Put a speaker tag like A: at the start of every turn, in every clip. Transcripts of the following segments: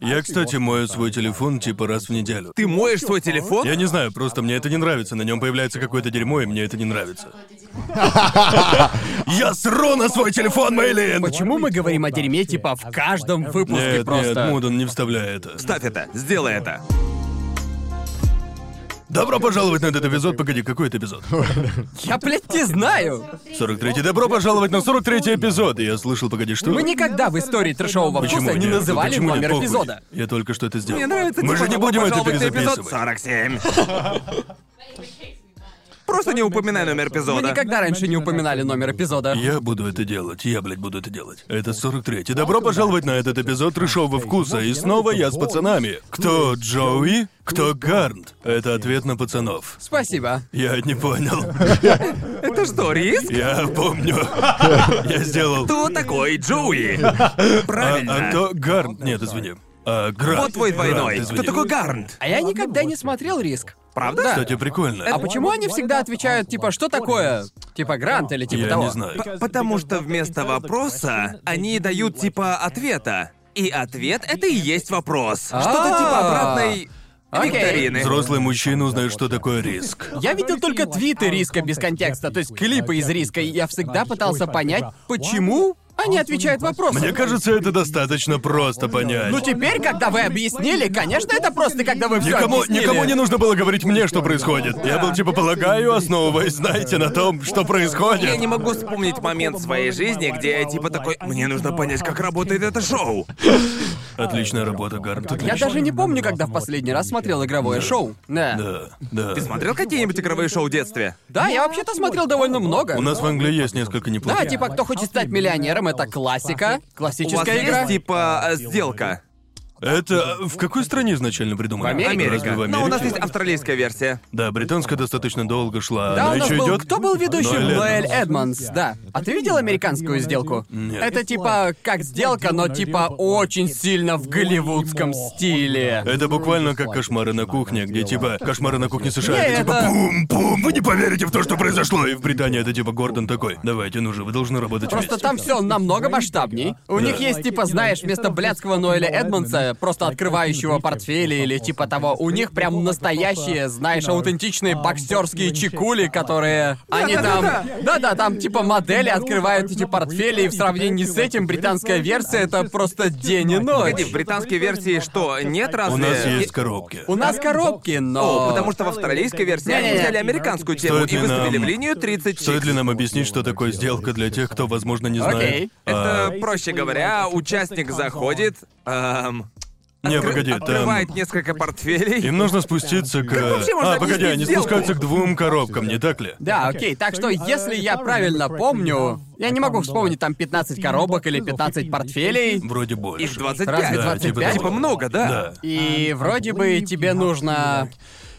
A: Я, кстати, мою свой телефон типа раз в неделю.
B: Ты моешь свой телефон?
A: а? Я не знаю, просто мне это не нравится. На нем появляется какое-то дерьмо, и мне это не нравится. Я сру на свой телефон, Мейлин!
C: Почему мы говорим о дерьме, типа,
A: А
C: в каждом выпуске
A: Нет, нет,
C: просто?
A: Мудон, не вставляй это.
B: Ставь это, сделай это.
A: Добро пожаловать на этот эпизод. Погоди, какой это эпизод?
C: Я, блядь, не знаю!
A: 43-й. Добро пожаловать на 43-й эпизод. Я слышал, погоди, что?
C: Мы никогда в истории трэшового
A: Почему
C: вкуса не
A: нет?
C: называли
A: Почему нет?
C: номер
A: Похуй.
C: эпизода.
A: Я только что это сделал.
B: Мне нравится,
A: Мы
B: типа,
A: же не
B: «Добро
A: будем это
B: пожаловать на эпизод
A: перезаписывать.
B: 47. Просто не упоминай номер
C: Мы
B: эпизода.
C: никогда раньше не упоминали номер эпизода.
A: Я буду это делать, я, блядь, буду это делать. Это 43-й. Добро пожаловать на этот эпизод трешового вкуса. И снова я с пацанами. Кто Джоуи, кто Гарнт? Это ответ на пацанов.
C: Спасибо.
A: Я не понял.
B: Это что, риск?
A: Я помню. Я сделал...
B: Кто такой Джоуи?
A: А,
B: Правильно.
A: а кто Гарнт? Нет, извини. А, Грант.
B: Вот твой двойной.
A: Грант,
B: Кто
A: извини.
B: такой Гарнт?
C: А я никогда не смотрел риск.
B: Правда?
C: Да.
A: Кстати, прикольно.
C: А почему они всегда отвечают, типа, что такое? Типа грант или типа
A: Я
C: того?
A: не знаю.
B: П- Потому что вместо вопроса они дают типа ответа. И ответ — это и есть вопрос. Что-то типа обратной
C: А. Окей.
B: викторины.
A: Взрослый мужчина узнает, что такое риск.
C: Я видел только твиты риска без контекста, то есть клипы из риска, и я всегда пытался понять, почему они отвечают
B: Ну,
C: вопросом.
A: Мне кажется, это достаточно просто понять.
C: Ну
B: типа,
C: теперь, когда вы объяснили, конечно, это просто, когда вы все
A: Никому,
C: объяснили.
A: никому не нужно было говорить мне, что происходит. Я был типа полагаю, основываясь, знаете, на том, что происходит.
B: Я не могу вспомнить момент в своей жизни, где я типа такой, мне нужно понять, как работает это шоу.
A: Отличная работа, Гарнт,
C: Я
A: отлично.
C: даже не помню, когда в последний раз смотрел игровое шоу. Да. Да,
A: Да, да.
B: Ты смотрел какие-нибудь игровые шоу в детстве?
C: я вообще-то смотрел довольно много.
A: У нас в Англии есть несколько неплохих.
C: Да, типа, кто хочет стать миллионером, это классика,
B: У вас
C: классическая игра.
B: есть типа э, сделка?
A: Это в какой стране изначально придумано?
C: В Америке. Ну,
B: Америка.
A: Разве в Америке?
B: Но у нас есть австралийская версия.
A: Да, британская достаточно долго шла.
C: Да,
A: Она
C: у нас
A: еще
C: был...
A: идет?
C: Кто был ведущим?
A: Ноэль
C: Ноэль
A: Эдмондс.
C: Эдмонс, да. А ты видел американскую сделку?
A: Нет.
C: Это типа как сделка, но типа очень сильно в голливудском стиле.
A: Это буквально как кошмары на кухне, где типа кошмары на кухне США,
C: Не,
A: это типа
C: это-
A: бум-бум, вы не поверите в то, что произошло. И в Британии это типа Гордон такой. Давайте, ну же, вы должны работать
C: Просто
A: вместе».
C: там все намного масштабней. У
A: Да.
C: них есть, типа, знаешь, вместо блядского Ноэля Эдмонса, просто открывающего портфели или типа того, у них прям настоящие, знаешь, аутентичные боксерские чекули, которые... Они там... Да-да, там типа модели открывают эти портфели,
B: а
C: и в сравнении с этим британская версия — это просто день и ночь.
B: Погоди, в британской версии что, нет разве?
A: У нас есть коробки.
C: У нас коробки, но...
B: О, потому что в австралийской версии они
C: Не-не-не.
B: взяли американскую тему
A: Стоит
B: и
A: ли
B: выставили
A: нам-
B: в линию 30
A: Стоит
B: чикс.
A: ли нам объяснить, что такое сделка для тех, кто, возможно, не знает?
C: Окей.
A: А,
B: Это, проще говоря, участник заходит, эм,
A: не,
B: откры-
A: погоди, там...
B: открывает несколько портфелей.
A: Им нужно спуститься к...
B: вообще
A: А,
B: можно
A: погоди,
B: объяснить
A: они
B: сделку?
A: спускаются к двум коробкам, не так ли?
C: Да, окей, так что если я правильно помню, я не могу вспомнить там 15 коробок или 15 портфелей,
A: Вроде больше.
B: Их 25.
C: Разве
A: Да, типа
C: 25?
A: того.
B: Типа много, да?
A: Да.
C: и вроде бы тебе нужно...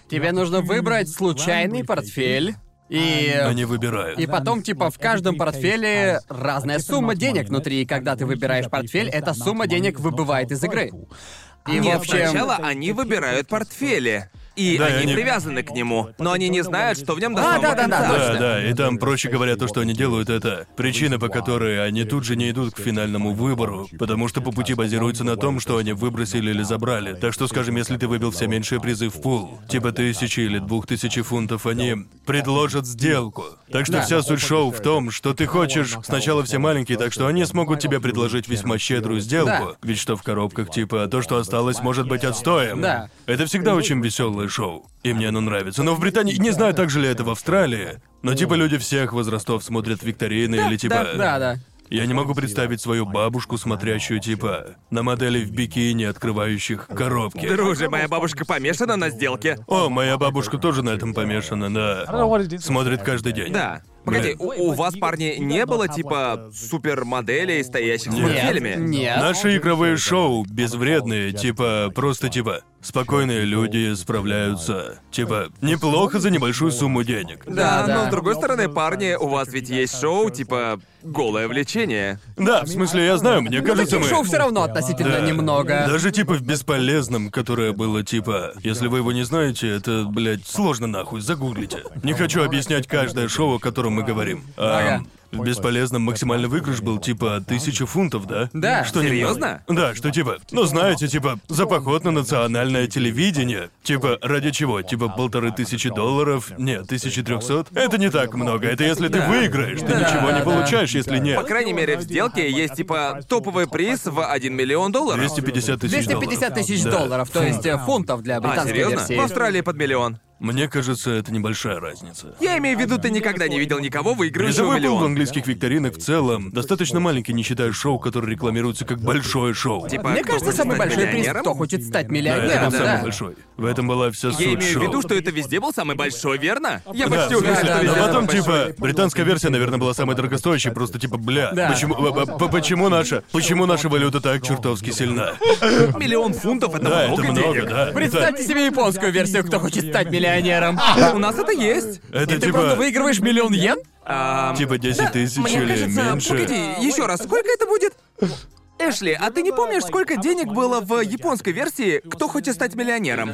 C: Тебе нужно выбрать случайный портфель,
A: А,
C: и... Ну,
A: Они выбирают.
C: И потом, типа, в каждом портфеле разная сумма денег внутри, и когда ты выбираешь портфель, эта сумма денег выбывает из игры. И, в
B: Нет,
C: общем...
B: сначала они выбирают портфели. И
A: Да, и
B: они,
A: они-
B: привязаны к нему, но они не знают, что в нем до
C: А,
B: самого
C: да-да-да,
B: конца.
A: Да,
C: точно.
A: да, и там, проще говоря, то, что они делают, это причина, по которой они тут же не идут к финальному выбору, потому что по пути базируется на том, что они выбросили или забрали. Так что, скажем, если ты выбил все меньшие призы в пул, типа тысячи или двух тысячи фунтов, они предложат сделку. Так что
C: Да.
A: вся суть шоу в том, что ты хочешь сначала все маленькие, так что они смогут тебе предложить весьма щедрую сделку.
C: Да.
A: Ведь что в коробках, типа, то, что осталось, может быть отстоем.
C: Да.
A: Это всегда очень веселое шоу. И мне оно нравится. Но в Британии, не знаю, так же ли это в Австралии, но типа люди всех возрастов смотрят викторины или типа...
C: Да, да, да.
A: Я не могу представить свою бабушку, смотрящую типа на моделей в бикини, открывающих коробки.
B: Друже, моя бабушка помешана на сделке.
A: О, моя бабушка тоже на этом помешана, да. Смотрит каждый день.
B: Да. Погоди, у, у вас, парни, не было типа супермоделей, стоящих с
A: Нет.
B: портфелями?
C: Нет.
A: Наши игровые шоу безвредные, типа, просто типа, спокойные люди справляются. Типа, неплохо за небольшую сумму денег.
B: Да,
C: Да,
B: но
C: да.
B: с другой стороны, парни, у вас ведь есть шоу, типа голое влечение.
A: Да, в смысле, я знаю, мне
C: Ну,
A: кажется,
C: таких
A: мы...
C: шоу все равно
A: Да.
C: относительно немного.
A: Даже типа в бесполезном, которое было типа. Если вы его не знаете, это, блядь, сложно нахуй, загуглите. Не хочу объяснять каждое шоу, о котором мы говорим. Ам,
C: Ага.
A: В бесполезном максимальный выигрыш был типа тысяча фунтов, да?
C: Да,
A: Что
B: серьезно?
A: немного. Да, что типа, ну знаете, типа, за поход на национальное телевидение. Типа, ради чего? Типа полторы тысячи долларов? Нет, тысячи трехсот? Это не так много, это если ты выиграешь, ты
C: Да,
A: ничего не
C: да.
A: получаешь, если
B: По
A: нет.
B: крайней мере, в сделке есть типа топовый приз в 1 миллион долларов.
A: 250 тысяч долларов.
C: 250 тысяч
A: Да.
C: долларов, то есть э, фунтов для
B: А,
C: британской
B: серьезно? В
C: версии.
B: Австралии под миллион.
A: Мне кажется, это небольшая разница.
B: Я имею в виду, ты никогда не видел никого выигрывающего
A: Призовой пул в
B: миллион.
A: английских викторинок в целом достаточно маленький, не считая шоу, которое рекламируется как большое шоу.
B: Типа,
C: Мне
B: кто
C: кажется,
B: хочет
C: самый
B: стать
C: большой приз,
B: миллионером?
C: кто хочет стать
A: Да, это
C: миллионером,
A: был самый
C: да.
A: большой. В этом была вся
B: Я
A: суть
B: имею в
A: шоу.
B: виду, что это везде был самый большой, верно? Я
A: Да,
B: почти
A: в смысле,
B: уверен, что
C: да,
A: но
B: везде
C: да,
A: потом,
B: самый большой.
A: типа, британская версия, наверное, была самой дорогостоящей, просто типа, бля,
C: Да.
A: почему, п- п- почему наша, почему наша валюта так чертовски сильна?
B: Миллион фунтов — это
A: Да, это
B: много
A: много,
B: денег.
A: да. Это,
C: Представьте себе японскую версию, кто хочет стать миллионером.
B: У нас это есть.
A: это
C: И ты просто
A: типа,
C: выигрываешь миллион йен?
B: Ам,
A: типа 10 тысяч
B: Мне
A: или
B: кажется, погоди,
A: меньше.
B: еще раз, сколько это будет? Эшли, а ты не помнишь, сколько денег было в японской версии «Кто хочет стать миллионером»?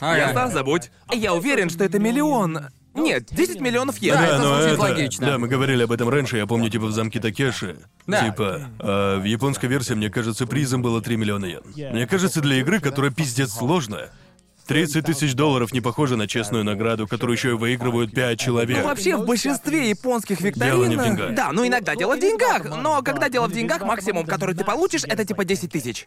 A: А,
B: Ясно, забудь. Я уверен, что это миллион... Нет, 10 миллионов евро.
C: Да,
A: Да,
C: А
A: ну
C: это
A: но
C: звучит
A: это-
C: логично.
A: Да, мы говорили об этом раньше, я помню, типа в замке Такеши.
C: Да.
A: Типа, э, в японской версии, мне кажется, призом было 3 миллиона йен. Мне кажется, для игры, которая пиздец сложная, 30 тысяч долларов не похоже на честную награду, которую еще и выигрывают 5 человек.
B: Ну, вообще, в большинстве японских
A: Дело
B: викторин...
A: не в деньгах.
B: Да, ну иногда дело в деньгах, но когда дело в деньгах, максимум, который ты получишь, это типа 10 тысяч.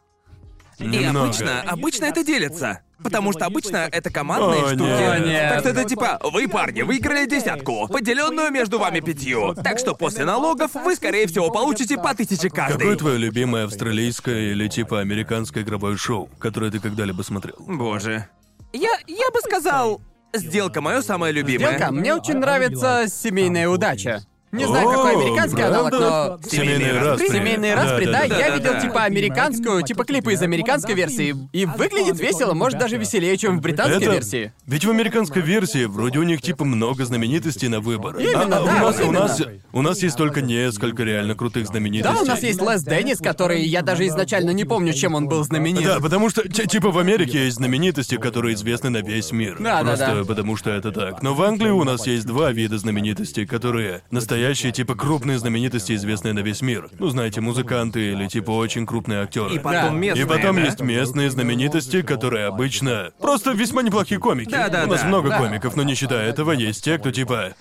B: И
A: Немного.
B: обычно, обычно это делится. Потому что обычно это командные
A: О,
B: штуки.
A: нет.
C: О, нет.
B: Так что это типа, вы, парни, выиграли десятку, поделенную между вами пятью. Так что после налогов вы, скорее всего, получите по тысяче
A: Какое
B: каждый.
A: твое любимое австралийское или типа американское игровое шоу, которое ты когда-либо смотрел?
B: Боже. Я, я бы сказал, сделка мое самое любимое.
C: Белка, мне очень нравится семейная удача. Не знаю,
A: О,
C: какой американский аналог, но...
A: Семейный распри.
C: Семейный
A: Да,
C: распри, да,
A: да,
C: я
B: да,
C: видел
B: да.
C: типа американскую, типа клипы из американской версии, и выглядит весело, может даже веселее, чем в британской
A: Это-
C: версии.
A: Ведь в американской версии вроде у них типа много знаменитостей на выбор.
C: Именно,
A: а,
C: да,
A: у, нас, у,
C: именно.
A: нас, у нас есть только несколько реально крутых знаменитостей.
C: Да, у нас есть Лес Деннис, который я даже изначально не помню, чем он был знаменит.
A: Да, потому что, ти- типа, в Америке есть знаменитости, которые известны на весь мир.
C: Да, да,
A: Просто
C: да.
A: потому что это так. Но в Англии у нас есть два вида знаменитостей, которые настоящие, типа, крупные знаменитости, известные на весь мир. Ну, знаете, музыканты или, типа, очень крупные актеры.
B: И потом
C: Да.
B: местные,
A: И потом
B: да?
A: есть местные знаменитости, которые обычно просто весьма неплохие комики.
B: Да, да,
A: У нас
B: да.
A: много
C: Да.
A: комиков, но не считая этого, есть те, кто типа.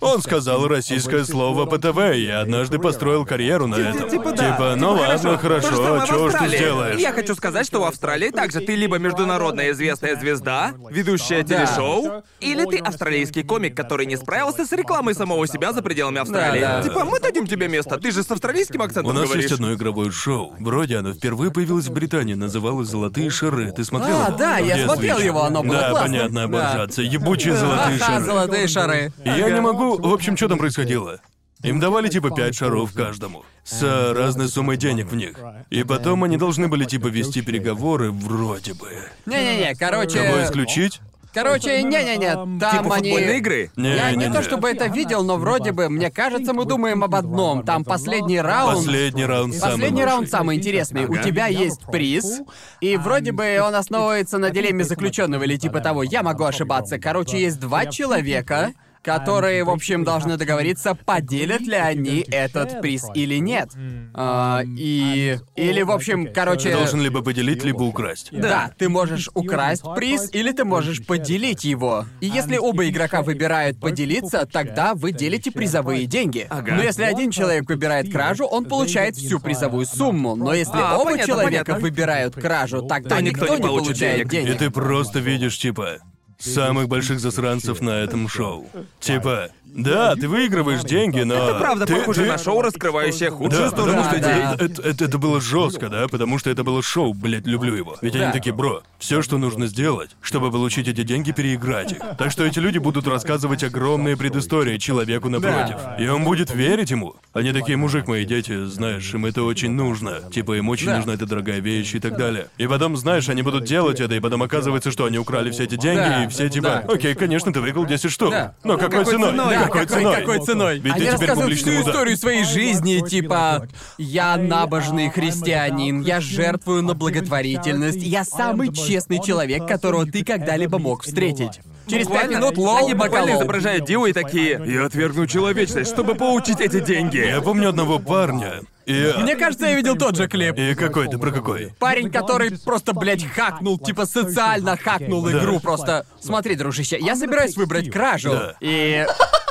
A: Он сказал российское слово по ТВ, и я однажды построил карьеру на этом.
B: Типа, да.
A: Типа, ну ладно,
B: То же самое
A: хорошо,
B: в
A: чего ж ты
B: Австралии.
A: сделаешь?
B: Я хочу сказать, что в Австралии также ты либо международная известная звезда, ведущая
C: Да.
B: телешоу, или ты австралийский комик, который не справился с рекламой самого себя за пределами Австралии.
C: Да, да.
B: Типа, мы дадим тебе место, ты же с австралийским
A: У
B: акцентом
A: нас
B: говоришь.
A: есть одно игровое шоу. Вроде оно впервые появилось в Британии, называлось «Золотые шары». Ты смотрел?
C: А,
A: его?
C: да, я
A: В детстве
C: смотрел
A: еще.
C: его, оно было
A: Да,
C: классно.
A: понятно,
C: Да.
A: оборжаться. Ебучие золотые
C: Ха-ха,
A: шары.
C: золотые шары.
A: И Я не могу... В общем, что там происходило? Им давали типа пять шаров каждому. С э, разной суммой денег в них. И потом они должны были типа вести переговоры вроде бы.
C: Не-не-не,
A: Кого
C: короче...
A: исключить?
C: Короче, не-не-не, там
B: Типа
C: они...
B: футбольные игры.
A: Не,
C: Я не
A: не,
C: то
A: не.
C: чтобы это видел, но вроде бы, мне кажется, мы думаем об одном. Там последний раунд.
A: Последний раунд самый
C: Последний
A: лучший.
C: раунд самый интересный. У
B: Ага.
C: тебя есть приз, А, и вроде бы он основывается на дилемме заключенного или типа того. Я могу ошибаться. Короче, есть два человека, которые, в общем, должны договориться, поделят ли они этот приз или нет. А, и... Или, в общем, короче...
A: Ты должен либо поделить, либо украсть.
C: э, Да, ты можешь украсть приз или ты можешь поделить его. И если оба игрока выбирают поделиться, тогда вы делите призовые деньги.
B: Ага.
C: Но если один человек выбирает кражу, он получает всю призовую сумму. Но если
B: А,
C: оба
B: понятно,
C: человека
B: понятно.
C: выбирают кражу, тогда
B: То
C: никто, не получает денег.
A: И ты просто видишь, типа, самых больших засранцев на этом шоу. Типа, да, ты выигрываешь деньги, но...
B: Это правда
A: ты-
B: похоже
A: ты-
B: на шоу, раскрывающее худшую
A: Да,
B: сторону
A: потому что
B: людей.
C: да.
A: это, это- это было жестко, да, потому что это было шоу, блядь, люблю его. Ведь
C: Да.
A: они такие, бро, все, что нужно сделать, чтобы получить эти деньги, переиграть их. Так что эти люди будут рассказывать огромные предыстории человеку напротив. И он будет верить ему. Они такие, мужик, мои дети, знаешь, им это очень нужно. Типа, им очень
C: Да.
A: нужна эта дорогая вещь и так далее. И потом, знаешь, они будут делать это, и потом оказывается, что они украли все эти деньги,
C: Да.
A: и все типа,
C: Да.
A: окей, конечно, ты выиграл 10 штук.
C: Да. Ну,
A: Но какой, ценой?
B: ценой? Да,
A: какой
C: какой-
A: ценой?
C: какой ценой?
A: Ведь
C: Они
A: ты теперь
C: рассказывают
A: публичный
C: всю
A: удар.
C: историю своей жизни, типа я набожный христианин, я жертвую на благотворительность, я самый честный человек, которого ты когда-либо мог встретить. Через пять
B: Буквально.
C: минут лол,
B: Они буквально
C: бокалол.
B: изображают Дио и такие... Я отвергну человечность, чтобы получить эти деньги.
A: Я помню одного парня, и... а,
C: Мне кажется, я видел тот же клип.
A: И какой ты, про какой?
C: Парень, который просто, блядь, хакнул, типа социально хакнул
A: Да.
C: игру просто. Смотри, дружище, я собираюсь выбрать кражу.
A: Да.
C: И...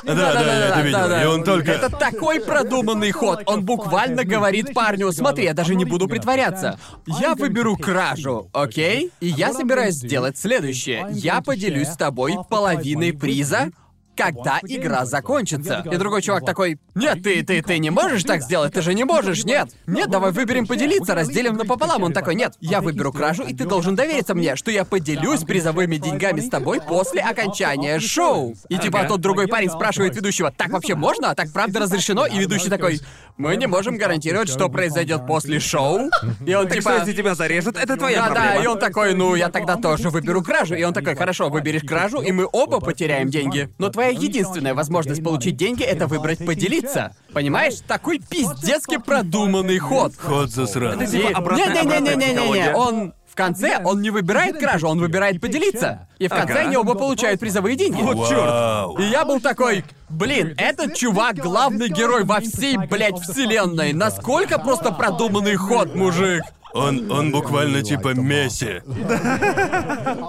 A: Да, да, я это видел. И он только-
C: Это такой продуманный ход. Он буквально говорит парню, смотри, я даже не буду притворяться. Я выберу кражу, окей? И я собираюсь сделать следующее. Я поделюсь с тобой половиной приза, когда игра закончится. И другой чувак такой, нет, ты, ты, ты не можешь так сделать, ты же не можешь, нет. Нет, давай выберем поделиться, разделим напополам. Он такой, нет, я выберу кражу, и ты должен довериться мне, что я поделюсь призовыми деньгами с тобой после окончания шоу. И типа
B: Ага.
C: тот другой парень спрашивает ведущего, так вообще можно, а так правда разрешено? И ведущий такой, мы не можем гарантировать, что произойдет после шоу. И он
B: Так что,
C: типа,
B: если тебя зарежут, это твоя
C: да, да, и
B: проблема.
C: он такой, ну, я тогда тоже выберу кражу. И он такой, хорошо, выберешь кражу, и мы оба потеряем деньги. Но твоя единственная возможность получить деньги — это выбрать поделиться. Понимаешь? Такой пиздецки продуманный ход.
A: Ход засранный.
B: Типа обратная-
C: Не-не-не-не-не-не,
B: обратная
C: он... В конце он не выбирает кражу, он выбирает поделиться. И в конце
B: Ага.
C: они оба получают призовые деньги.
A: Вау.
C: И я был такой, блин, этот чувак главный герой во всей, блядь, вселенной. Насколько просто продуманный ход, мужик.
A: Он, он буквально типа Месси.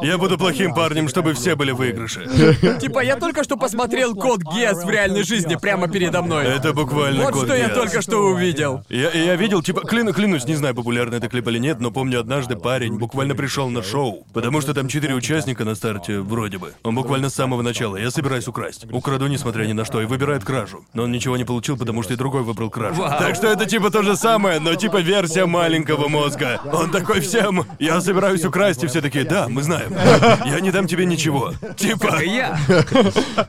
A: Я буду плохим парнем, чтобы все были выигрыши.
C: Типа, я только что посмотрел код Гес в реальной жизни прямо передо мной.
A: Это буквально
C: вот
A: код
C: что я
A: Гиас.
C: только что увидел.
A: Я, я видел, типа, кляну- клянусь, не знаю, популярный это клип или нет, но помню, однажды парень буквально пришел на шоу, потому что там четыре участника на старте, вроде бы. Он буквально с самого начала, я собираюсь украсть. Украду, несмотря ни на что, и выбирает кражу. Но он ничего не получил, потому что и другой выбрал кражу. Так что это типа то же самое, но типа версия маленького мозга. Он такой всем, я собираюсь украсть, и все такие, да, мы знаем. Я не дам тебе ничего. Типа...
B: И я.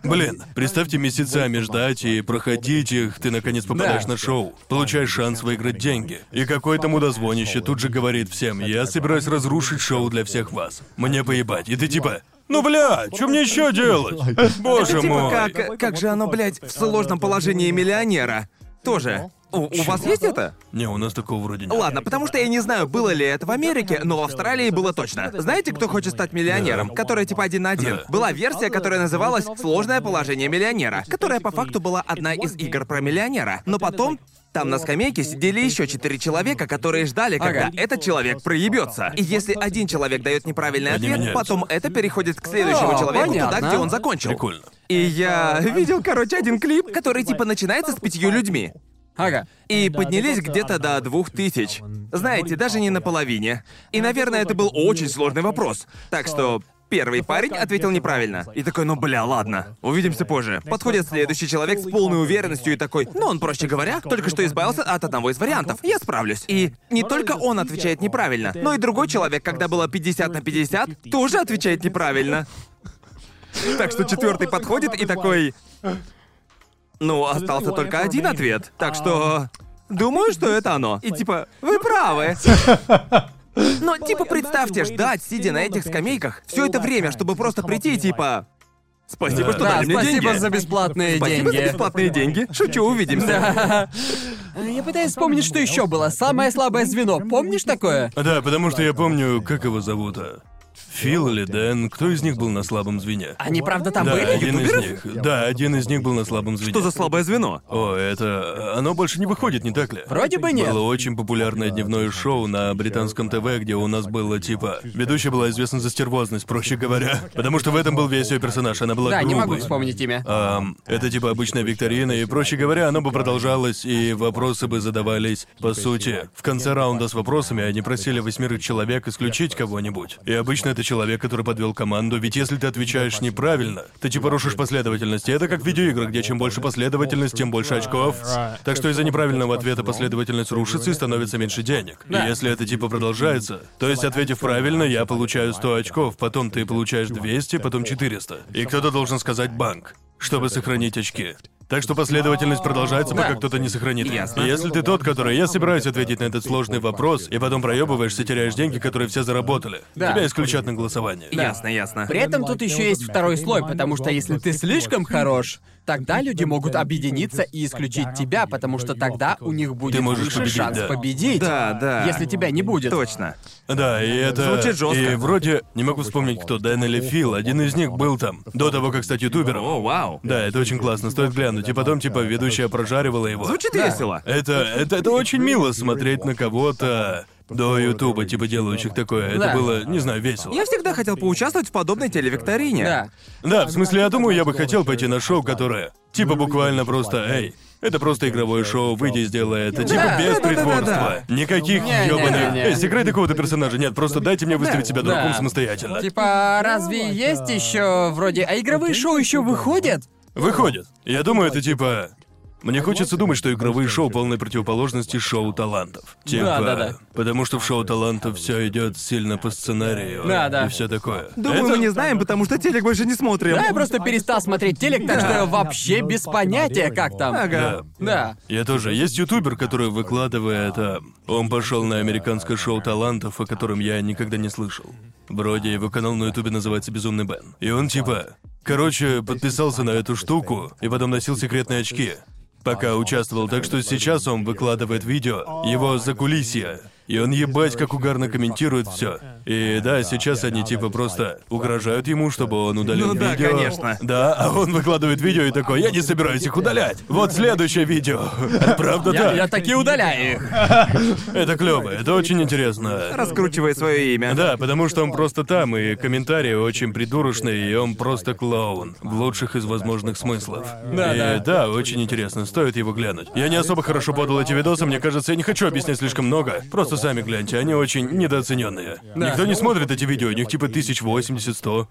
A: Блин, представьте месяцами ждать и проходить их, ты наконец попадаешь
C: Да.
A: на шоу, получаешь шанс выиграть деньги. И какой-то мудозвонище тут же говорит всем, я собираюсь разрушить шоу для всех вас. Мне поебать. И ты типа, ну бля, что мне еще делать? Боже
B: Это типа
A: мой.
B: как... Как же оно, блядь, в сложном положении миллионера? Тоже. У, у вас есть это?
A: Не, у нас такого вроде нет.
B: Ладно, потому что я не знаю, было ли это в Америке, но в Австралии было точно. Знаете, кто хочет стать миллионером? Которая типа один на один.
A: Да.
B: Была версия, которая называлась «Сложное положение миллионера», которая по факту была одна из игр про миллионера. Но потом там на скамейке сидели еще четыре человека, которые ждали, когда
C: Ага.
B: этот человек проебется. И если один человек дает неправильный
A: Они
B: ответ,
A: меняются.
B: потом это переходит к следующему
C: О,
B: человеку туда,
C: понятно.
B: где он закончил.
A: Прикольно.
B: И я видел, короче, один клип, который типа начинается с пятью людьми.
C: Ага.
B: И поднялись где-то до двух тысяч. Знаете, даже не наполовине. И, наверное, это был очень сложный вопрос. Так что первый парень ответил неправильно. И такой, ну бля, ладно, увидимся позже. Подходит следующий человек с полной уверенностью и такой, ну он, проще говоря, только что избавился от одного из вариантов. Я справлюсь. И не только он отвечает неправильно, но и другой человек, когда было 50 на 50, тоже отвечает неправильно. Так что четвертый подходит и такой, ну, остался только один ответ, так что... Думаю, что это оно. И типа, вы правы. Но типа представьте, ждать, сидя на этих скамейках, все это время, чтобы просто прийти и типа... Спасибо, что
C: Да,
B: дали мне
C: спасибо
B: деньги.
C: за бесплатные
B: Спасибо за
C: деньги.
B: бесплатные деньги. Шучу, увидимся.
C: Я пытаюсь вспомнить, что еще было. Самое слабое звено. Помнишь такое?
A: Да, потому что я помню, как его зовут, а? Фил или Дэн, кто из них был на слабом звене?
B: А
C: Они правда там
A: Да,
C: были?
A: один из них. Да, один из них был на слабом звене.
B: Что за слабое звено?
A: О, это... Оно больше не выходит, не так ли?
C: Вроде бы нет.
A: Было очень популярное дневное шоу на британском ТВ, где у нас было типа... Ведущая была известна за стервозность, проще говоря. Потому что в этом был весь ее персонаж, она была
C: Да, не могу
A: грубой.
C: вспомнить имя.
A: Ам, это типа обычная викторина, и, проще говоря, оно бы продолжалось, и вопросы бы задавались, по сути. В конце раунда с вопросами они просили восьмерых человек исключить кого-нибудь. И обычно это человек, который подвел команду, ведь если ты отвечаешь неправильно, ты типа рушишь последовательность. И это как в видеоиграх, где чем больше последовательность, тем больше очков. Так что из-за неправильного ответа последовательность рушится и становится меньше денег. И если это типа продолжается, то есть ответив правильно, я получаю 100 очков, потом ты получаешь 200, потом 400. И кто-то должен сказать банк чтобы сохранить очки. Так что последовательность продолжается,
C: Да.
A: пока кто-то не сохранит.
B: Ясно.
A: И Если ты тот, который... Я собираюсь ответить на этот сложный вопрос, и потом проебываешься, теряешь деньги, которые все заработали.
C: Да.
A: Тебя исключат на голосование.
B: Ясно, ясно.
C: При этом тут еще есть второй слой, потому что если ты слишком хорош, тогда люди могут объединиться и исключить тебя, потому что тогда у них будет
A: Ты можешь
C: выше
A: победить,
C: шанс
A: да.
C: победить.
B: Да, да.
C: Если тебя не будет.
B: Точно.
A: Да, и это...
B: Звучит жестко.
A: И вроде, не могу вспомнить, кто, Дэн или Фил, один из них был там, до того, как стать
B: О,
A: ютубером.
B: вау.
A: Да, это очень классно, стоит глянуть. И потом, типа, ведущая прожаривала его.
B: Звучит весело.
A: Это, это, это очень мило смотреть на кого-то до Ютуба, типа делающих такое. Это
C: Да.
A: было, не знаю, весело.
B: Я всегда хотел поучаствовать в подобной телевикторине.
C: Да.
A: Да, в смысле, я думаю, я бы хотел пойти на шоу, которое... Типа буквально просто, эй, это просто игровое шоу, выйди и сделай это. Типа
C: Да,
A: без
B: да, да, да,
A: притворства.
B: да.
A: Никаких
C: Не-не-не-не.
A: ёбаных... Эй, сыграй такого-то персонажа. Нет, просто дайте мне выставить себя дураком
C: Да.
A: самостоятельно.
C: Типа, разве есть еще вроде. А игровые шоу еще выходят?
A: Выходит. Я думаю, это типа... Мне хочется думать, что игровые шоу полной противоположности шоу талантов. Типа,
C: да-да.
A: потому что в шоу талантов все идет сильно по сценарию
C: Да-да.
A: и все такое.
B: Думаю,
A: Это-
B: мы не знаем, потому что телек больше не смотрим.
C: Да, я просто перестал смотреть телек, так что я
D: Да.
C: вообще без понятия, как там.
B: Ага.
A: Да.
C: Да.
A: Я тоже. Есть ютубер, который выкладывает... а, Он пошел на американское шоу талантов, о котором я никогда не слышал. Вроде его канал на ютубе называется «Безумный Бен». И он типа... Короче, подписался на эту штуку и потом носил секретные очки. Пока участвовал, так что сейчас он выкладывает видео, его закулисья. И он ебать как угарно комментирует все. И да, сейчас они типа просто угрожают ему, чтобы он удалил
B: Ну да,
A: видео.
B: конечно.
A: Да, а он выкладывает видео и такой, я не собираюсь их удалять. Вот следующее видео. Правда
C: Я, я
A: так.
C: таки удаляю их.
A: Это клево, это очень интересно.
B: Раскручивай свое Э, имя.
A: Да, потому что он просто там, и комментарии очень придурочные, и он просто клоун. В лучших из возможных смыслов.
C: Да,
A: и,
C: да.
A: очень интересно, стоит его глянуть. Я не особо хорошо подал эти видосы, мне кажется, я не хочу объяснять слишком много. Просто сами гляньте, они очень недооцененные. Никто не смотрит эти видео, у них типа 1080-100.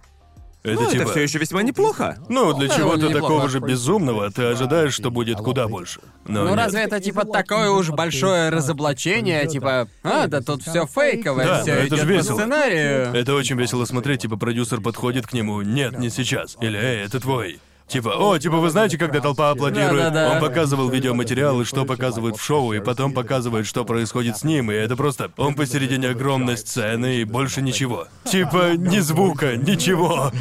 A: Это
B: Ну,
A: типа...
B: это все еще весьма неплохо.
A: Ну, для
C: Да,
A: чего-то
C: довольно
A: такого
C: неплохо.
A: же безумного ты ожидаешь, что будет куда больше. Но
C: Ну
A: нет.
C: разве это типа такое уж большое разоблачение, типа, а, да тут все фейковое,
A: Да,
C: все
A: но это
C: идет
A: же
C: по
A: весело.
C: сценарию.
A: Это очень весело смотреть, типа продюсер подходит к нему, нет, не сейчас, или эй, это твой. Типа, о, типа вы знаете, когда толпа аплодирует,
C: Да-да-да.
A: он показывал видеоматериалы, что показывают в шоу, и потом показывает, что происходит с ним, и это просто... Он посередине огромной сцены и больше ничего. Типа, ни звука, ничего.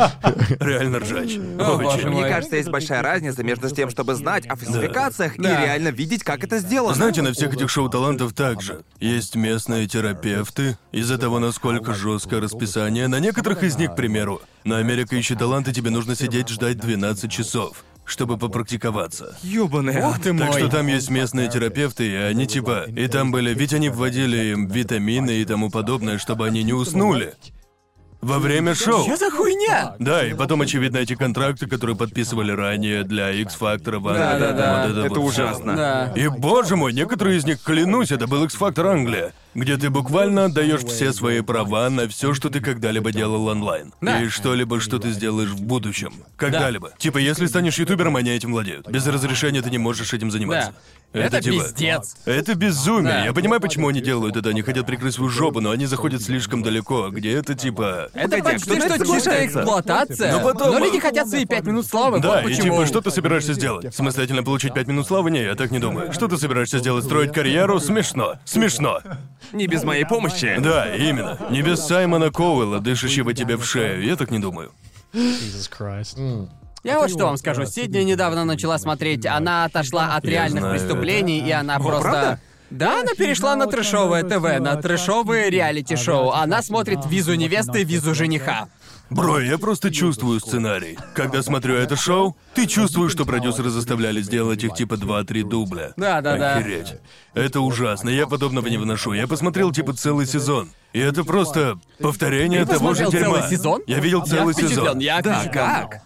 A: Реально ржач.
C: О, боже
A: Очень.
C: мой.
B: Мне кажется, есть большая разница между тем, чтобы знать о фальсификациях и
C: Да.
B: реально видеть, как это сделано.
A: Знаете, на всех этих шоу талантов также. Есть местные терапевты. Из-за того, насколько жесткое расписание, на некоторых из них, к примеру, на Америка ищет таланты, тебе нужно сидеть ждать 12 часов, чтобы попрактиковаться.
B: Ёбаные.
C: Ух ты мой.
A: Так что там есть местные терапевты, и они типа... И там были... Ведь они вводили им витамины и тому подобное, чтобы они не уснули. Во время шоу.
C: Что за хуйня?
A: Да, и потом, очевидно, эти контракты, которые подписывали ранее для X-фактора, в Англии,
C: Да-да-да.
A: там вот
B: Это
A: вот всё.
B: ужасно.
C: Да.
A: И боже мой, некоторые из них, клянусь, это был X-Factor Англия, где ты буквально отдаешь все свои права на все, что ты когда-либо делал онлайн.
C: Да.
A: И что-либо, что ты сделаешь в будущем. Когда-либо. Типа, если станешь ютубером, они этим владеют. Без разрешения ты не можешь этим заниматься. типа
C: Да. Это пиздец.
A: Это безумие.
C: Да.
A: Я понимаю, почему они делают это. Они хотят прикрыть свою жопу, но они заходят слишком далеко, где это типа...
C: Это
B: Погоди, а
C: почти
B: кто на
C: что
B: это
C: чистая
B: соглашается?
C: эксплуатация.
A: Но потом-
C: люди хотят свои пять минут славы,
A: Да,
C: вот
A: и
C: почему.
A: типа, что ты собираешься сделать? Самостоятельно получить пять минут славы? Не, я так не думаю. Что ты собираешься сделать? Строить карьеру? Смешно. Смешно.
B: Не без моей помощи.
A: Да, именно. Не без Саймона Коуэлла, дышащего тебе в шею, я так не думаю.
E: Jesus Christ.
C: Я вот что вам скажу. Сидни недавно начала смотреть. Она отошла от реальных
A: знаю,
C: преступлений, и она просто...
B: правда?
C: Да, она перешла на трэшовое ТВ, на трэшовые реалити-шоу. Она смотрит визу невесты, визу жениха.
A: Бро, я просто чувствую сценарий. Когда смотрю это шоу, ты чувствуешь, что продюсеры заставляли сделать их типа 2-3 дубля.
C: Да, да, да.
A: Охереть. Это ужасно, я подобного не выношу. Я посмотрел типа целый сезон. И это просто повторение того же
C: посмотрел
A: дерьма.
C: целый сезон?
A: Я видел целый
C: я впечатлен,
A: сезон.
C: я
B: Да,
C: впечатлен.
B: как?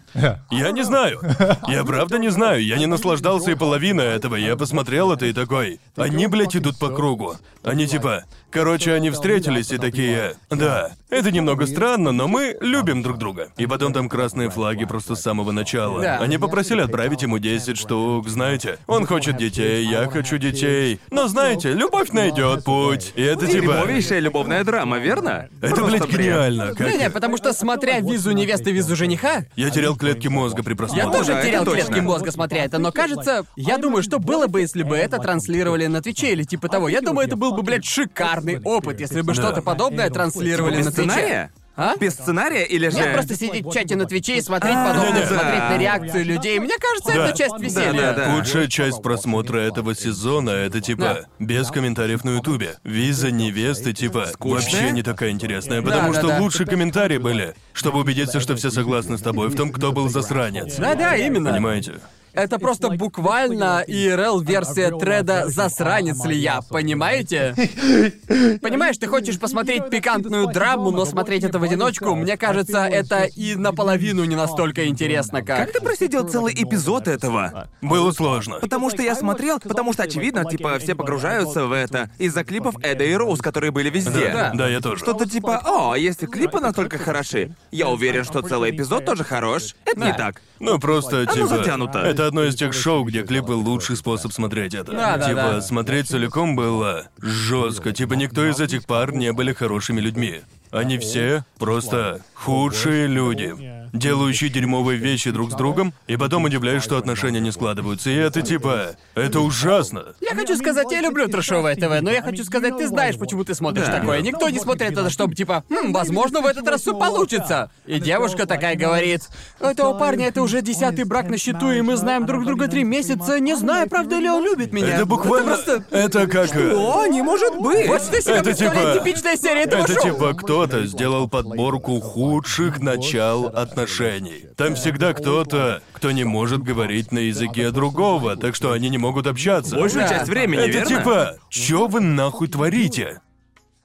A: Я не знаю. Я правда не знаю. Я не наслаждался и половиной этого. Я посмотрел это и такой. Они, блядь, идут по кругу. Они типа. Короче, они встретились и такие. Да, это немного странно, но мы любим друг друга. И потом там красные флаги просто с самого начала.
C: Да.
A: Они попросили отправить ему 10 штук, знаете. Он хочет детей, я хочу детей. Но знаете, любовь найдет путь. И это типа.
B: Новейшая любовная драма, верно?
A: Это,
B: Просто
A: блядь,
B: бред.
A: гениально. Как...
C: Не-не, потому что смотря визу невесты, визу жениха,
A: Я терял клетки мозга при просмотре.
C: Я
B: Ну
C: тоже
B: да, это
C: терял
B: точно.
C: клетки мозга, смотря это, но кажется, я думаю, что было бы, если бы это транслировали на Твиче или типа того. Я думаю, это был бы, блядь, шикарный опыт, если бы
E: Да.
C: что-то подобное транслировали
E: Без
C: на
B: Без
C: Твиче.
B: сценария?
C: А?
B: Без сценария или же...
C: Нет, просто сидеть в чате на Твиче и А, смотреть подобное,
A: да-да.
C: смотреть на реакцию людей. Мне кажется,
A: Да.
C: это часть веселья.
B: Да.
A: Лучшая часть просмотра этого сезона это типа без комментариев на Ютубе. Виза невесты типа вообще не такая интересная, потому
C: да, Типа,
A: что
C: да.
A: лучшие комментарии были, чтобы убедиться, что
C: типа,
A: все согласны с тобой в том, кто был засранец.
C: Да-да, именно.
A: Понимаете?
C: Это просто буквально ИРЛ-версия треда «Засранец ли я», понимаете? Понимаешь, ты хочешь посмотреть пикантную драму, но смотреть это в одиночку, мне кажется, это и наполовину не настолько интересно, как...
B: Как ты просидел целый эпизод этого?
A: Было сложно.
B: Потому что я смотрел, потому что, очевидно, типа, все погружаются в это из-за клипов Эда и Роуз, которые были везде.
C: Да.
A: Да, я тоже.
B: Что-то типа, о, если клипы настолько хороши, я уверен, что целый эпизод тоже хорош. Это не так.
A: Ну просто
B: Оно
A: типа.
B: затянуто.
A: Это одно из тех шоу, где клипы лучший способ смотреть это.
C: Да, да,
A: типа,
C: да.
A: смотреть целиком было жестко. Типа никто из этих пар не были хорошими людьми. Они все просто худшие люди, делающие дерьмовые вещи друг с другом, и потом удивляюсь, что отношения не складываются. И это типа. Это ужасно.
C: Я хочу сказать, я люблю трэшовое ТВ, но я хочу сказать, ты знаешь, почему ты смотришь
B: Да.
C: такое. Никто не смотрит это, чтобы типа, «Хм, возможно, в этот раз все получится. И девушка такая говорит, у этого парня это уже десятый брак на счету, и мы знаем друг друга три месяца, не знаю, правда ли он любит меня.
A: Это буквально.
C: просто...
A: Это как. э,
C: О, не может быть! Вот что себе
A: Это
C: представляет
A: типа-
C: типичная серия этого
A: Это
C: шоу.
A: типа кто-то сделал подборку худших начал отношений. Там всегда кто-то, кто не может говорить на языке другого, так что они не могут общаться.
B: Большую
C: Да.
B: часть времени,
A: Это
B: верно?
A: типа, чё вы нахуй творите?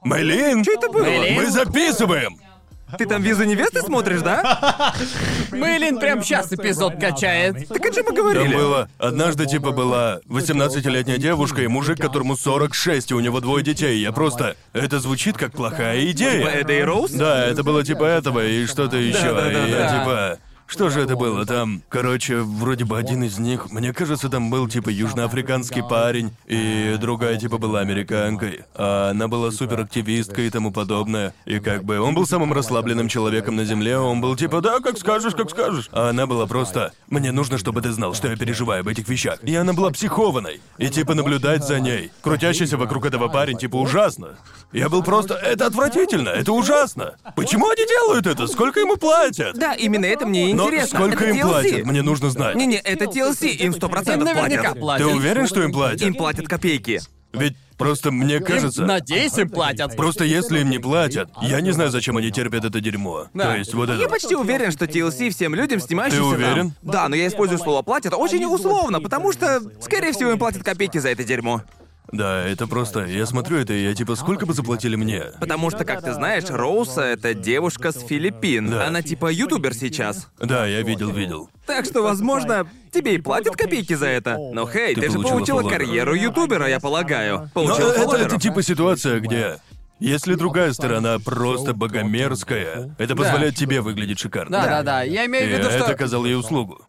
A: Мэйлин? Что это было?
C: Мэйлин?
A: Мы записываем!
B: Ты там визу невесты смотришь, да?
C: Мэйлин прям сейчас эпизод качает.
B: Так о чем мы
A: Там
B: говорили?
A: было... Однажды, типа, была 18-летняя девушка и мужик, которому 46, и у него двое детей. Я просто... Это звучит как плохая идея.
B: Эда и Типа Роуз?
A: Да, это было типа этого и что-то еще.
B: да,
A: и я
B: да.
A: типа. Что же это было там? Короче, вроде бы один из них, мне кажется, там был типа южноафриканский парень, и другая типа была американкой, а она была суперактивисткой и тому подобное. И как бы он был самым расслабленным человеком на земле, он был типа «да, как скажешь, как скажешь». А она была просто «мне нужно, чтобы ты знал, что я переживаю об этих вещах». И она была психованной. И типа наблюдать за ней, крутящийся вокруг этого парень, типа ужасно. Я был просто «это отвратительно, это ужасно». Почему они делают это? Сколько ему платят?
B: Да, именно это мне и
A: Но
B: интересно.
A: сколько
B: Это
A: им
B: TLC.
A: платят? Мне нужно знать.
B: Не-не, это TLC, им сто
C: Им
B: процентов
C: наверняка
B: платят.
A: Ты
C: платят.
A: уверен, что им платят?
B: Им платят копейки.
A: Ведь просто мне кажется...
C: Надеюсь, им платят.
A: Просто если им не платят, я не знаю, зачем они терпят это дерьмо.
C: Да.
A: То есть вот это...
B: Я почти уверен, что TLC всем людям, снимающимся
A: Ты
B: там-
A: уверен?
B: Да, но я использую слово «платят» очень условно, потому что, скорее всего, им платят копейки за это дерьмо.
A: Да, это просто... Я смотрю это, и я типа, сколько бы заплатили мне?
B: Потому что, как ты знаешь, Роуса — это девушка с Филиппин.
A: Да.
B: Она типа ютубер сейчас.
A: Да, я видел, видел.
B: Так что, возможно, тебе и платят копейки за это. Но, хей, ты, же
A: получила
B: получила
A: фолловера.
B: карьеру ютубера, я полагаю.
C: Ну,
A: Но
B: Получила
A: это,
B: фолловера.
A: это типа ситуация, где если другая сторона просто богомерзкая, это позволяет тебе выглядеть шикарно.
C: Да, да, да. Я
A: И
C: имею в виду,
A: Э, это
C: что
A: оказал ей услугу.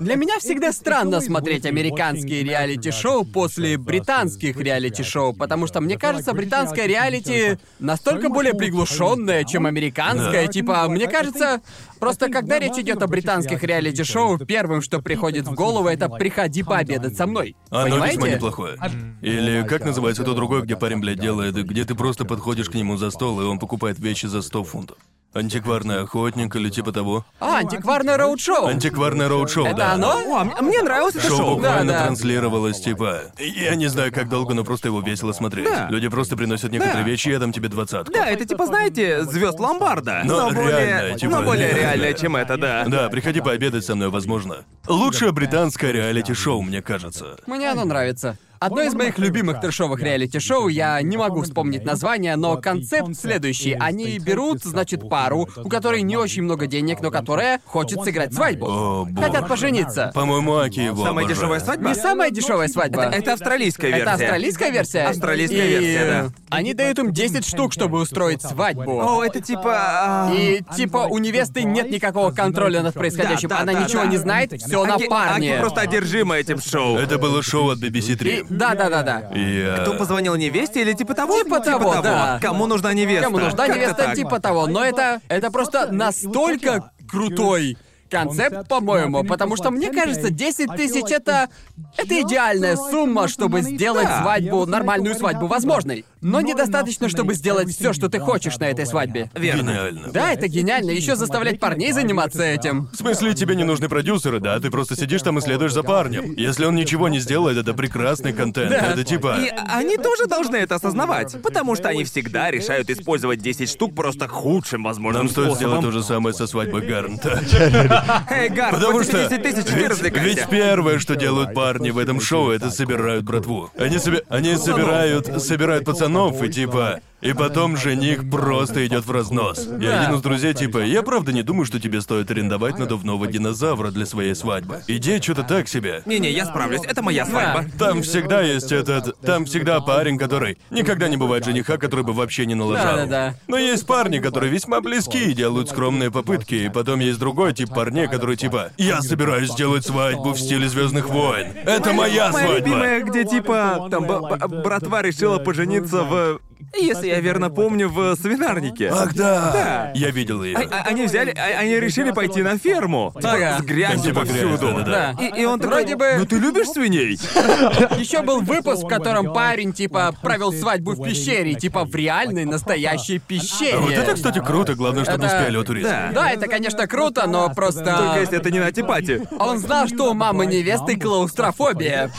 C: для меня всегда странно смотреть американские реалити-шоу после британских реалити-шоу, потому что мне кажется, британское реалити настолько более приглушенное, чем американское.
E: Да.
C: Типа, мне кажется, просто когда речь идет о британских реалити-шоу, первым, что приходит в голову, это приходи пообедать со мной.
A: Оно весьма
C: Понимаете?
A: неплохое.
B: А,
A: Или как называется то другое, где парень, блядь, делает, где ты просто подходишь к нему за стол, и он покупает вещи за 100 фунтов. Антикварный охотник или типа того.
C: А, антикварное роуд-шоу.
A: Антикварное роуд-шоу,
C: Это
A: да.
C: оно?
B: О, а мне нравилось это
A: Шоу,
B: шоу.
A: буквально
C: да.
A: транслировалось, типа. Я не знаю, как долго, но просто его весело смотреть.
B: Да.
A: Люди просто приносят некоторые
B: Да.
A: вещи, я дам тебе двадцатку.
B: Да, это типа, знаете, звезд Ломбарда.
A: Но
B: Но, более,
A: реально, типа,
B: но более
A: реально.
B: реальное, чем это, да.
A: Да, приходи пообедать со мной, возможно. Лучшее британское реалити-шоу, мне кажется.
C: Мне оно нравится. Одно из моих любимых трешовых реалити-шоу, я не могу вспомнить название, но концепт следующий. Они берут, значит, пару, у которой не очень много денег, но которая хочет сыграть свадьбу.
A: О, бог.
C: Хотят пожениться.
A: По-моему, Аки его
B: Самая
A: обожает.
B: дешевая свадьба?
C: Не самая дешевая свадьба.
B: Это австралийская версия.
C: Это австралийская версия?
B: Австралийская
C: И,
B: версия, да.
C: Они дают им 10 штук, чтобы устроить
B: О,
C: свадьбу.
B: это типа... а,
C: И типа у невесты нет никакого контроля над происходящим.
B: Да, да,
C: Она
B: да,
C: ничего
B: да.
C: не знает, все на
B: Аки- Аки
C: парне.
B: просто одержима этим шоу.
A: Это было шоу от BBC
C: И-
A: 3.
C: Да, да, да, да.
A: И, э,
B: Кто позвонил невесте или типа того?
C: Типа того, да.
B: Кому нужна невеста?
C: Кому нужна типа-
B: Как-то
C: невеста
B: так.
C: типа того, но это это просто настолько крутой концепт, по-моему, потому что мне кажется, 10 тысяч это... Это идеальная сумма, чтобы сделать
B: Да.
C: свадьбу, нормальную свадьбу возможной. Но недостаточно, чтобы сделать все, что ты хочешь на этой свадьбе.
B: Верно.
A: Гениально.
C: Да, это гениально. Еще заставлять парней заниматься этим.
A: В смысле, тебе не нужны продюсеры, да? Ты просто сидишь там и следуешь за парнем. Если он ничего не сделает, это прекрасный контент.
C: Да.
A: Это типа...
B: И они тоже должны это осознавать, потому что они всегда решают использовать 10 штук просто худшим возможным
A: Нам стоит сделать
B: способом.
A: то же самое со свадьбой Гарнта.
B: Типа Эй, Гар,
A: Потому
B: по
A: что...
B: 10 тысяч и
A: ведь-
B: развлекайся.
A: Ведь первое, что делают парни в этом шоу, это собирают братву. Они, себе, они собирают, собирают пацанов и типа... И потом жених просто идет в разнос. И
C: Да.
A: один из друзей типа, я правда не думаю, что тебе стоит арендовать надувного динозавра для своей свадьбы. Идея что-то так себе.
B: Не-не, я справлюсь, это моя свадьба.
A: Там всегда есть этот... Там всегда парень, который... Никогда не бывает жениха, который бы вообще не налажал.
C: Да-да-да.
A: Но есть парни, которые весьма близки и делают скромные попытки. И потом есть другой тип парней, который типа... Я собираюсь сделать свадьбу в стиле Звездных войн. Это моя
B: Моя
A: свадьба.
B: любимая, где типа там б- б- братва решила пожениться в, если я верно помню, в свинарнике.
A: Ах да!
B: Да.
A: Я видел
B: А-
A: ее.
B: а- они взяли, а- они решили пойти на ферму.
C: Ага.
B: Типа, с грязью
A: Типа грязь,
B: повсюду.
A: да-да-да.
B: И, и он такой,
C: Вроде бы-
B: ну ты любишь свиней?
A: А.
C: Еще был выпуск, в котором парень, типа, провел свадьбу в пещере, типа, в реальной, настоящей пещере.
A: А Вот это, кстати, круто. Главное, чтобы
C: Это-
A: успели у туриста.
C: Да, это, конечно, круто, но
B: Только
C: просто... А
B: если это не на типате.
C: Он знал, что у мамы невесты клаустрофобия.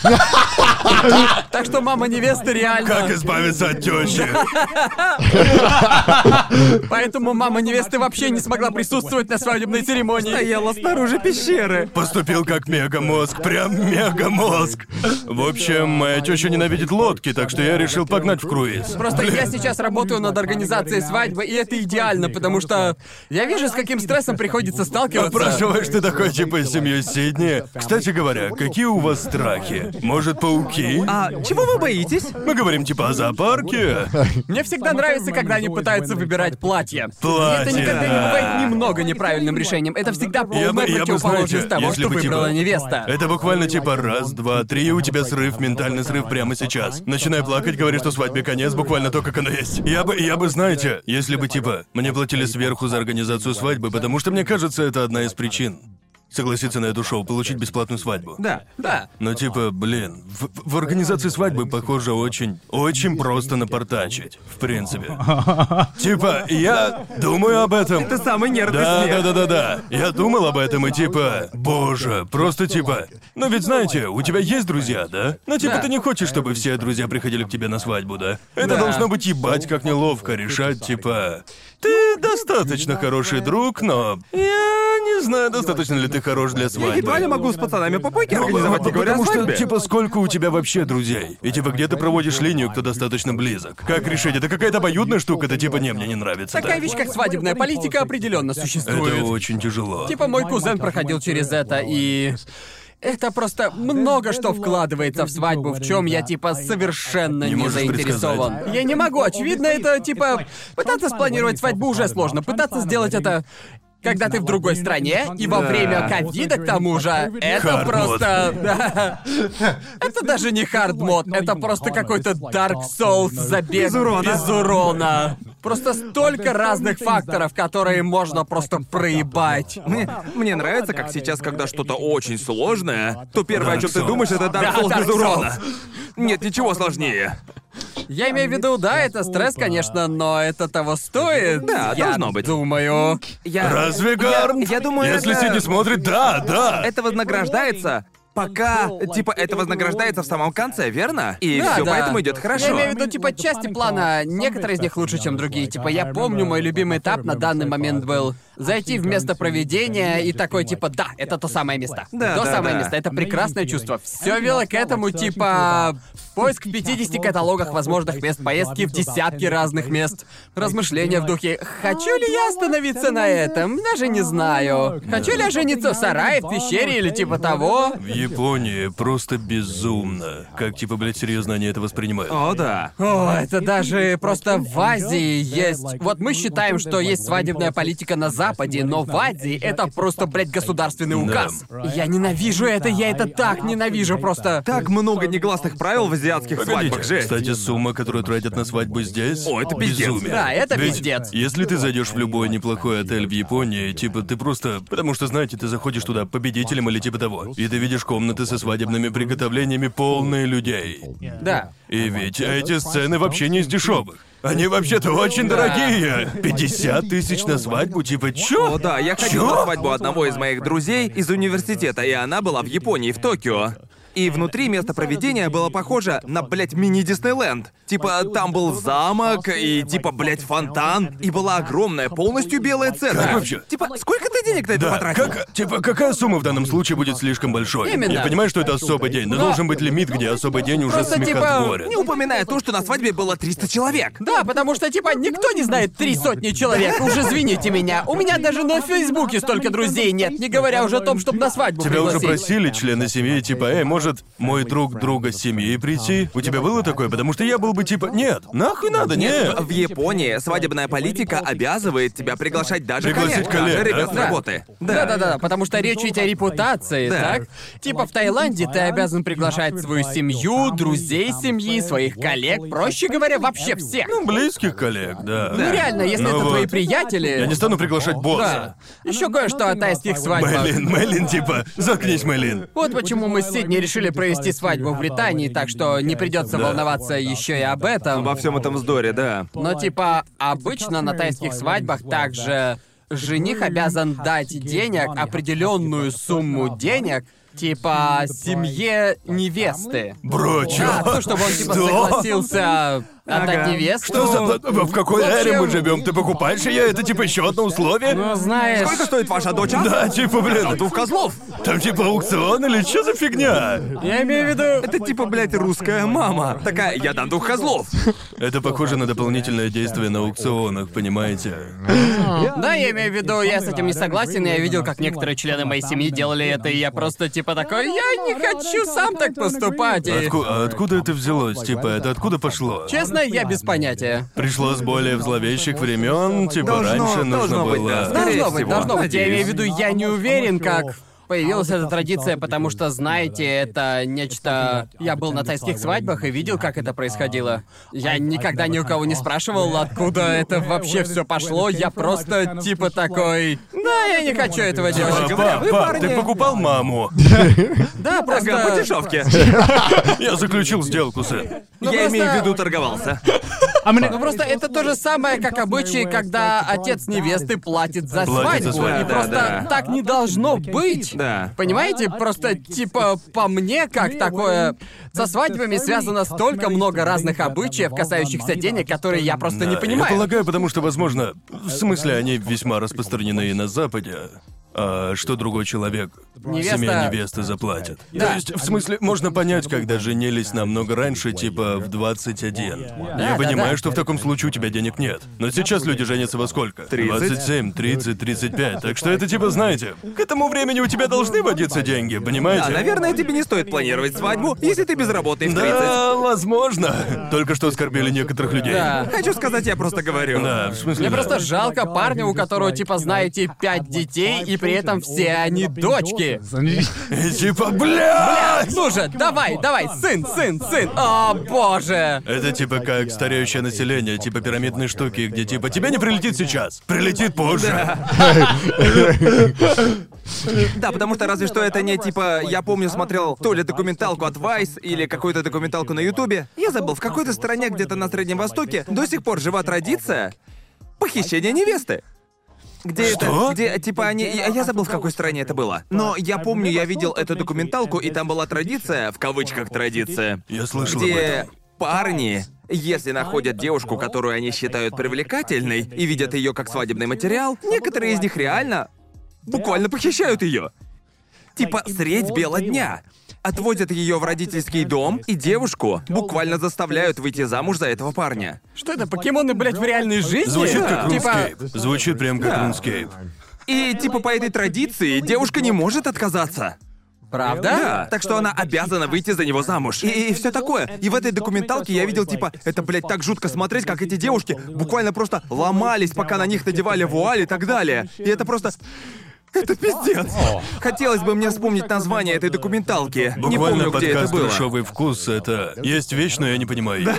C: Так что мама невесты
A: Как
C: реально...
A: избавиться от тещи?
C: Поэтому мама невесты вообще не смогла присутствовать на свадебной церемонии.
B: Стояла снаружи пещеры.
A: Поступил как мегамозг, прям мегамозг. В общем, моя теща ненавидит лодки, так что я решил погнать в круиз.
C: Просто я сейчас работаю над организацией свадьбы, и это идеально, потому что я вижу, с каким стрессом приходится сталкиваться.
A: Спрашиваешь, ты такой типа из семьей Сидни. Кстати говоря, какие у вас страхи? Может, пауки?
B: А чего вы боитесь?
A: Мы говорим типа о зоопарке.
C: Мне всегда нравится, когда они пытаются выбирать платье.
A: Платье.
C: И это никогда не бывает немного неправильным решением. Это всегда
A: Я бы-
C: полная
A: я бы,
C: противоположность
A: знаете,
C: того,
A: если
C: что
A: бы, типа,
C: выбрала невеста.
A: Это буквально типа раз, два, три, и у тебя срыв, ментальный срыв прямо сейчас. Начинай плакать, говоришь, что свадьбе конец, буквально то, как оно есть. Я бы, я бы, знаете, если бы типа мне платили сверху за организацию свадьбы, потому что мне кажется, это одна из причин. Согласиться на эту шоу, получить бесплатную свадьбу.
B: Да.
C: Да.
A: Ну, типа, блин, в, в организации свадьбы, похоже, очень, очень просто напортачить, в принципе. Типа, я думаю об этом.
B: Это самый нервный
A: Да,
B: смех.
A: да, да, да, да. Я думал об этом и типа, боже, просто типа. Ну ведь знаете, у тебя есть друзья, да? Ну типа
C: Да.
A: ты не хочешь, чтобы все друзья приходили к тебе на свадьбу, да? Это
C: Да.
A: должно быть ебать как неловко решать, типа. Ты достаточно хороший друг, но я не знаю, достаточно ли ты хорош для свадьбы.
B: Едва ли могу с пацанами по попойке
A: Ну,
B: организовать, не
A: потому
B: говоря о
A: что,
B: свадьбе.
A: типа, сколько у тебя вообще друзей? И типа, где ты проводишь линию, кто достаточно близок? Как решить? Это какая-то обоюдная штука, это типа, не, мне не нравится.
C: Такая
A: да».
C: вещь, как свадебная политика, определенно
A: Это
C: существует.
A: очень тяжело.
C: Типа мой кузен проходил через это, и... Это просто много что вкладывается в свадьбу, в чем я типа совершенно не,
A: можешь
C: заинтересован.
A: предсказать.
C: Я не могу, очевидно, это типа пытаться спланировать свадьбу уже сложно, пытаться сделать это когда ты в другой стране, и во
E: Да.
C: время ковида, к тому же, это
A: Hard mode.
C: просто... да. Это даже не хардмод, это просто какой-то Dark Souls забег. Без урона. Без урона. Просто столько разных факторов, которые можно просто проебать. Ну,
B: Мне, мне нравится, как сейчас, когда что-то очень сложное, то первое, о чем ты
A: Souls.
B: думаешь, это Dark
C: Да,
B: Souls без
C: Dark
B: урона. Нет, ничего сложнее.
C: Я имею в виду, да, это стресс, конечно, но это того стоит.
B: Да,
C: я
B: должно быть. Ну,
C: Думаю.
B: Я...
A: Разве Гарн?
B: я думаю,
A: Если
B: это-
A: Сидни смотрит, да, да.
B: Это вознаграждается, пока... Типа, это вознаграждается в самом конце, верно? И
C: Да,
B: все
C: да.
B: поэтому идет
C: Я
B: хорошо.
C: имею в виду, типа, части плана, некоторые из них лучше, чем другие. Типа, я помню, мой любимый этап на данный момент был зайти в место проведения и такой, типа, да, это то самое место.
B: Да,
C: то
B: да,
C: самое
B: да.
C: место, это прекрасное чувство. Все вело к этому, типа, поиск в 50 каталогах возможных мест поездки в десятки разных мест. Размышления в духе, хочу ли я остановиться на этом? Даже не знаю. Хочу ли я жениться в сарае, в пещере или типа того?
A: В Японии просто безумно. Как типа, блядь, серьезно они это воспринимают.
B: О, да.
C: О, это даже просто в Азии есть. Вот мы считаем, что есть свадебная политика на Западе, но в Азии это просто, блядь, государственный
A: Да.
C: указ. Я ненавижу это, я это так ненавижу просто.
B: Так много негласных правил в азиатских свадьбах,
A: Погодите,
B: жесть.
A: кстати, сумма, которую тратят на свадьбу здесь...
B: О, это пиздец.
A: безумие.
C: Да, это
A: Ведь
C: пиздец.
A: Если ты зайдешь в любой неплохой отель в Японии, типа ты просто... Потому что, знаете, ты заходишь туда победителем или типа того, и ты видишь комнаты со свадебными приготовлениями полные людей.
C: Да.
A: И ведь эти сцены вообще не из дешевых. Они вообще-то очень дорогие. 50 тысяч на свадьбу, типа чё?
B: О, да, я ходил
A: Чё?
B: на свадьбу одного из моих друзей из университета, и она была в Японии, в Токио. И внутри место проведения было похоже на, блядь, мини-Диснейленд. Типа, там был замок и, типа, блядь, фонтан. И была огромная, полностью белая цена.
A: Как вообще?
B: Типа, сколько ты денег на это
A: Да,
B: потратил?
A: как, типа, какая сумма в данном случае будет слишком большой?
C: Именно.
A: Я понимаю, что это особый день, но,
C: Но-
A: должен быть лимит, где особый день уже
C: Просто, типа,
A: смехотворен.
B: Не упоминая то, что на свадьбе было 300 человек.
C: Да, потому что, типа, никто не знает три сотни человек. Уж извините меня. У меня даже на Фейсбуке столько друзей нет, не говоря уже о том, чтобы на свадьбу
A: Тебя уже
C: пригласить.
A: просили члены семьи, типа, эй, может, мой друг друга семьи прийти? У тебя было такое? Потому что я был бы типа, нет, нахуй надо, нет.
B: В Японии свадебная политика обязывает тебя приглашать даже
A: Пригласить
B: коллег,
A: коллег,
B: даже
A: да?
B: ребят с работы.
C: Да, да, да, потому что речь ведь о репутации,
B: Да.
C: так? Типа в Таиланде ты обязан приглашать свою семью, друзей семьи, своих коллег, проще говоря, вообще всех.
A: Ну, близких коллег, да.
C: Ну реально, если
A: Ну
C: это
A: вот.
C: твои приятели.
A: Я не стану приглашать босса.
C: Да. Еще кое-что о тайских свадьбах.
A: Мэйлин, Мэйлин, типа, заткнись, Мэйлин.
C: Вот почему мы с Сидней решили провести свадьбу в Британии, так что не придется волноваться еще и об этом.
B: Во всем этом вздоре, да.
C: Но типа обычно на тайских свадьбах также жених обязан дать денег, определенную сумму денег, типа семье невесты.
A: Бро, чё?
C: Да, то, чтобы он типа
A: Что?
C: согласился Ну, отдать невесту.
A: Что за... В какой
C: в общем-
A: эре мы живем? Ты покупаешь ее? Это типа еще одно
C: Ну,
A: условие?
C: знаешь,
B: Сколько стоит ваша дочь? а?
A: Да, типа, блин,
B: Двух козлов.
A: там типа аукцион или что за фигня?
C: я имею в виду...
B: Это типа, блядь, русская мама. Такая, я дам двух козлов.
A: Это похоже на дополнительное действие на аукционах, понимаете?
C: Да, я имею в виду, я с этим не согласен, я видел, как некоторые члены моей семьи делали это, и я просто типа такой, я не хочу сам так поступать. и-
A: Отку- а откуда это взялось? Типа, это откуда пошло?
C: Честно, я без понятия.
A: Пришло с более в зловещих времен, типа
B: Должно-
A: раньше нужно
B: должно быть,
A: было.
B: да. Скорее
C: Должно быть,
B: всего.
C: должно быть. Я
B: Надеюсь.
C: имею в виду, я не уверен, как появилась эта традиция, потому что, знаете, это нечто... Я был на тайских свадьбах и видел, как это происходило. Я никогда ни у кого не спрашивал, откуда это вообще все пошло. Я просто типа такой... Да, я не хочу этого делать.
A: Пап, пап,
B: Вы,
A: пап, ты
B: парни.
A: покупал маму.
C: Да,
B: Ага, по
C: просто...
B: дешевке.
A: Я заключил сделку, сын.
C: Ну,
B: Я
C: просто-
B: имею в виду типа, торговался.
C: Ну просто это то же самое, как обычаи, когда отец невесты платит за
A: Платит за
C: свадьбу.
A: свадьбу.
C: И
B: Да,
C: просто
B: да.
C: так не должно быть.
B: Да.
C: Понимаете, просто типа по мне, как такое... Со свадьбами связано столько много разных обычаев, касающихся денег, которые я просто не
A: Да,
C: понимаю.
A: А, Я полагаю, потому что, возможно, в смысле, они весьма распространены и на Западе. А что другой человек?
C: Невеста-
A: Семья невесты заплатит.
C: Да.
A: То есть, в смысле, можно понять, когда женились намного раньше, типа в 21. Я
C: да,
A: понимаю,
C: да.
A: что в таком случае у тебя денег нет. Но сейчас люди женятся во сколько?
B: 30.
A: 27, 30, 35. Так что это типа, знаете, к этому времени у тебя должны водиться деньги, понимаете?
B: Да, наверное, тебе не стоит планировать свадьбу, если ты без работы в 30.
A: Да, возможно. Только что оскорбили некоторых людей.
C: Да.
B: Хочу сказать, я просто говорю.
A: Да, в смысле.
C: Мне
A: да.
C: просто жалко парня, у которого, типа, знаете, пять детей, и при этом все они дочки.
A: И типа, бля!
C: Ну же, давай, давай, сын, сын, сын. О, боже.
A: Это типа как стареющее население, типа пирамидные штуки, где типа тебе не прилетит сейчас, прилетит позже.
B: Да, потому что разве что это не типа... Я помню, смотрел то ли документалку от Vice или какую-то документалку на Ютубе. Я забыл, в какой-то стране где-то на Среднем Востоке до сих пор жива традиция похищения невесты. Где
A: Что?
B: это? Где, типа, они... Я, я забыл, в какой стране это было. Но я помню, я видел эту документалку, и там была традиция, в кавычках традиция,
A: Я слышал об
B: где
A: этом.
B: парни, если находят девушку, которую они считают привлекательной, и видят ее как свадебный материал, некоторые из них реально буквально похищают ее. Типа средь бела дня. Отводят ее в родительский дом, и девушку буквально заставляют выйти замуж за этого парня.
C: Что это, покемоны, блядь, в реальной жизни?
A: Звучит как
C: Типа,
A: рунскейп. Звучит прям как рунскейп.
B: И типа по этой традиции девушка не может отказаться.
C: Правда?
B: Так что она обязана выйти за него замуж. И, все такое. И в этой документалке я видел, типа, это, блядь, так жутко смотреть, как эти девушки буквально просто ломались, пока на них надевали вуаль и так далее. И это просто... Это пиздец. Хотелось бы мне вспомнить название этой документалки. Не
A: Буквально
B: помню, где это
A: подкаст
B: было.
A: «Дешевый вкус» — это... Есть вещь, но я не понимаю её.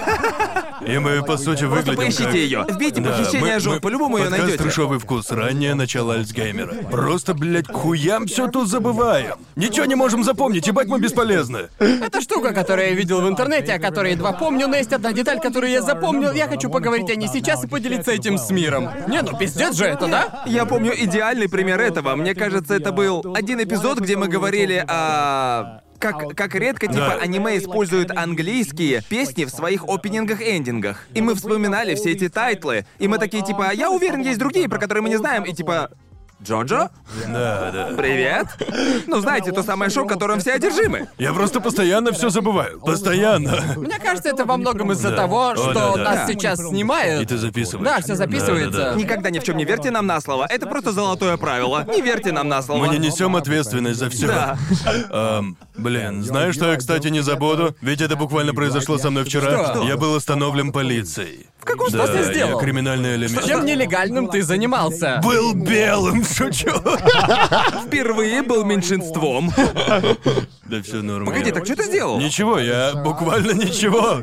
A: И мы, по сути,
B: Просто
A: выглядим как-
B: поищите ее. Вбейте
A: Да,
B: похищение
A: мы-
B: жен,
A: мы-
B: по-любому ее
A: подкаст
B: найдете.
A: «Трешовый вкус», раннее начало Альцгеймера. Просто, блядь, к хуям все тут забываем. Ничего не можем запомнить, ебать мы бесполезны.
C: Это штука, которую я видел в интернете, о которой едва помню, но есть одна деталь, которую я запомнил. Я хочу поговорить о ней сейчас и поделиться этим с миром. Не, ну пиздец же это, да?
B: Я помню идеальный пример этого. Мне кажется, это был один эпизод, где мы говорили о... Как, как редко, типа,
A: Да.
B: аниме используют английские песни в своих опенингах и эндингах. И мы вспоминали все эти тайтлы. И мы такие, типа, я уверен, есть другие, про которые мы не знаем. И типа, Джоджо?
A: Да, да.
B: Привет? Ну, знаете, то самое шоу, которым все одержимы.
A: Я просто постоянно все забываю. Постоянно.
C: Мне кажется, это во многом из-за
A: Да.
C: того,
A: О,
C: что
A: да, да.
C: нас
B: Да.
C: сейчас снимает.
A: И ты записываешь.
C: Да, все записывается.
A: Да, да, да.
B: Никогда ни в чем не верьте нам на слово. Это просто золотое правило. Не верьте нам на слово.
A: Мы не несем ответственность за все.
B: Да.
A: Эм, блин, знаешь, что я, кстати, не забуду? Ведь это буквально произошло со мной вчера.
C: Что?
A: Я был остановлен полицией. В каком
C: Что ты сделал?
A: Я криминальный элемент.
C: Чем нелегальным ты занимался?
A: Был белым, шучу.
B: Впервые был меньшинством.
A: Да все нормально.
B: Погоди, так что ты сделал?
A: Ничего, я буквально ничего.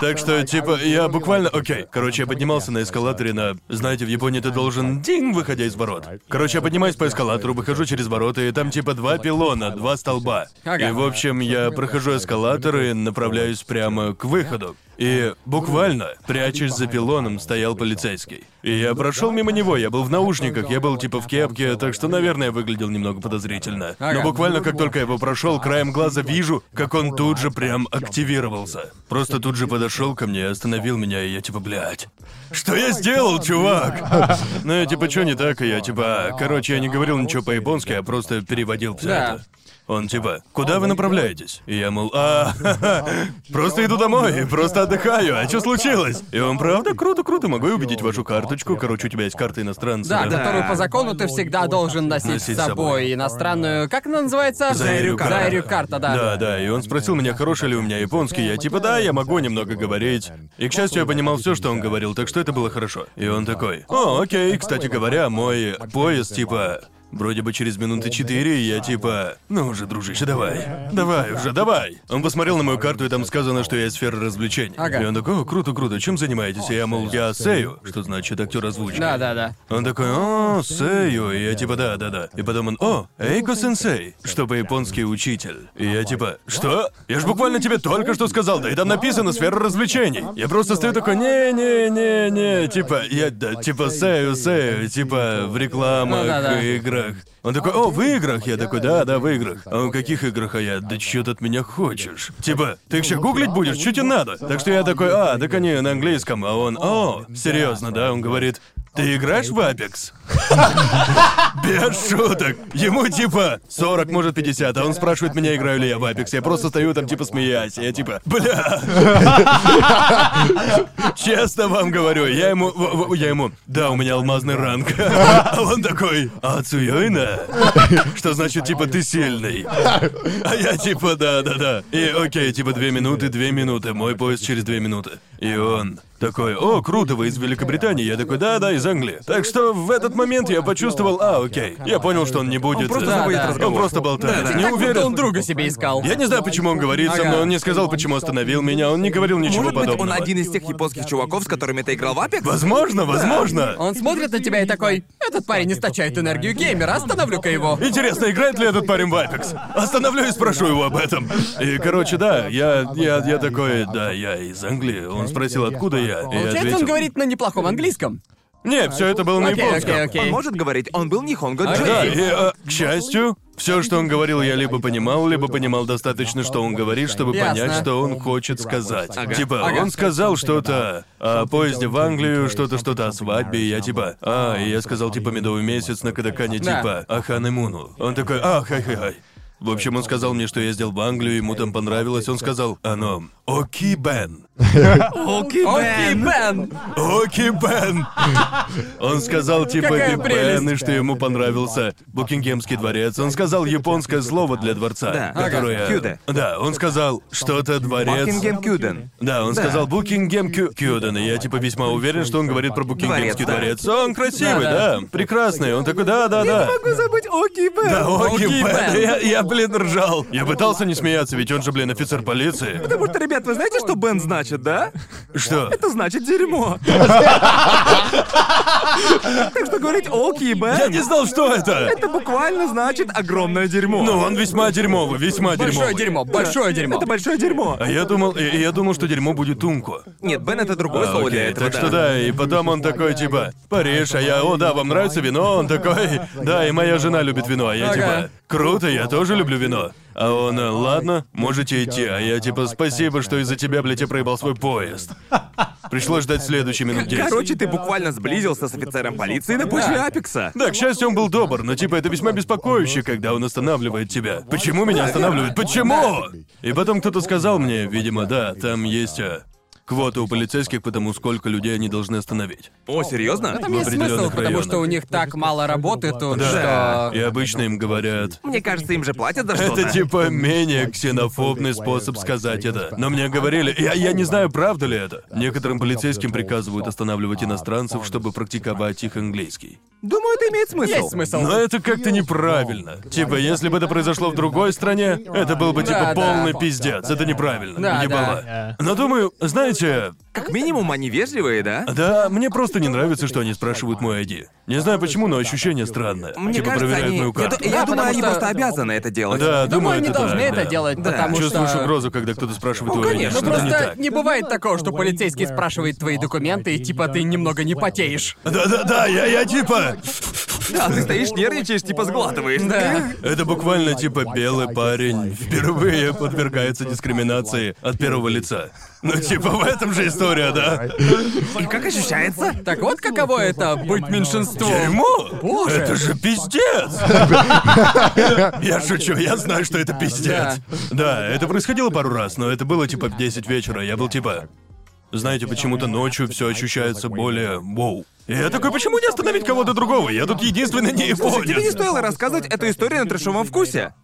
A: Так что, типа, я буквально... Окей. Короче, я поднимался на эскалаторе на... Знаете, в Японии ты должен динг, выходя из ворот. Короче, я поднимаюсь по эскалатору, выхожу через ворота, и там типа два пилона, два столба.
C: Ага.
A: И, в общем, я прохожу эскалатор и направляюсь прямо к выходу. И буквально, прячась за пилоном, стоял полицейский. И я прошел мимо него, я был в наушниках, я был типа в кепке, так что, наверное, выглядел немного подозрительно.
C: Ага.
A: Но буквально как только я его прошел, краем глаза вижу, как он тут же прям активировался. Просто тут же подошел ко мне и остановил меня, и я типа, блядь, что я сделал, чувак? Ну, я типа, что не так, и я типа, «А, короче, я не говорил ничего по-японски, я просто переводил все
C: Да. А,
A: это. Он типа, куда вы направляетесь? И я, мол, а, просто иду домой, просто отдыхаю, а что случилось? И он, правда, круто, круто, могу я увидеть вашу карточку? Короче, у тебя есть карта иностранца.
C: Да,
A: да?
C: которую по закону ты всегда должен носить,
A: Носить с
C: с собой
A: собой.
C: иностранную. Как она называется?
A: Заэрю карта.
C: карта, да.
A: Да, да, и он спросил меня, хороший ли у меня японский. Я типа, да, я могу немного говорить. И, к счастью, я понимал все, что он говорил, так что это было хорошо. И он такой, о, окей, кстати говоря, мой поезд, типа, Вроде бы через минуты четыре и я типа... Ну уже, дружище, давай. Давай уже, давай. Он посмотрел на мою карту, и там сказано, что я из сферы развлечений.
C: Ага.
A: И он такой, о, круто, круто, чем занимаетесь? И я, мол, я сею, что значит актер озвучки.
C: Да, да, да.
A: Он такой, о, сею, и я типа, да, да, да. И потом он, о, эйко сенсей, что по-японски учитель. И я типа, что? Я же буквально тебе только что сказал, да и там написано сфера развлечений. Я просто стою такой, не-не-не-не, типа, я, да, типа, сею, сею, типа, в рекламах,
C: Ну да, да.
A: играх. Он такой, о, в играх? Я такой, да, да, в играх. А он, каких играх? А я, да чё ты от меня хочешь? Типа, ты их сейчас гуглить будешь? Чё тебе надо? Так что я такой, а, так они на английском. А он, о, серьезно, да? Он говорит, ты играешь в Apex? Без шуток. Ему типа 40, может 50, а он спрашивает меня, играю ли я в Apex. Я просто стою там типа смеясь. Я типа, бля, Честно вам говорю, я ему, в- в- я ему, да, у меня алмазный ранг. А он такой, а Цуёйна?» Что значит, типа, ты сильный. А я типа, да, да, да. И окей, типа, две минуты, две минуты, мой поезд через две минуты. И он такой, о, круто, вы из Великобритании. Я такой, да, да, из Англии. Так что в этот момент я почувствовал, а, окей. Я понял, что он не будет... Он
B: просто
C: заводит
A: Он
B: разговор.
A: просто болтает.
C: Так
A: Не
C: будто
A: уверен.
C: он друга себе искал.
A: Я не знаю, почему он говорит со
C: Ага.
A: мной, он не сказал, почему остановил меня, он не говорил ничего
B: Может быть,
A: подобного.
B: он один из тех японских чуваков, с которыми ты играл в Апекс?
A: Возможно, возможно.
C: Он смотрит на тебя и такой, этот парень источает энергию геймера, остановлю-ка его.
A: Интересно, играет ли этот парень в Apex? Остановлю и спрошу его об этом. И, короче, да, я, я, я такой, да, я из Англии. Он спросил, откуда я. И я
C: Получается, он
A: ответил.
C: говорит на неплохом английском.
A: Не, все это было на
C: Окей,
A: японском.
C: окей, окей.
B: Он может говорить, он был Нихонго Джей.
A: Да, и, э, к счастью, все, что он говорил, я либо понимал, либо понимал достаточно, что он говорит, чтобы
C: Ясно.
A: понять, что он хочет сказать.
E: Ага.
A: Типа,
C: Ага.
A: он сказал что-то о поезде в Англию, что-то, что-то о свадьбе, и я типа, а, и я сказал, типа, медовый месяц на Кадакане,
C: Да.
A: типа, о Ханемуну. Он такой, а, хай-хай-хай. В общем, он сказал мне, что я ездил в Англию, ему там понравилось. Он сказал, оно, Оки Бен.
B: Окей,
C: Окей,
B: Бен.
C: Бен!
A: Оки Бен. Он сказал, типа,
C: Какая
A: «Ты
C: прелесть.
A: Бен, и что ему понравился Букингемский дворец. Он сказал японское слово для дворца,
B: Да.
A: которое...
B: Кюде.
A: Да, он сказал, что-то дворец...
B: Букингем Кюден.
A: Да, он
B: Да.
A: сказал Букингем Кю... Кюден, и я типа весьма уверен, что он говорит про Букингемский
B: Дворец,
A: дворец. Он красивый,
C: Да-да.
A: да, прекрасный. Он такой, да, да, да.
B: Могу забыть Окей, Бен.
A: Да, Оки
C: Оки
A: Бен.
C: Бен.
A: Я, я, блин, ржал. Я пытался не смеяться, ведь он же, блин, офицер полиции.
B: Потому что, ребят, вы знаете, что Бен значит, да?
A: Что?
B: Это значит дерьмо. Так что говорить Окей,
A: Я
B: Бен,
A: не знал, что это.
B: это буквально значит огромное дерьмо.
A: Ну, он весьма дерьмовый, весьма дерьмовый.
C: Большое дерьмо, большое дерьмо.
B: Это большое дерьмо.
A: А я думал, и- и я думал, что дерьмо будет тунку.
B: Нет, Бен это другое
A: А,
B: слово для
A: окей,
B: этого.
A: так что да, и потом он такой, типа, Париж, а я, о, да, вам нравится вино? Он такой, да, и моя жена любит вино, а я,
C: Ага.
A: типа, круто, я тоже люблю вино. А он, «Э, ладно, можете идти, а я, типа, спасибо, что из-за тебя, блядь, я проебал свой поезд. Пришлось ждать следующие минут 10.
B: Короче, ты буквально сблизился с офицером полиции на почве Апекса.
A: Да, к счастью, он был добр, но типа это весьма беспокоюще, когда он останавливает тебя. Почему меня останавливают? Почему? И потом кто-то сказал мне, видимо, да, там есть э, квота у полицейских, потому сколько людей они должны остановить.
B: О, серьезно?
C: Там есть
A: определенных
C: смысл, потому
A: районах.
C: что у них так мало работы тут,
A: Да.
C: что...
A: И обычно им говорят.
B: Мне кажется, им же платят за что-то.
A: Это типа менее ксенофобный способ сказать это. Но мне говорили, я, я не знаю, правда ли это. Некоторым полицейским приказывают останавливать иностранцев, чтобы практиковать их английский.
B: Думаю, это имеет смысл.
C: Есть смысл.
A: Но это как-то неправильно. Типа, если бы это произошло в другой стране, это был бы
C: Да,
A: типа
C: да.
A: полный пиздец. Это неправильно.
C: Да,
A: Ебало.
E: да.
A: Но думаю, знаете,
B: Как минимум, они вежливые, да?
A: да, мне просто не нравится, что они спрашивают мой ID. Не знаю почему, но ощущение странное.
B: Мне
A: типа
B: кажется,
A: проверяют
B: они...
A: мою
B: Я,
A: карту.
B: ду- я
C: Да,
B: думаю,
C: потому
B: они
C: что-
B: просто обязаны это делать.
A: Да,
C: Думаю,
A: думаю,
C: они
A: это
C: должны
A: да,
C: это
A: да.
C: делать,
B: Да.
C: потому
A: Чувствуешь
C: что...
A: угрозу, когда кто-то спрашивает твой ID.
B: конечно.
C: Ну
A: Что-то не
C: просто
A: так.
C: не бывает такого, что полицейский спрашивает твои документы, и типа ты немного не потеешь.
A: Да-да-да, я, я типа...
B: Да, ты стоишь, нервничаешь, типа сглатываешь.
C: Да.
A: Это буквально типа белый парень впервые подвергается дискриминации от первого лица. Ну типа в этом же история, да?
B: И как ощущается?
C: Так вот каково это быть меньшинством.
A: Дерьмо!
C: Боже.
A: Это же пиздец! Я шучу, я знаю, что это пиздец. Да, это происходило пару раз, но это было типа в 10 вечера. Я был типа... Знаете, почему-то ночью все ощущается более воу. И я такой, почему не остановить кого-то другого? Я тут единственный не
B: Тебе не
A: японец.
B: стоило рассказывать эту историю на трешовом вкусе.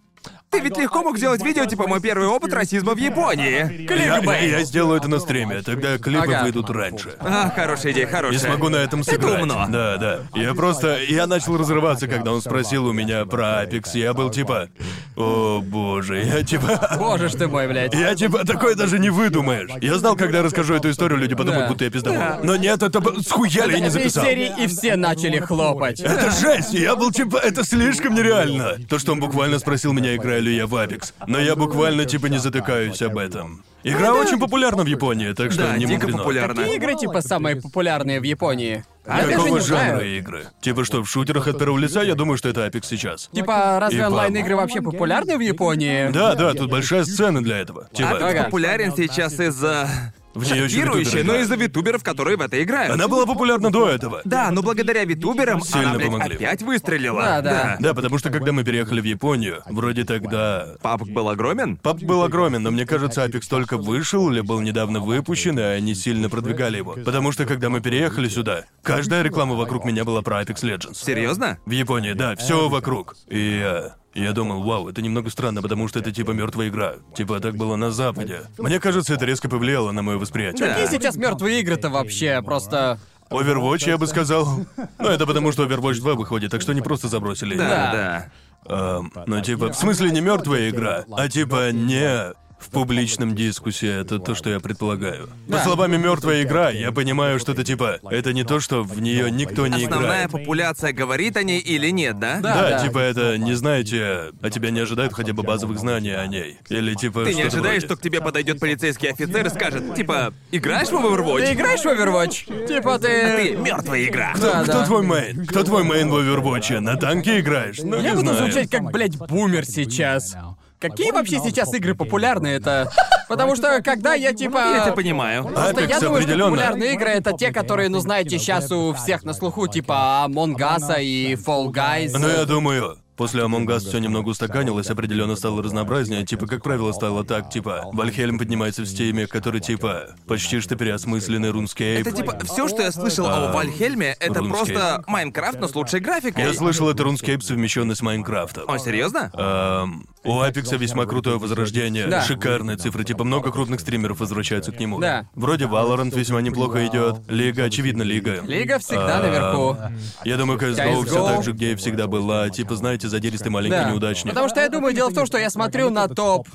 B: Ты ведь легко мог сделать видео, типа «Мой первый опыт расизма в Японии».
A: Я,
C: Кликбейт.
A: я сделаю это на стриме, тогда клипы
C: Ага.
A: выйдут раньше.
B: А, хорошая идея, хорошая.
A: И смогу на этом сыграть.
B: умно.
A: Да, да. Я просто... Я начал разрываться, когда он спросил у меня про Апекс. Я был типа... О, боже, я типа...
C: Боже ж ты мой, блядь.
A: Я типа такое даже не выдумаешь. Я знал, когда я расскажу эту историю, люди подумают,
C: Да.
A: будто я пиздобол. Но нет, это б- схуяли я не
C: Этой
A: записал.
C: серии и все начали хлопать.
A: Это жесть! Я был типа, это слишком нереально. То, что он буквально спросил меня, играю ли я в Apex. Но я буквально типа не затыкаюсь об этом. Игра очень популярна в Японии, так что
B: Да,
A: не
B: дико
A: мудрено.
B: популярна.
C: Какие игры типа самые популярные в Японии? А я даже
A: Какого
C: не
A: жанра
C: знаю.
A: игры? Типа что, в шутерах от первого лица, я думаю, что это Apex сейчас.
C: Типа, разве
A: И вам.
C: онлайн-игры вообще популярны в Японии?
A: Да, да, тут большая сцена для этого. Типа,
C: Apex Ага.
B: А Популярен сейчас из-за...
A: в неё еще
B: Шокирующий,
A: витуберы
B: но
A: играют.
B: из-за витуберов, которые в это играют.
A: Она была популярна до этого.
B: Да, но благодаря витуберам
A: Сильно
B: она, блядь,
A: помогли.
B: опять выстрелила.
C: Да, да.
A: Да, потому что когда мы переехали в Японию, вроде тогда...
B: Папок был огромен?
A: Пап был огромен, но мне кажется, Apex только вышел или был недавно выпущен, и они сильно продвигали его. Потому что когда мы переехали сюда, каждая реклама вокруг меня была про Apex Legends.
B: Серьезно?
A: В Японии, да, все вокруг. И э, я думал, вау, это немного странно, потому что это типа мертвая игра. Типа так было на Западе. Мне кажется, это резко повлияло на мое восприятие.
C: Какие сейчас мертвые игры-то вообще? Просто...
A: Overwatch, я бы сказал. Ну, это потому, что Overwatch 2 выходит, так что не просто забросили.
B: Да,
C: Да.
B: да.
A: Эм, ну, типа, в смысле не мертвая игра, а типа не в публичном дискуссии, это то, что я предполагаю. По словами мертвая игра, я понимаю, что это типа, это не то, что в нее никто не
B: Основная
A: играет.
B: популяция говорит о ней или нет, да?
C: Да.
A: Да, типа это не знаете, а тебя не ожидают хотя бы базовых знаний о ней. Или типа.
B: Ты не
A: что-то
B: ожидаешь, что
A: вроде.
B: к тебе подойдет полицейский офицер и скажет, типа, играешь в Overwatch?
C: Ты играешь в Overwatch? Типа
B: А ты
C: ты...
B: мертвая игра.
A: Кто,
C: Да,
A: кто
C: да.
A: твой мейн? Кто твой мейн в Overwatch? На танке играешь? Ну,
C: Я
A: не
C: буду
A: знаю.
C: звучать как, блядь, бумер сейчас. Какие вообще сейчас игры популярны это? Потому что когда я типа...
B: Я тебя понимаю.
A: А?
C: Просто я
A: Apex
C: думаю, что
A: определенно.
C: популярные игры это те, которые, ну знаете, сейчас у всех на слуху, типа Among Us и Fall Guys.
A: Но Ну, я думаю, После Among Us все немного устаканилось, определенно стало разнообразнее. Типа, как правило, стало так, типа, Вальхельм поднимается в стиме, который типа почти что переосмысленный рунскейп.
B: Это типа все, что я слышал о
A: А,
B: Вальхельме, это
A: Рунскейп.
B: просто Майнкрафт, но с лучшей графикой.
A: Я слышал, это рунскейп, совмещенный с Майнкрафтом.
B: О, серьезно?
A: Эм, у Апекса весьма крутое возрождение.
C: Да.
A: Шикарные цифры, типа много крупных стримеров возвращаются к нему.
C: Да.
A: Вроде Valorant весьма неплохо идет. Лига, очевидно, лига.
C: Лига всегда
A: А,
C: наверху.
A: Я думаю, CSGO,
C: CS:GO.
A: все так же, где и всегда была. Типа, знаете, задиристый маленький
C: Да. Ну,
A: неудачник.
C: Потому что я думаю, дело в том, что я смотрю на топ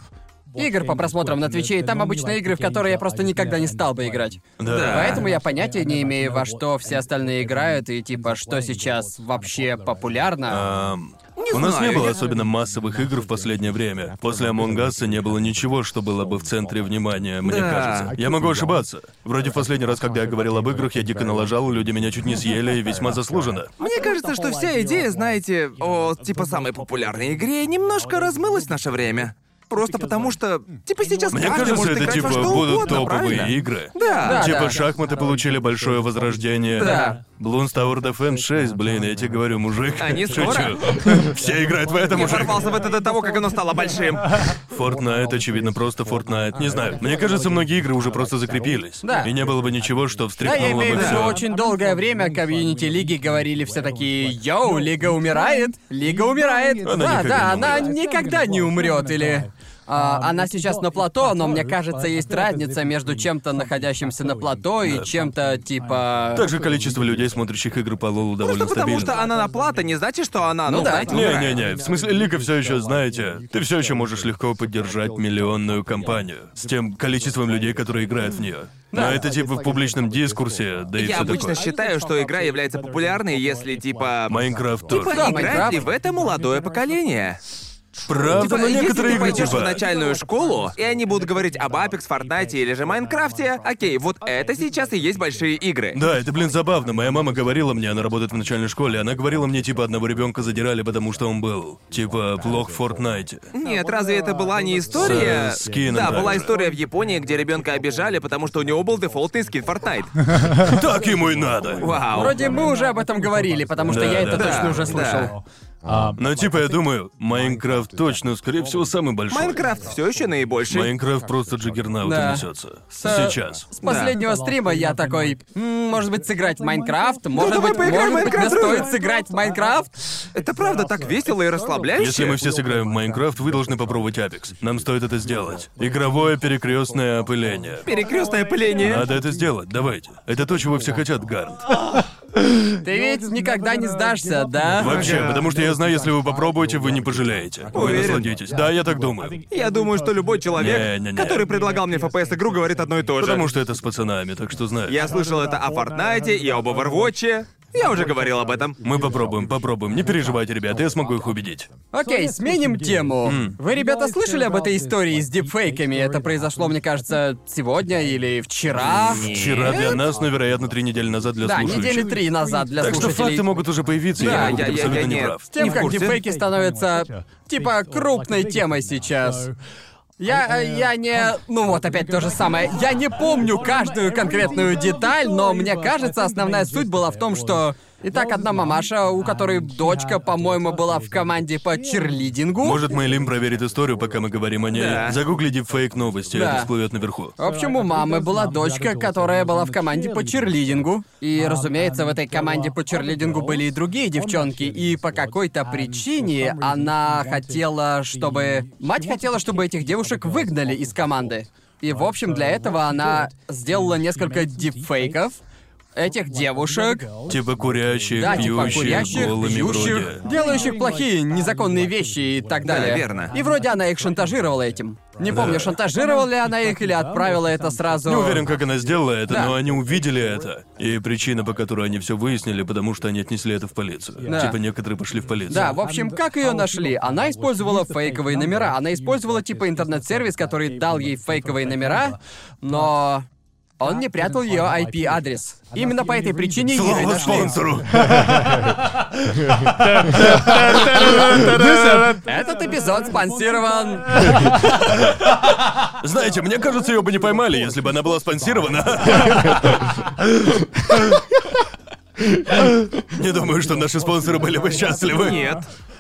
C: игр по просмотрам на Твиче, и там обычно игры, в которые я просто никогда не стал бы играть.
A: Да.
C: Поэтому я понятия не имею, во что все остальные играют, и типа, что сейчас вообще популярно.
A: Эм,
B: Не
A: у нас не
B: знаю,
A: было
B: я-
A: особенно массовых игр в последнее время. После Among Us не было ничего, что было бы в центре внимания, мне
B: Да.
A: кажется. Я могу ошибаться. Вроде в последний раз, когда я говорил об играх, я дико налажал, люди меня чуть не съели, и весьма заслуженно.
B: Мне кажется, что вся идея, знаете, о типа самой популярной игре немножко размылась в наше время. Просто потому что, типа сейчас
A: Мне
B: каждый
A: кажется,
B: может
A: это
B: играть
A: типа
B: во что
A: будут
B: угодно,
A: топовые
B: правильно?
A: игры.
B: Да.
A: Типа
C: да.
A: шахматы получили большое возрождение.
B: Да.
A: Bloons Tower Defense 6, блин, я тебе говорю, мужик.
B: Они
A: Шучу.
B: скоро?
A: Все играют в это,
B: Я
A: мужик.
B: ворвался в это до того, как оно стало большим.
A: Fortnite, очевидно, просто Fortnite. Не знаю. Мне кажется, многие игры уже просто закрепились.
C: Да.
A: И не было бы ничего, что
C: Да, я
A: встряхнуло
C: имею в
A: бы
C: виду, что
A: все.
C: очень долгое время комьюнити лиги говорили все такие «Йоу, Лига умирает! Лига умирает!»
A: Она
C: Да,
A: никогда
C: да,
A: не
C: она
A: умрет.
C: никогда не умрет, или... а, она сейчас на плато, но мне кажется, есть разница между чем-то находящимся на плато и чем-то типа...
A: Также количество людей, смотрящих игры по Лолу, довольно
B: Просто потому,
A: стабильно.
B: что она на плата, не значит, что она, ну,
C: да.
B: знаете, умирает.
A: Не-не-не, в смысле, Лика все еще, знаете, ты все еще можешь легко поддержать миллионную компанию с тем количеством людей, которые играют в нее. Но это типа в публичном дискурсе, да и
B: Я
A: все
B: обычно
A: такое.
B: считаю, что игра является популярной, если типа...
A: Майнкрафт тоже.
B: Типа
C: Да,
B: играет
C: Майнкрафт.
B: ли в это молодое поколение?
A: Правда,
B: Типа,
A: но ну, некоторые
B: если ты
A: игры
B: пойдешь
A: типа...
B: в начальную школу, и они будут говорить об Apex, Fortnite или же Майнкрафте, окей, вот это сейчас и есть большие игры.
A: Да, это, блин, забавно. Моя мама говорила мне, она работает в начальной школе, она говорила мне, типа, одного ребенка задирали, потому что он был, типа, плох в Фортнайте.
B: Нет, разве это была не история?
A: С, э, скином
B: да, была
A: также.
B: история в Японии, где ребенка обижали, потому что у него был дефолтный скин Fortnite.
A: Так ему и надо.
B: Вау.
C: Вроде мы уже об этом говорили, потому что
A: Да,
C: я это
A: да,
C: точно
B: да,
C: уже
B: да.
C: слышал.
A: Но, типа, я думаю, Майнкрафт точно, скорее всего, самый большой.
B: Майнкрафт все еще наибольший.
A: Майнкрафт просто джиггернаут
C: Да.
A: несется.
C: С-
A: Сейчас.
C: С последнего стрима я такой, «М, может быть, сыграть в Майнкрафт? Может
B: давай
C: быть,
B: поиграем в
C: может быть, мне
B: Майнкрафт, дружи!»
C: стоит сыграть в Майнкрафт?
B: Это правда так весело и расслабляюще.
A: Если мы все сыграем в Майнкрафт, вы должны попробовать Апекс. Нам стоит это сделать. Игровое перекрестное опыление.
B: Перекрестное пыление.
A: Надо это сделать, давайте. Это то, чего все хотят, Гарнт.
C: Ты ведь никогда не сдашься, да?
A: Вообще, потому что я знаю, если вы попробуете, вы не пожалеете. Вы
B: Уверен?
A: насладитесь. Да, я так думаю.
B: Я думаю, что любой человек,
A: Не-не-не.
B: который предлагал мне FPS игру, говорит одно и то же.
A: Потому что это с пацанами, так что знаешь.
B: Я слышал это о Fortnite и об Overwatch. Я уже говорил об этом.
A: Мы попробуем, попробуем. Не переживайте, ребята, я смогу их убедить.
C: Окей, сменим тему. Вы, ребята, слышали об этой истории с дипфейками? Это произошло, мне кажется, сегодня или вчера?
A: Вчера для нас, но, вероятно, три недели назад для
C: Да,
A: слушающих.
C: недели три назад для
A: Так что
C: слушателей.
A: факты могут уже появиться, и я
C: Да,
A: могу
B: я-
A: быть
B: я-
A: абсолютно
B: я не-
A: неправ.
C: С тем,
B: Не в
C: как
B: курсе.
C: дипфейки становятся, типа, крупной темой сейчас. Я, э, я не... Ну вот опять то же самое. Я не помню каждую конкретную деталь, но мне кажется, основная суть была в том, что... Итак, одна мамаша, у которой дочка, по-моему, была в команде по черлидингу.
A: Может, Мэйлин проверит историю, пока мы говорим о ней.
B: Да.
A: Загугли дипфейк новости,
C: Да.
A: это всплывет наверху.
C: В общем, у мамы была дочка, которая была в команде по черлидингу. И, разумеется, в этой команде по черлидингу были и другие девчонки. И по какой-то причине она хотела, чтобы... Мать хотела, чтобы этих девушек выгнали из команды. И, в общем, для этого она сделала несколько дипфейков этих девушек.
A: Типа курящих,
C: Да, типа
A: пьющих,
C: курящих,
A: голыми
C: пьющих,
A: вроде.
C: делающих плохие, незаконные вещи и так далее.
B: верно.
C: И вроде она их шантажировала этим. Не помню, шантажировала ли она их или отправила это сразу.
A: Не уверен, как она сделала это,
C: Да.
A: но они увидели это. И причина, по которой они все выяснили, потому что они отнесли это в полицию.
C: Да.
A: Типа некоторые пошли в полицию.
C: Да, в общем, как ее нашли? Она использовала фейковые номера. Она использовала типа интернет-сервис, который дал ей фейковые номера, но он не прятал ее IP-адрес. Именно по этой причине ее
A: Слово
C: нашли.
A: спонсору.
C: Этот эпизод спонсирован.
A: Знаете, мне кажется, ее бы не поймали, если бы она была спонсирована. Не думаю, что наши спонсоры были бы счастливы.
B: Нет.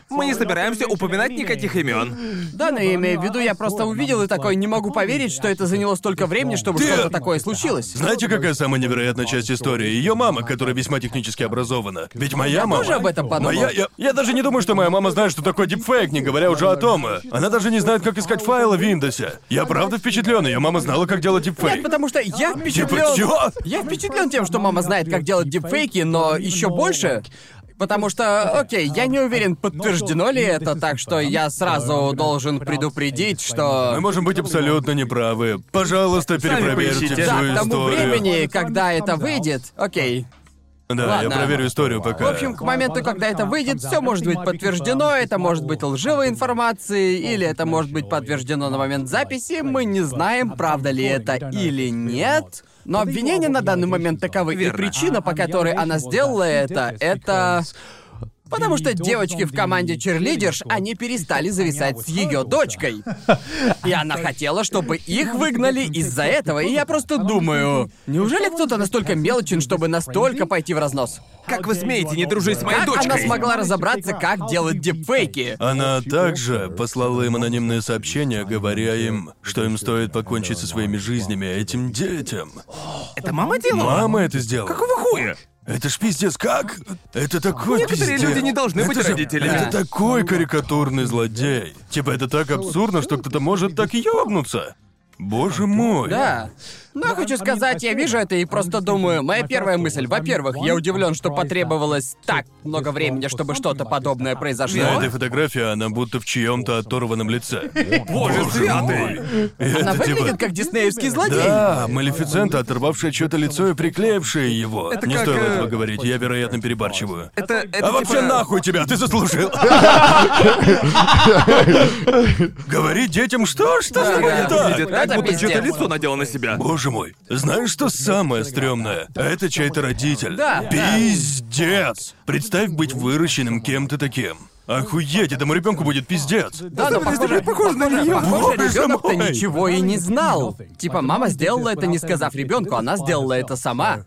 B: Мы не собираемся упоминать никаких имен.
C: Ну Да, но я имею в виду, я просто увидел и такой, не могу поверить, что это заняло столько времени, чтобы
A: Ты-
C: что-то такое случилось.
A: Знаете, какая самая невероятная часть истории? Ее мама, которая весьма технически образована. Ведь моя мама.
C: тоже об этом подумал.
A: Моя, я, я даже не думаю, что моя мама знает, что такое дипфейк, не говоря уже о том. Она даже не знает, как искать файлы в Windows. Я правда впечатлен, ее мама знала, как делать
C: Нет,
A: дипфейк.
C: потому что я впечатлен.
A: Типа, чё?
C: Я впечатлен тем, что мама знает, как делать дипфейки, но еще больше. Потому что, окей, я не уверен, подтверждено ли это, так что я сразу должен предупредить,
A: Мы
C: что
A: можем быть абсолютно неправы. Пожалуйста, перепроверьте всю
B: поищите.
C: да, к тому
A: историю.
C: времени, когда это выйдет, окей.
A: Да,
C: Ладно.
A: я проверю историю
C: В
A: пока.
C: общем, к моменту, когда это выйдет, все может быть подтверждено, это может быть лживой информацией, или это может быть подтверждено на момент записи. Мы не знаем, правда ли это или нет. Но обвинения на данный момент таковы. И
B: Верно.
C: причина, по которой она сделала это, это... Потому что девочки в команде черлидерш, они перестали зависать с ее дочкой. И она хотела, чтобы их выгнали из-за этого. И я просто думаю, неужели кто-то настолько мелочен, чтобы настолько пойти в разнос?
B: Как вы смеете не дружить с моей
C: Как
B: дочкой?
C: она смогла разобраться, как делать дипфейки?
A: Она также послала им анонимные сообщения, говоря им, что им стоит покончить со своими жизнями этим детям.
B: Это мама делала?
A: Мама это сделала.
B: Какого хуя?
A: Это ж пиздец, как? Это такой
B: Некоторые
A: пиздец.
B: люди не должны
A: Это
B: быть
A: же-
B: родителями.
A: Это
B: Да.
A: такой карикатурный злодей. Типа это так абсурдно, что кто-то может так ёбнуться. Боже мой.
C: Да. Но хочу сказать, я вижу это и просто думаю, моя первая мысль, во-первых, я удивлен, что потребовалось так много времени, чтобы что-то подобное произошло.
A: На этой фотографии она будто в чьем-то оторванном лице.
B: Боже святый!
A: мой. И
C: Она
A: это типа-
C: выглядит как диснеевский злодей.
A: Да, Малефицента, оторвавшая чье-то лицо и приклеившая его.
B: Это
A: не
B: как,
A: стоило
B: э,
A: этого говорить, я, вероятно, перебарчиваю.
B: Это, это
A: А
B: типа-
A: вообще нахуй тебя, ты заслужил. Говори детям, что? Что с
C: Да,
A: тобой
C: да.
A: не так?
B: Выглядит так,
C: Это
B: будто чьё-то
C: пиздец.
B: лицо надела на себя.
A: Боже мой, знаешь, что самое стрёмное? Это чей-то родитель.
C: Да, да.
A: Пиздец! Представь быть выращенным кем-то таким. Охуеть, этому ребенку будет пиздец.
C: Да, но похоже,
B: похоже на неё.
A: Боже
C: ребенок-то
A: мой!
C: ничего и не знал. Типа, мама сделала это, не сказав ребенку, она сделала это сама.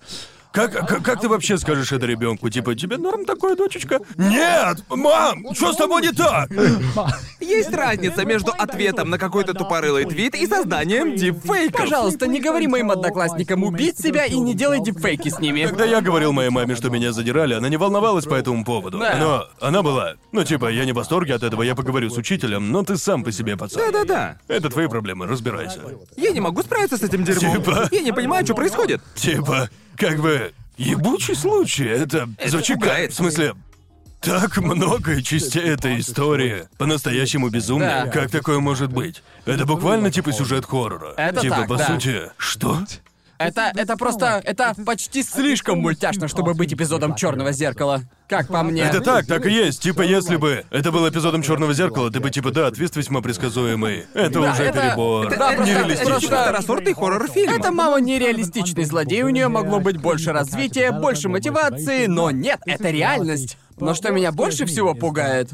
A: Как, как, как ты вообще скажешь это ребенку? Типа, тебе норм такое, дочечка? Нет! Мам! Что с тобой не так?
B: Есть разница между ответом на какой-то тупорылый твит и созданием дипфейков.
C: Пожалуйста, не говори моим одноклассникам убить себя и не делай дипфейки с ними.
A: Когда я говорил моей маме, что меня задирали, она не волновалась по этому поводу.
C: Да.
A: Но она была. Ну, типа, я не в восторге от этого, я поговорю с учителем, но ты сам по себе пацан.
B: Да-да-да.
A: Это твои проблемы, разбирайся.
B: Я не могу справиться с этим дерьмом.
A: Типа.
B: Я не понимаю, что происходит.
A: Типа, как бы, ебучий случай, это... звучит как-
B: пугает.
A: В смысле, так много частей этой истории по-настоящему безумно.
C: Да.
A: Как такое может быть? Это буквально типа сюжет хоррора.
C: Это
A: типа,
C: так,
A: по
C: да.
A: сути, что?
C: Это, это просто, это почти слишком мультяшно, чтобы быть эпизодом Черного зеркала. Как по мне.
A: Это так, так и есть. Типа, если бы это был эпизодом черного зеркала, ты бы типа, да, твист весьма предсказуемый. Это
C: Да,
A: уже
C: это-
A: перебор.
C: это- да, просто-
A: Нереалистично.
B: Это
C: просто-
B: второсортный хоррор-фильм.
C: Это мало нереалистичный злодей, у нее могло быть больше развития, больше мотивации, но нет, это реальность. Но что меня больше всего пугает,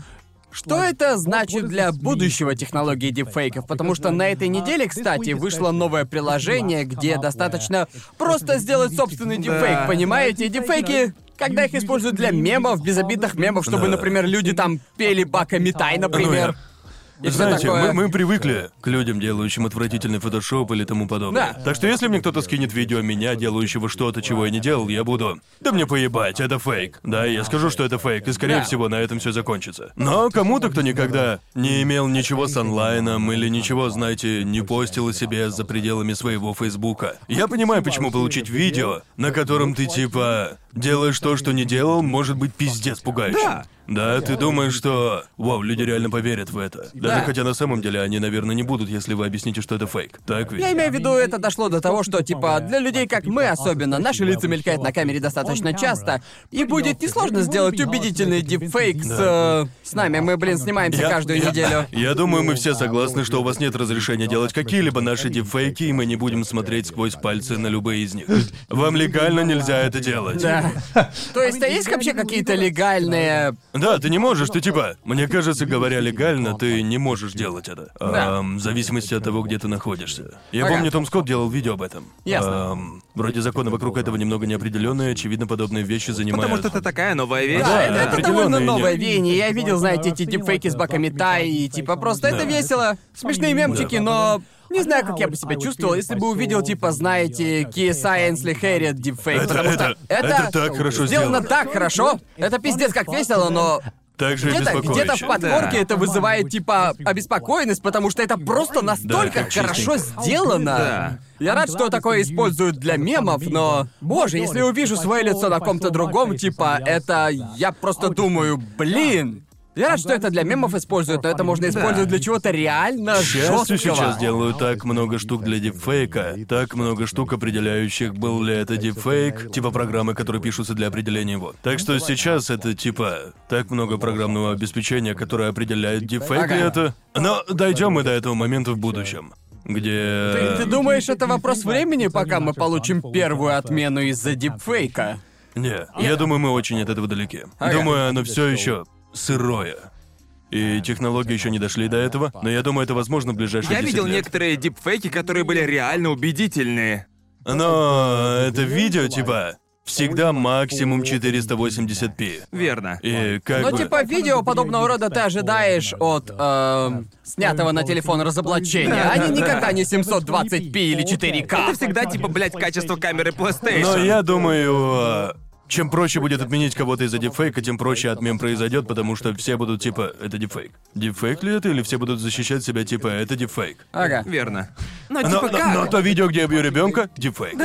C: что это значит для будущего технологии дипфейков? Потому что на этой неделе, кстати, вышло новое приложение, где достаточно просто сделать собственный дипфейк,
B: Да.
C: понимаете? Дипфейки, когда их используют для мемов, безобидных мемов, чтобы,
A: Да. Ну,
C: например, люди там пели Бака Митай, например. И всё
A: Знаете, мы,
C: такое.
A: мы привыкли к людям, делающим отвратительный фотошоп или тому подобное.
C: Да.
A: Так что если мне кто-то скинет видео меня, делающего что-то, чего я не делал, я буду. Да мне поебать, это фейк. Да, я скажу, что это фейк, и скорее
C: Да.
A: всего на этом все закончится. Но кому-то, кто никогда не имел ничего с онлайном или ничего, знаете, не постил о себе за пределами своего Фейсбука. Я понимаю, почему получить видео, на котором ты типа делаешь то, что не делал, может быть пиздец пугающим.
B: Да.
A: Да, ты думаешь, что... Вау, люди реально поверят в это. Даже
C: Да.
A: хотя на самом деле они, наверное, не будут, если вы объясните, что это фейк. Так ведь?
C: Я имею в виду, это дошло до того, что, типа, для людей, как мы особенно, наши лица мелькают на камере достаточно часто, и будет несложно сделать убедительный дипфейк с... э, с нами. Мы, блин, снимаемся
A: Я-
C: каждую
A: я-
C: неделю.
A: Я думаю, мы все согласны, что у вас нет разрешения делать какие-либо наши дипфейки, и мы не будем смотреть сквозь пальцы на любые из них. Вам легально нельзя это делать.
C: Да. То есть, а есть вообще какие-то легальные...
A: Да, ты не можешь, ты типа... Мне кажется, говоря легально, ты не не можешь делать это.
C: Да.
A: Эм, в зависимости от того, где ты находишься. Я
C: Ага.
A: помню, Том Скотт делал видео об этом.
C: Ясно.
A: Эм, вроде законы вокруг этого немного неопределенные, очевидно, подобные вещи занимают.
B: Потому что это такая новая вещь.
A: Да,
C: Да, это, это
A: определенно,
C: довольно
A: и нет.
C: новое веяние. Я видел, знаете, эти дипфейки с баками Тай, и типа просто
A: Да.
C: это весело. Смешные мемчики, но... Не знаю, как я бы себя чувствовал, если бы увидел, типа, знаете, KSI Энсли Хэрриет дипфейк.
A: Это-
C: потому что
A: это- это так хорошо
C: сделано.
A: сделано.
C: так хорошо. Это пиздец как весело, но
A: Так же и
C: где-то,
A: беспокоит.
C: где-то в подборке
B: Да.
C: это вызывает, типа, обеспокоенность, потому что это просто настолько
A: как
C: хорошо
A: чистенько.
C: сделано.
B: Да.
C: Я рад, что такое используют для мемов, но... Боже, если я увижу свое лицо на ком-то другом, типа, это... Я просто думаю, блин... Я рад, что это для мемов используют, но это можно использовать для чего-то реально
A: К счастью,
C: жесткого.
A: сейчас делают так много штук для дипфейка, так много штук, определяющих, был ли это дипфейк, типа программы, которые пишутся для определения его. Так что сейчас это типа так много программного обеспечения, которое определяет дипфейк ли
C: Ага.
A: это. Но дойдем мы до этого момента в будущем, где...
C: Ты, ты думаешь, это вопрос времени, пока мы получим первую отмену из-за дипфейка?
A: Не, я думаю, мы очень от этого далеки.
C: Ага.
A: Думаю, оно все еще сырое. И технологии еще не дошли до этого, но я думаю, это возможно в ближайшие
B: Я
A: 10
B: видел
A: лет.
B: некоторые дипфейки, которые были реально убедительные.
A: Но это видео, типа, всегда максимум 480p.
B: Верно.
A: И как
C: Ну,
A: бы...
C: типа, видео подобного рода ты ожидаешь от эм, снятого на телефон разоблачения.
E: Да,
C: Они
E: да,
C: никогда
E: да.
C: не 720p или
B: Это
C: 4К.
B: всегда типа, блядь, качество камеры PlayStation.
A: Но я думаю, э, чем проще будет отменить кого-то из-за дипфейка, тем проще отмен произойдет, потому что все будут типа, это дипфейк. Дипфейк ли это, или все будут защищать себя типа, это дипфейк?
C: Ага.
B: Верно. Но
A: Но,
B: типа
A: но-
B: как?
A: но то видео, где я бью ребенка, дипфейк.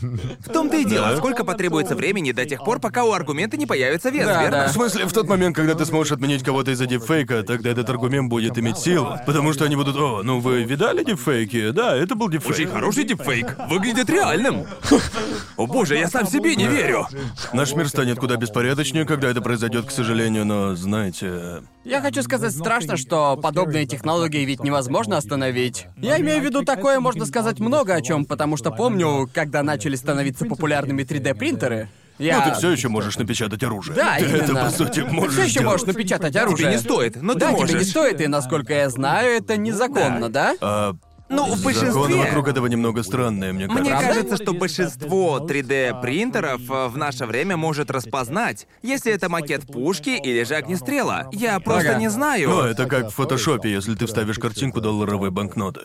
B: В том-то и дело.
A: Да.
B: Сколько потребуется времени до тех пор, пока у аргумента не появится вес,
C: Да,
A: В
B: верно?
A: смысле, в тот момент, когда ты сможешь отменить кого-то из-за дипфейка, тогда этот аргумент будет иметь силу. Потому что они будут, о, ну вы видали дипфейки? Да, это был дипфейк.
B: Очень хороший дипфейк. Выглядит реальным. О боже, я сам себе не верю.
A: Наш мир станет куда беспорядочнее, когда это произойдет, к сожалению, но, знаете...
C: Я хочу сказать страшно, что подобные технологии ведь невозможно остановить. Я имею в виду такое, можно сказать, много о чем, потому что помню, когда начали становиться популярными 3D-принтеры, я...
A: Ну, ты все еще можешь напечатать оружие.
C: Да,
A: ты это,
C: именно.
A: по сути, можешь
C: все еще можешь
A: делать.
C: напечатать оружие.
B: Тебе не стоит, но ты
C: Да, тебе не
B: можешь.
C: стоит, и, насколько я знаю, это незаконно, да?
A: А
B: Ну, в
A: законы
B: большинстве...
A: вокруг этого немного странные, мне кажется.
B: Мне
C: Правда?
B: кажется, что большинство 3D-принтеров э, в наше время может распознать, если это макет пушки или же огнестрела. Я просто
C: Ага.
B: не знаю.
A: Ну, это как в фотошопе, если ты вставишь картинку долларовой банкноты.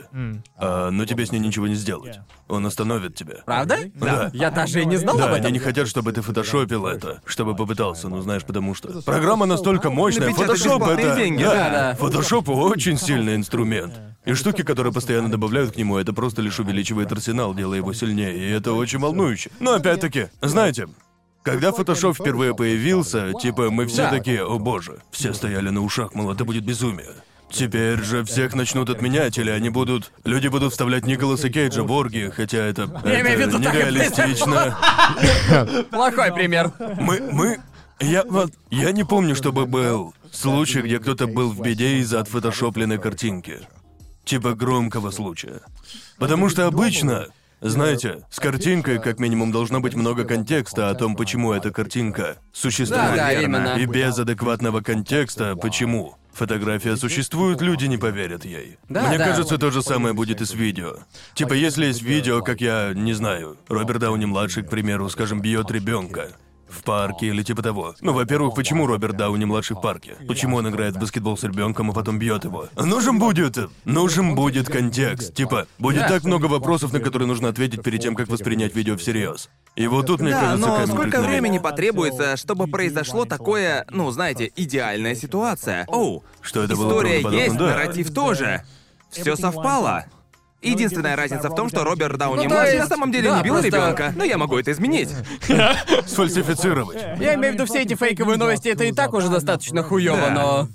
A: А, но тебе с ней ничего не сделать. Он остановит тебя.
C: Правда?
A: Да.
C: Я даже и не знал об
A: Да,
C: этом.
A: они не хотят, чтобы ты фотошопил это, чтобы попытался, ну знаешь, потому что. Программа настолько мощная,
B: Напечатать
A: фотошоп
B: бесплатные
A: это.
B: деньги,
A: да,
C: да, да.
A: Фотошоп очень сильный инструмент. И штуки, которые постоянно добавляют к нему, это просто лишь увеличивает арсенал, делая его сильнее, и это очень волнующе. Но опять-таки, знаете, когда фотошоп впервые появился, типа мы все
C: Да.
A: такие, о боже, все стояли на ушах, мол, это будет безумие. Теперь же всех начнут отменять, или они будут... Люди будут вставлять Николаса Кейджа в оргии, хотя это...
C: Я имею в
A: это
C: виду, так и
A: нереалистично.
C: Плохой пример.
A: Мы, мы... Я, вот, я не помню, чтобы был случай, где кто-то был в беде из-за отфотошопленной картинки. Типа громкого случая. Потому что обычно, знаете, с картинкой как минимум должно быть много контекста о том, почему эта картинка существует.
C: Да, да,
B: Верно.
C: именно.
A: И без адекватного контекста, почему фотография существует, люди не поверят ей.
C: Да,
A: Мне
C: да.
A: кажется, то же самое будет и с видео. Типа, если есть видео, как я не знаю, Роберт Дауни младший, к примеру, скажем, бьет ребенка в парке или типа того. Ну, во-первых, почему Роберт Дауни младший в парке? Почему он играет в баскетбол с ребенком и потом бьет его? Нужен будет, нужен будет контекст. Типа, будет
C: Да.
A: так много вопросов, на которые нужно ответить перед тем, как воспринять видео всерьез. И вот тут, мне
B: Да,
A: кажется,
B: но
A: камень
B: сколько
A: преткновения.
B: времени потребуется, чтобы произошло такое, ну, знаете, идеальная ситуация? Оу,
A: Что это было
B: история
A: правда
B: есть,
A: подобно? Да.
B: нарратив тоже. Все совпало. Единственная разница в том, что Роберт
C: Ну,
B: Дауни
C: то
B: младший на
C: есть-
B: самом деле
C: да,
B: не бил
C: просто-
B: ребенка, но я могу это изменить.
A: Сфальсифицировать.
C: Я имею в виду все эти фейковые новости, это и так уже достаточно хуёво,
B: Да.
C: но...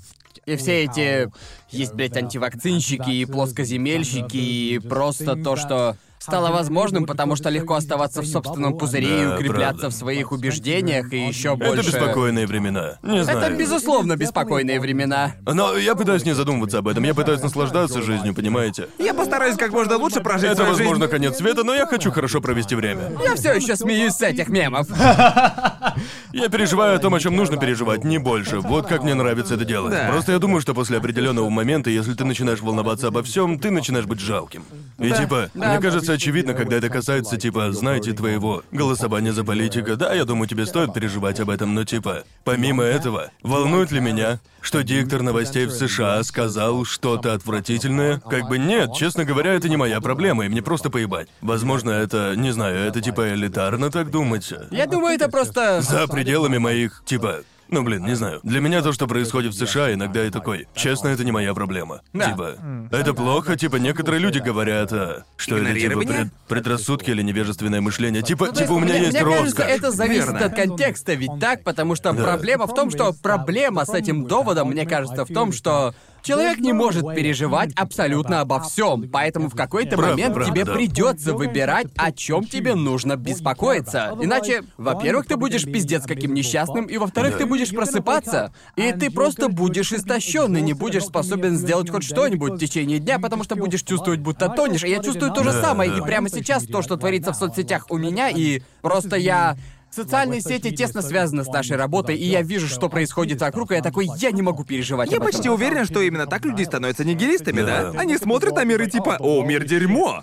C: И все эти... Есть, блядь, антивакцинщики и плоскоземельщики, и просто то, что стало возможным, потому что легко оставаться в собственном пузыре и
A: Да,
C: укрепляться
A: правда.
C: в своих убеждениях, и еще больше...
A: Это беспокойные времена. Не знаю.
C: Это, безусловно, беспокойные времена.
A: Но я пытаюсь не задумываться об этом, я пытаюсь наслаждаться жизнью, понимаете?
B: Я постараюсь как можно лучше прожить
A: Это,
B: свою
A: возможно,
B: жизнь.
A: конец света, но я хочу хорошо провести время.
C: Я все еще смеюсь с этих мемов.
A: Я переживаю о том, о чем нужно переживать, не больше. Вот как мне нравится это делать.
B: Да.
A: Просто я думаю, что после определенного момента, если ты начинаешь волноваться обо всем, ты начинаешь быть жалким. И типа,
B: Да.
A: мне кажется, очевидно, когда это касается, типа, знаете, твоего голосования за политика, да, я думаю, тебе стоит переживать об этом, но типа, помимо этого, волнует ли меня, что диктор новостей в США сказал что-то отвратительное? Как бы нет, честно говоря, это не моя проблема, и мне просто поебать. Возможно, это, не знаю, это типа элитарно так думать.
C: Я думаю, это просто...
A: За пределами моих, типа, ну блин, не знаю. Для меня то, что происходит в США, иногда я такой. Честно, это не моя проблема.
C: Да.
A: Типа, это плохо, типа некоторые люди говорят, а, что это типа
B: Игнорирование?
A: пред- предрассудки или невежественное мышление. Типа,
C: Ну, то
A: типа у меня
C: мне,
A: есть
C: мне кажется,
A: роскошь.
C: это зависит
B: Верно.
C: от контекста, ведь так, потому что проблема в том, что проблема с этим доводом, мне кажется, в том, что человек не может переживать абсолютно обо всем, поэтому в какой-то
E: Прав,
C: момент
A: прав,
C: тебе
A: да.
C: придется выбирать, о чем тебе нужно беспокоиться. Иначе, во-первых, ты будешь пиздец каким несчастным, и во-вторых,
E: Да.
C: ты будешь просыпаться, и ты просто будешь истощен и не будешь способен сделать хоть что-нибудь в течение дня, потому что будешь чувствовать, будто тонешь. И я чувствую то же
A: Да,
C: самое,
A: да.
C: и прямо сейчас то, что творится в соцсетях у меня, и просто я... Социальные сети тесно связаны с нашей работой, и я вижу, что происходит вокруг, и я такой, я не могу переживать
B: Я
C: об этом».
B: почти уверен, что именно так люди становятся нигилистами, да?
A: Да.
B: Они смотрят на мир и типа «О, мир дерьмо!»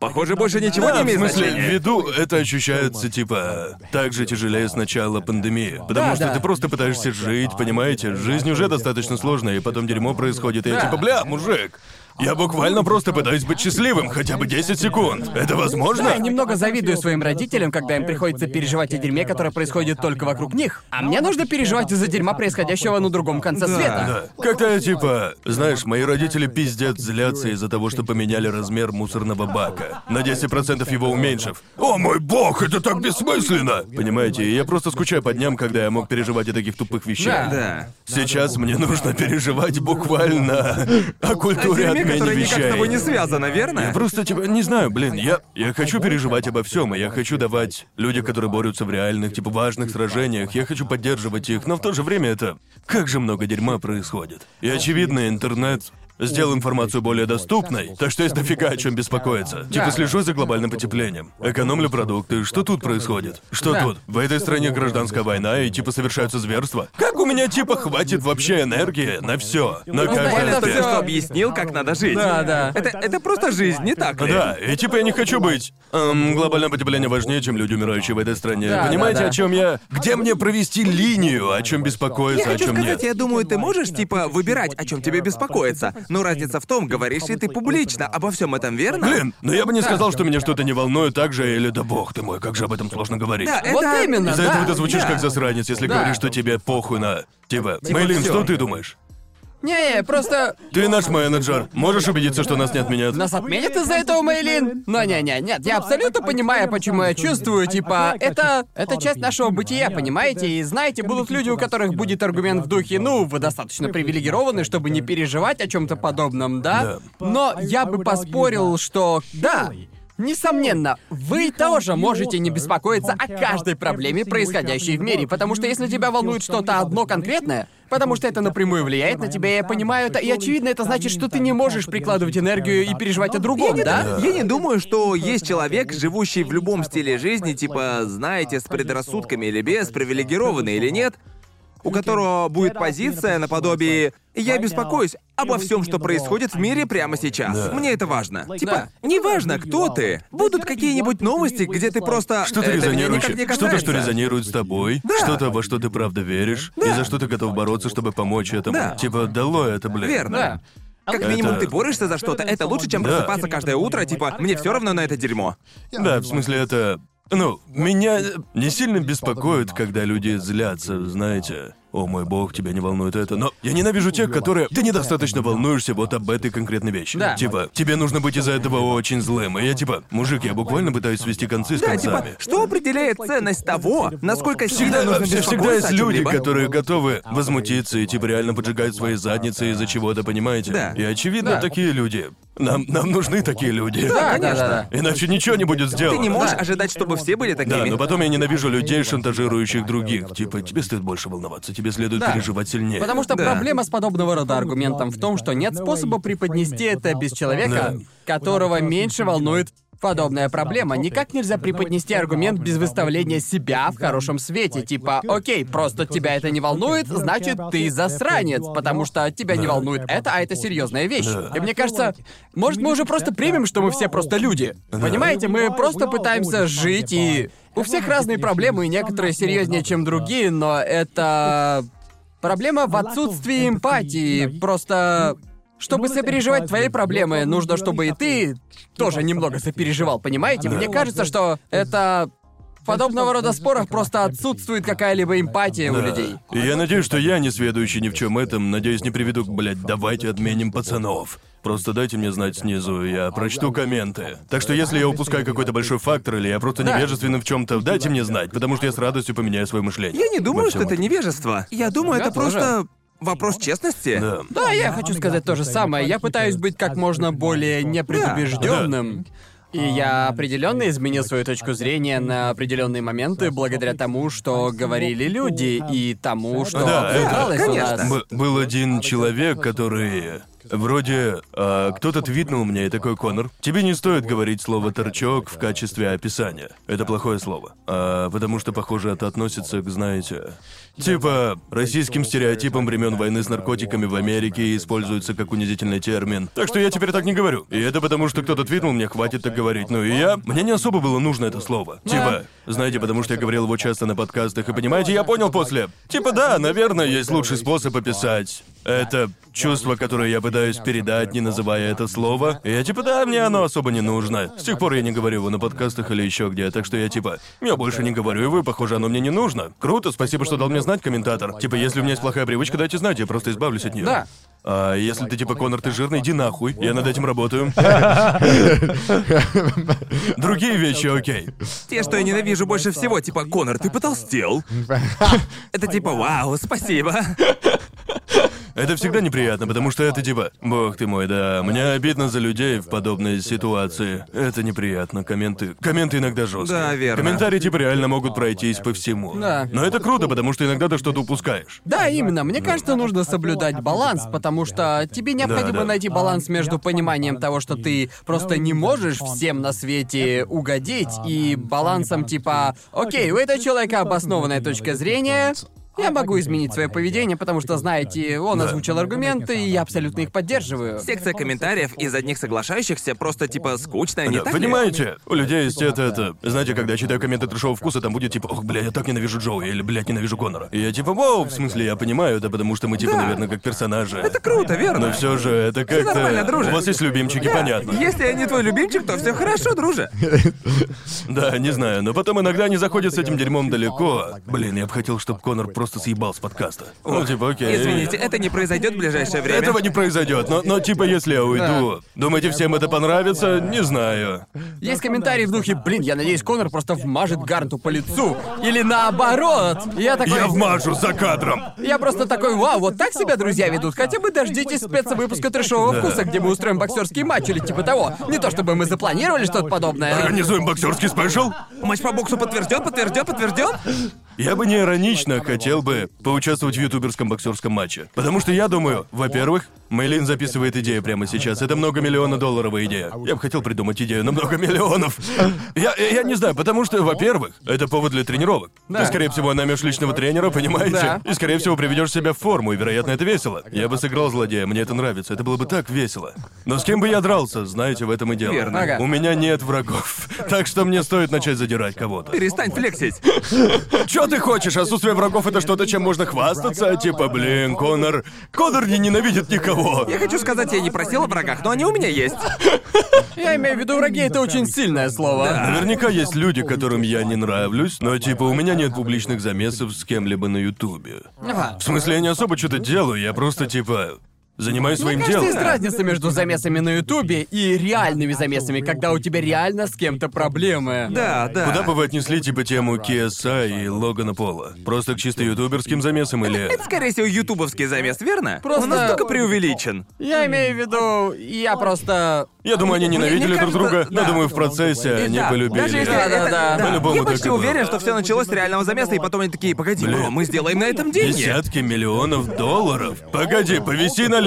B: Похоже, больше ничего
A: Да,
B: не
A: в
B: имеет
A: смысле,
B: значения.
A: ввиду это ощущается, типа, так же тяжелее с начала пандемии. Потому
C: Да,
A: что
C: да.
A: ты просто пытаешься жить, понимаете? Жизнь уже достаточно сложная, и потом дерьмо происходит, и я
C: Да.
A: типа, бля, мужик, я буквально просто пытаюсь быть счастливым хотя бы 10 секунд. Это возможно?
C: Да, я немного завидую своим родителям, когда им приходится переживать о дерьме, которое происходит только вокруг них. А мне нужно переживать из-за дерьма, происходящего на другом конце света.
A: Да. Когда я типа, знаешь, мои родители пиздец злятся из-за того, что поменяли размер мусорного бака. На 10% его уменьшив. О мой бог, это так бессмысленно! Понимаете, и я просто скучаю по дням, когда я мог переживать о таких тупых вещах.
C: Да.
B: Да.
A: Сейчас мне нужно переживать буквально о культуре
B: Дерьме,
A: отмене
B: которое никак с
A: вещей.
B: тобой не связано, верно?
A: Я просто типа не знаю, блин, я я хочу переживать обо всем, и я хочу давать людям, которые борются в реальных, типа важных сражениях, я хочу поддерживать их, но в то же время это как же много дерьма происходит. И очевидно, интернет сделал информацию более доступной, так что есть дофига о чем беспокоиться. Типа
C: Да.
A: слежу за глобальным потеплением, экономлю продукты, что тут происходит? Что
C: Да.
A: тут? В этой стране гражданская война и типа совершаются зверства. Как у меня типа хватит вообще энергии на все, на
C: Просто
A: каждый
C: Ну
B: Буквально
C: это
A: аспект?
B: только
C: всё-
B: что объяснил, как надо жить.
C: Да, да.
B: Это, это просто жизнь, не так ли?
A: Да, и типа я не хочу быть. эм, глобальное потепление важнее, чем люди, умирающие в этой стране.
C: Да,
A: Понимаете,
C: да, да.
A: о чем я? Где мне провести линию, о чем беспокоиться,
B: Я
A: о
B: хочу
A: чем
B: сказать,
A: нет?
B: я думаю, ты можешь, типа, выбирать, о чем тебе беспокоиться. Но разница в том, говоришь ли ты публично обо всем этом, верно?
A: Блин, но я бы не сказал, что меня что-то не волнует так же, или да бог ты мой, как же об этом сложно говорить.
B: Да,
C: Вот
B: это...
C: именно,
A: Из-за
C: да.
A: этого ты звучишь
B: да.
A: как засранец, если
C: Да.
A: говоришь, что тебе похуй на... Типа, Мэйлин,
B: всё».
A: что ты думаешь?
C: Не, просто
A: Ты наш менеджер. Можешь убедиться, что нас не отменят?
C: Нас отменят из-за этого, Мейлин? Но не-не, нет, я абсолютно понимаю, почему я чувствую, типа, это... Это часть нашего бытия, понимаете? И знаете, будут люди, у которых будет аргумент в духе, ну, вы достаточно привилегированы, чтобы не переживать о чем то подобном, да? Но я бы поспорил, что... Да, Несомненно, вы тоже можете не беспокоиться о каждой проблеме, происходящей в мире, потому что если тебя волнует что-то одно конкретное, потому что это напрямую влияет на тебя, я понимаю это, и очевидно, это значит, что ты не можешь прикладывать энергию и переживать о
B: Я
C: другом,
B: не,
C: да?
B: я не думаю, что есть человек, живущий в любом стиле жизни, типа, знаете, с предрассудками или без, привилегированный или нет, у которого будет позиция наподобие «Я беспокоюсь обо всем, что происходит в мире прямо сейчас.
A: Да.
B: Мне это важно». Типа,
C: Да.
B: неважно, кто ты, будут какие-нибудь новости, где ты просто...
A: Что-то
B: «Это меня никак
A: резонирующее.
B: не
A: Что-то, что
B: касается».
A: резонирует с тобой. Что-то, во что ты правда веришь. И за что ты готов бороться, чтобы помочь этому.
B: Да.
A: Типа, дало это, блин.
B: Верно.
C: Да.
B: Как минимум
A: Это-
B: ты борешься за что-то, это лучше, чем
A: Да.
B: просыпаться каждое утро, типа, мне все равно на это дерьмо.
A: Да, в смысле, это... Ну, меня не сильно беспокоит, когда люди злятся, знаете. О мой бог, тебя не волнует это. Но я ненавижу тех, которые... Ты недостаточно волнуешься вот об этой конкретной вещи.
C: Да.
A: Типа, тебе нужно быть из-за этого очень злым. И я типа, мужик, я буквально пытаюсь свести концы с
B: Да,
A: концами.
B: типа, что определяет ценность того, насколько сильно
A: Всегда,
B: нужно
A: всегда
B: беспокоиться
A: есть
B: о
A: люди,
B: чём-либо?
A: которые готовы возмутиться и типа реально поджигать свои задницы из-за чего-то, понимаете?
B: Да.
A: И очевидно,
C: Да.
A: такие люди. Нам, нам нужны такие люди.
C: Да, да, да, да.
A: Иначе ничего не будет сделано.
B: Ты не можешь
C: Да.
B: ожидать, чтобы все были такими.
A: Да, ну, но потом я ненавижу людей, шантажирующих других. Типа, тебе стоит больше волноваться, тебе следует
C: Да.
A: переживать сильнее.
C: Потому что
B: Да.
C: проблема с подобного рода аргументом в том, что нет способа преподнести это без человека, которого меньше волнует Подобная проблема. Никак нельзя преподнести аргумент без выставления себя в хорошем свете. Типа, окей, просто тебя это не волнует, значит, ты засранец, потому что тебя не волнует это, а это серьезная вещь.
A: Да.
C: И мне кажется, может, мы уже просто примем, что мы все просто люди. Понимаете, мы просто пытаемся жить и... У всех разные проблемы, и некоторые серьезнее, чем другие, но это... Проблема в отсутствии эмпатии. Просто... Чтобы сопереживать твои проблемы, нужно, чтобы и ты тоже немного сопереживал, понимаете? Мне кажется, что это... В подобного рода спорах просто отсутствует какая-либо эмпатия у
A: Да.
C: людей.
A: И я надеюсь, что я, не сведущий ни в чем этом, надеюсь, не приведу к, блядь, давайте отменим пацанов. Просто дайте мне знать снизу, я прочту комменты. Так что если я упускаю какой-то большой фактор, или я просто
C: Да.
A: невежественным в чем-то, дайте мне знать, потому что я с радостью поменяю свое мышление.
B: Я не думаю,
A: Во
B: что
A: всём
B: это
A: этом.
B: невежество. Я думаю,
C: Я
B: это
C: тоже.
B: просто вопрос честности.
A: Да.
C: Да, я хочу сказать то же самое. Я пытаюсь быть как можно более непредубежденным. И я определенно изменил свою точку зрения на определенные моменты благодаря тому, что говорили люди и тому, что
A: Ну Да, это-
C: обсуждалось у
B: конечно.
C: нас.
A: Б- был один человек, который... Вроде а, кто-то твитнул мне и такой Конор. Тебе не стоит говорить слово торчок в качестве описания. Это плохое слово. А, потому что, похоже, это относится к, знаете. Типа, российским стереотипам времен войны с наркотиками в Америке и используется как унизительный термин. Так что я теперь так не говорю. И это потому, что кто-то твитнул, мне хватит так говорить. Ну и я. Мне не особо было нужно это слово. Типа, знаете, потому что я говорил его часто на подкастах, и понимаете, я понял после. Типа, да, наверное, есть лучший способ описать. Это чувство, которое я пытаюсь передать, не называя это слово. И я типа, да, мне оно особо не нужно. С тех пор я не говорю его на подкастах или еще где, так что я типа, я больше не говорю, и вы, похоже, оно мне не нужно. Круто, спасибо, что дал мне знать, комментатор. Типа, если у меня есть плохая привычка, дайте знать, я просто избавлюсь от нее.
C: Да.
A: А если ты типа Конор, ты жирный, иди нахуй. Я над этим работаю. Другие вещи, окей.
B: Те, что я ненавижу больше всего, типа Конор, ты потолстел. Это типа Вау, спасибо.
A: Это всегда неприятно, потому что это типа... Бог ты мой, да, мне обидно за людей в подобной ситуации. Это неприятно. Комменты... Комменты иногда жесткие.
B: Да, верно.
A: Комментарии типа реально могут пройтись по всему.
C: Да.
A: Но это круто, потому что иногда ты что-то упускаешь.
C: Да, именно. Мне кажется, нужно соблюдать баланс, потому что тебе необходимо
A: да.
C: найти баланс между пониманием того, что ты просто не можешь всем на свете угодить, и балансом типа, окей, у этого человека обоснованная точка зрения, я могу изменить свое поведение, потому что, знаете, он озвучил аргументы, и я абсолютно их поддерживаю.
B: Секция комментариев из одних соглашающихся просто типа скучная, не
A: Да,
B: так ли?
A: понимаете? У людей есть это, это... Знаете, когда я читаю комменты трешового вкуса, там будет типа, ох, бля, я так ненавижу Джоуи, или, блядь, ненавижу Конора. И я типа, вау, в смысле, я понимаю, это потому что мы типа,
B: Да.
A: наверное, как персонажи.
B: Это круто, верно?
A: Но все же это как-то...
B: нормально, друже.
A: У вас есть любимчики,
B: Да,
A: понятно.
B: Если я не твой любимчик, то все хорошо, друже.
A: Да, не знаю, но потом иногда они заходят с этим дерьмом далеко. Блин, я бы хотел, чтобы Конор просто съебал с подкаста. Ну, типа, окей.
B: Извините, это не произойдет в ближайшее время.
A: Этого не произойдет, но, но типа если я уйду, думаете, всем это понравится? Не знаю.
C: Есть комментарии в духе, блин, я надеюсь, Конор просто вмажет Гарнту по лицу. Или наоборот. И Я такой...
A: Я вмажу за кадром.
C: Я просто такой, вау, вот так себя друзья ведут. Хотя бы дождитесь спецвыпуска трешового вкуса, где мы устроим боксерский матч или типа того. Не то чтобы мы запланировали что-то подобное.
A: Организуем боксерский спешл?
B: Матч по боксу подтвержден, подтвержден, подтвержден.
A: Я бы не иронично хотел бы поучаствовать в ютуберском боксерском матче. Потому что я думаю, во-первых, Мэйлин записывает идею прямо сейчас. Это многомиллионодолларовая идея. Я бы хотел придумать идею на много миллионов. Я, я я не знаю, потому что, во-первых, это повод для тренировок. Ты, скорее всего, наймешь личного тренера, понимаете?
C: Да.
A: И, скорее всего, приведешь себя в форму, и, вероятно, это весело. Я бы сыграл злодея, мне это нравится. Это было бы так весело. Но с кем бы я дрался, знаете, в этом и дело.
B: Верно.
C: Ага.
A: У меня нет врагов. Так что мне стоит начать задирать кого-то.
B: Перестань флексить.
A: Чё ты хочешь? Отсутствие врагов это что-то, чем можно хвастаться? Типа, блин, Конор... Конор не ненавидит никого.
B: Я хочу сказать, я не просил о врагах, но они у меня есть.
C: Я имею в виду враги, это очень сильное слово.
A: Наверняка есть люди, которым я не нравлюсь, но типа у меня нет публичных замесов с кем-либо на Ютубе.
C: Ага.
A: В смысле, я не особо что-то делаю, я просто типа занимаюсь своим
C: Мне кажется,
A: делом.
C: есть разница между замесами на Ютубе и реальными замесами, когда у тебя реально с кем-то проблемы.
B: Да, да.
A: Куда бы вы отнесли типа тему Киеса и Логана Пола? Просто к чисто ютуберским замесам или...
B: Это, скорее всего, ютубовский замес, верно?
C: Просто-
B: Он настолько преувеличен.
C: Я имею в виду, я просто...
A: Я думаю, они ненавидели
B: мне
A: друг друга,
B: кажется,
A: но
B: да.
A: думаю, в процессе они
B: Да,
A: Э, полюбили.
B: Даже если
C: Да,
B: это-
C: да, да.
A: По-любому
B: Я
A: так и
B: почти
A: было.
B: уверен, что все началось с реального замеса, и потом они такие, погоди,
A: Блин.
B: бро, мы сделаем на этом деньги.
A: Десятки миллионов долларов. Погоди, повиси на линии.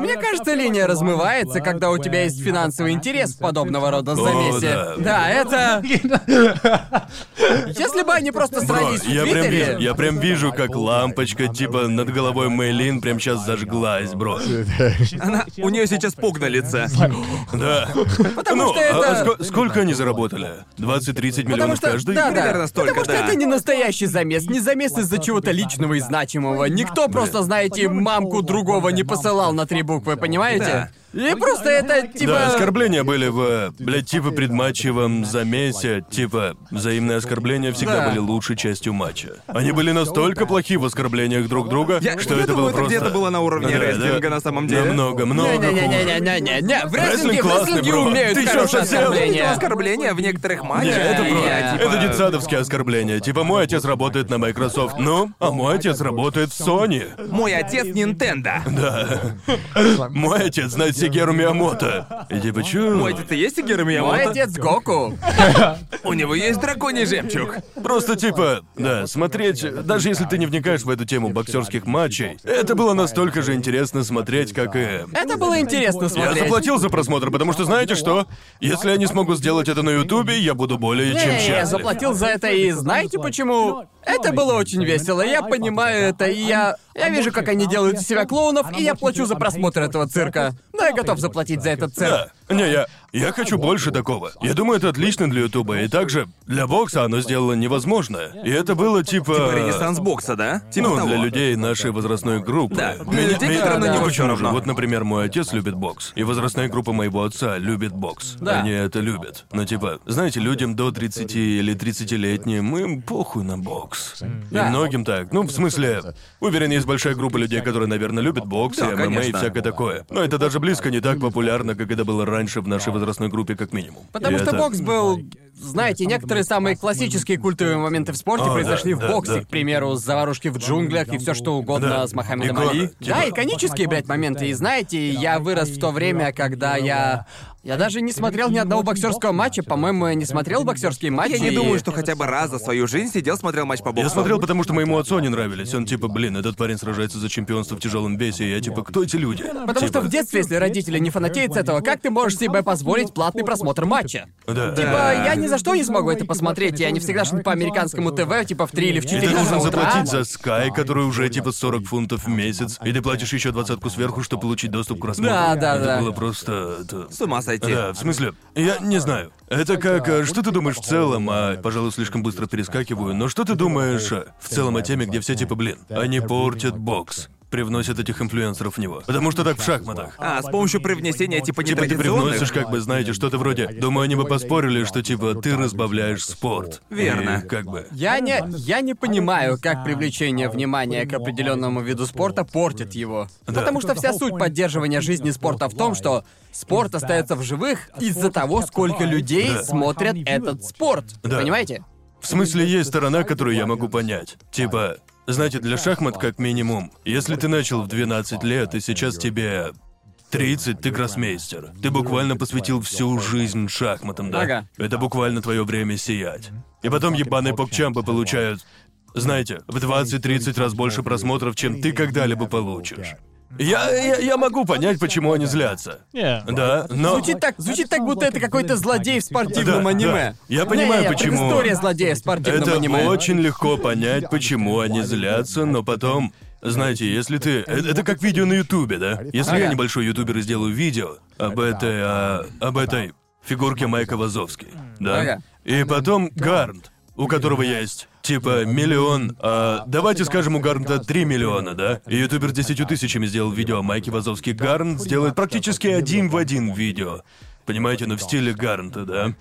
C: Мне кажется, линия размывается, когда у тебя есть финансовый интерес в подобного рода
A: да.
C: замесе. Да, это... Если бы они просто
A: Бро,
C: срались в
A: я прям вижу,
C: Твиттере...
A: я прям вижу, как лампочка типа над головой Мэйлин прям сейчас зажглась, бро.
B: Она... У нее сейчас пуг на лице.
A: Да.
C: Потому
A: Ну,
C: что
A: а- а
C: это...
A: ско- сколько они заработали? 20-30
C: Потому
A: миллионов
C: что,
A: каждый?
C: да, да.
B: Примерно столько,
C: Потому что
B: да.
C: это не настоящий замес, не замес из-за чего-то личного и значимого. Никто просто, знаете, мамку другого не посылал на три буквы, понимаете? И просто это типа.
A: Да, оскорбления были в, блядь, типа предматчевом замесе, типа взаимные оскорбления всегда
C: Да.
A: были лучшей частью матча. Они были настолько плохи в оскорблениях друг друга,
B: Я-
A: что
B: я
A: это
B: думаю,
A: было
B: это
A: просто...
B: где-то было на уровне рестлинга на самом деле.
A: Намного, много хуже.
C: Не-не-не-не-не-не, в
A: Рестлинг
C: рестлинге, в
A: классный,
C: рестлинге
A: бро.
C: умеют
A: Ты чё,
C: хорошие
A: совсем?
B: Это
C: оскорбления.
B: оскорбление в некоторых
A: Не,
B: матчах.
A: это
B: и
A: про...
B: я, типа,
A: Это детсадовские оскорбления. Типа, мой отец работает на Microsoft. Ну, а мой отец работает в Sony.
B: Мой отец Nintendo.
A: Мой отец знает Сигеру Миямото. И типа, чё?
B: Мой отец и есть Игера
C: Мой
B: Миямото?
C: отец Гоку.
B: У него есть
A: Э,
B: драконий жемчуг.
A: Просто типа, да, смотреть, даже если ты не вникаешь в эту тему боксерских матчей, это было настолько же интересно смотреть, как и...
C: Это было интересно
A: Я
C: смотреть.
A: заплатил за просмотр, потому что знаете что? Если я не смогу сделать это на Ютубе, я буду более
C: Не,
A: чем
C: я
A: счастлив.
C: заплатил за это, и знаете почему? Это было очень весело, я понимаю это, и я... Я вижу, как они делают из себя клоунов, и я плачу за просмотр этого цирка. Но я готов заплатить за этот цирк.
A: Да. Не, я. Я хочу больше такого. Я думаю, это отлично для Ютуба. И также для бокса оно сделало невозможное. И это было типа.
B: Ренессанс бокса, да? Типа
A: ну,
B: того.
A: для людей нашей возрастной группы.
B: Да, для людей, которым на
A: меня
B: него
A: очень
B: всё
A: нужно.
B: равно.
A: Вот, например, мой отец любит бокс. И возрастная группа моего отца любит бокс.
C: Да.
A: Они это любят. Но типа, знаете, людям до 30 или 30-летним им похуй на бокс. И
C: Да.
A: многим так. Ну, в смысле, уверен, есть большая группа людей, которые, наверное, любят бокс
B: Да,
A: и ММА и
B: конечно.
A: всякое такое. Но это даже близко не так популярно, как это было раньше в нашей возрастной группе, как минимум.
C: Потому
A: И
C: что
A: это-
C: бокс был... Знаете, некоторые самые классические культовые моменты в спорте
A: О,
C: произошли
A: да,
C: в
A: да,
C: боксе,
A: да.
C: к примеру, заварушки в джунглях и все что угодно
A: Да.
C: с Мохаммедом
A: Икона,
C: Али.
A: типа.
C: Да, иконические, блядь, моменты. И знаете, я вырос в то время, когда я... Я даже не смотрел ни одного боксерского матча. По-моему, я не смотрел боксерские матчи.
B: Я не
C: и-
B: думаю, что хотя бы раз за свою жизнь сидел, смотрел матч по боксу.
A: Я смотрел, потому что моему отцу они нравились. Он типа, блин, этот парень сражается за чемпионство в тяжелом весе. И я типа, кто эти люди?
C: Потому что
A: Типа,
C: в детстве, если родители а не фанатеют с этого, как ты можешь себе позволить платный просмотр матча?
A: Да.
C: Типа, я ни за что не смогу это посмотреть, и они всегда шли по американскому ТВ, типа в 3 или в
A: И
C: 4
A: ты
E: Или
A: должен
E: за
A: заплатить
E: утра.
A: за Sky, который уже типа 40 фунтов в месяц, и ты платишь еще двадцатку сверху, чтобы получить доступ к просмотру.
C: Да, да,
A: это
C: да.
A: было просто... это-
B: С ума сойти.
A: Да, в смысле, я не знаю. Это как, э, что ты думаешь в целом, а, пожалуй, слишком быстро перескакиваю, но что ты думаешь э, в целом о теме, где все типа, блин, они портят бокс, привносят этих инфлюенсеров в него. Потому что так в шахматах.
B: А, с помощью привнесения типа
A: Типа ты привносишь,
B: нетрадиционных...
A: как бы, знаете, что-то вроде. Думаю, они бы поспорили, что типа ты разбавляешь спорт.
B: Верно.
A: И как бы.
C: Я не, я не понимаю, как привлечение внимания к определенному виду спорта портит его. Ну, Потому что вся суть поддерживания жизни спорта в том, что спорт остается в живых из-за того, сколько людей
E: Да.
C: смотрят этот спорт.
A: Да.
C: Понимаете?
A: В смысле, есть сторона, которую я могу понять. Типа, знаете, для шахмат как минимум. Если ты начал в 12 лет, и сейчас тебе 30, ты гроссмейстер. Ты буквально посвятил всю жизнь шахматам, да?
C: Ага.
A: Это буквально твое время сиять. И потом ебаные попчампы получают, знаете, в 20-30 раз больше просмотров, чем ты когда-либо получишь. Я, я, я могу понять, почему они злятся.
E: Yeah.
A: Да, но...
C: Звучит так, звучит так, будто это какой-то злодей в спортивном
A: Да,
C: аниме.
A: да. Я понимаю,
C: Не-не,
A: почему.
C: предыстория злодея в спортивном
A: Это
C: аниме.
A: очень легко понять, почему они злятся, но потом... Знаете, если ты... э- Это как видео на Ютубе, да? Если я
C: Ага.
A: небольшой ютубер и сделаю видео об этой... а, об этой фигурке Майка Вазовски, да?
C: Ага.
A: И потом Гарнт, у которого есть типа миллион... а, давайте скажем, у Гарнта 3 миллиона, да? И ютубер с 10 тысячами сделал видео о Майке Вазовски. Гарнт сделает практически один в один видео. Понимаете, но в стиле Гарнта, да?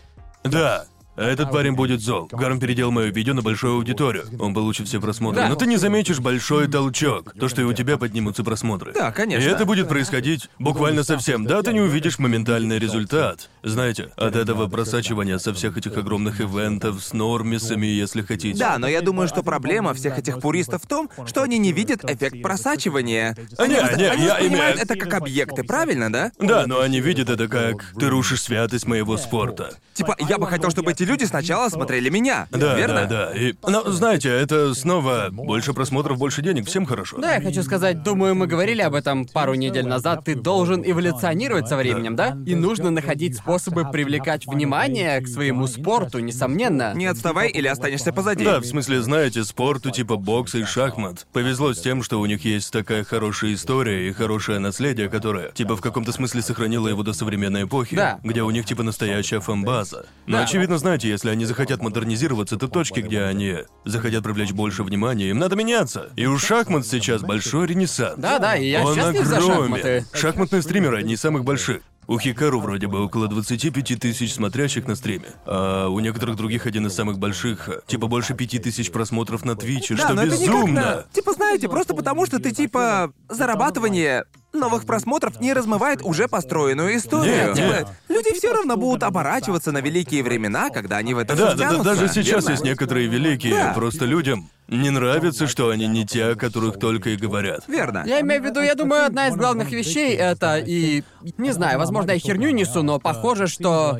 A: Да. А Этот парень будет зол. Гарн переделал мое видео на большую аудиторию. Он получит все просмотры.
C: Да.
A: Но ты не заметишь большой толчок. То, что и у тебя поднимутся просмотры.
B: Да, конечно.
A: И это будет происходить буквально совсем. Да, ты не увидишь моментальный результат. Знаете, от этого просачивания со всех этих огромных ивентов с нормисами, если хотите.
B: Да, но я думаю, что проблема всех этих пуристов в том, что они не видят эффект просачивания.
A: А, не, не,
B: они
A: я
B: воспринимают
A: имею-
B: это как объекты, правильно, да?
A: Да, но они видят это как «ты рушишь святость моего спорта».
B: Типа, я бы хотел, чтобы эти люди сначала смотрели меня,
A: Да,
B: верно?
A: да, да. И, ну, знаете, это снова больше просмотров, больше денег, всем хорошо.
C: Да, я хочу сказать, думаю, мы говорили об этом пару недель назад. Ты должен эволюционировать со временем, да? И нужно находить способы привлекать внимание к своему спорту, несомненно.
B: Не отставай или останешься позади.
A: Да, в смысле, знаете, спорту типа бокса и шахмат. Повезло с тем, что у них есть такая хорошая история и хорошее наследие, которое, типа, в каком-то смысле сохранило его до современной эпохи,
C: Да.
A: где у них, типа, настоящая фан-база. Но,
C: Да.
A: очевидно, знаете, если они захотят модернизироваться, то точки, где они захотят привлечь больше внимания, им надо меняться. И у шахмат сейчас большой ренессанс.
C: Да-да, и я
A: Он
C: счастлив за
A: огромен.
C: шахматы.
A: Шахматные стримеры одни из самых больших. У Хикару вроде бы около 25 тысяч смотрящих на стриме, а у некоторых других один из самых больших, э, типа больше 5 тысяч просмотров на Твиче,
B: Да,
A: что
B: но это
A: безумно.
B: никогда... Типа, знаете, просто потому что ты типа зарабатывание новых просмотров не размывает уже построенную историю.
A: Нет, нет.
B: Типа, Люди все равно будут оборачиваться на великие времена, когда они в это
A: Да,
B: всё
A: да, да, даже
B: втянутся,
A: сейчас
B: верно?
A: есть некоторые великие,
B: Да.
A: просто людям не нравится, что они не те, о которых только и говорят.
B: Верно.
C: Я имею в виду, я думаю, одна из главных вещей это и... Не знаю, возможно, я херню несу, но похоже, что...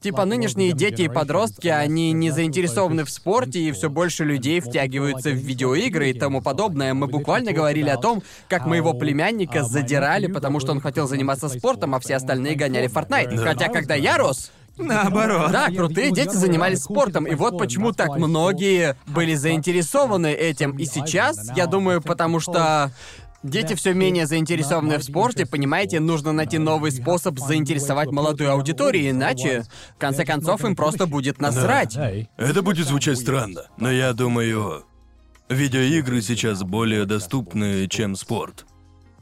C: Типа нынешние дети и подростки, они не заинтересованы в спорте, и все больше людей втягиваются в видеоигры и тому подобное. Мы буквально говорили о том, как моего племянника задирали, потому что он хотел заниматься спортом, а все остальные гоняли Fortnite. Хотя, когда я рос,
B: Наоборот.
C: да, крутые дети занимались спортом, и вот почему так многие были заинтересованы этим. И сейчас, я думаю, потому что дети все менее заинтересованы в спорте, понимаете, нужно найти новый способ заинтересовать молодую аудиторию, иначе, в конце концов, им просто будет насрать.
A: Это будет звучать странно, но я думаю, видеоигры сейчас более доступны, чем спорт.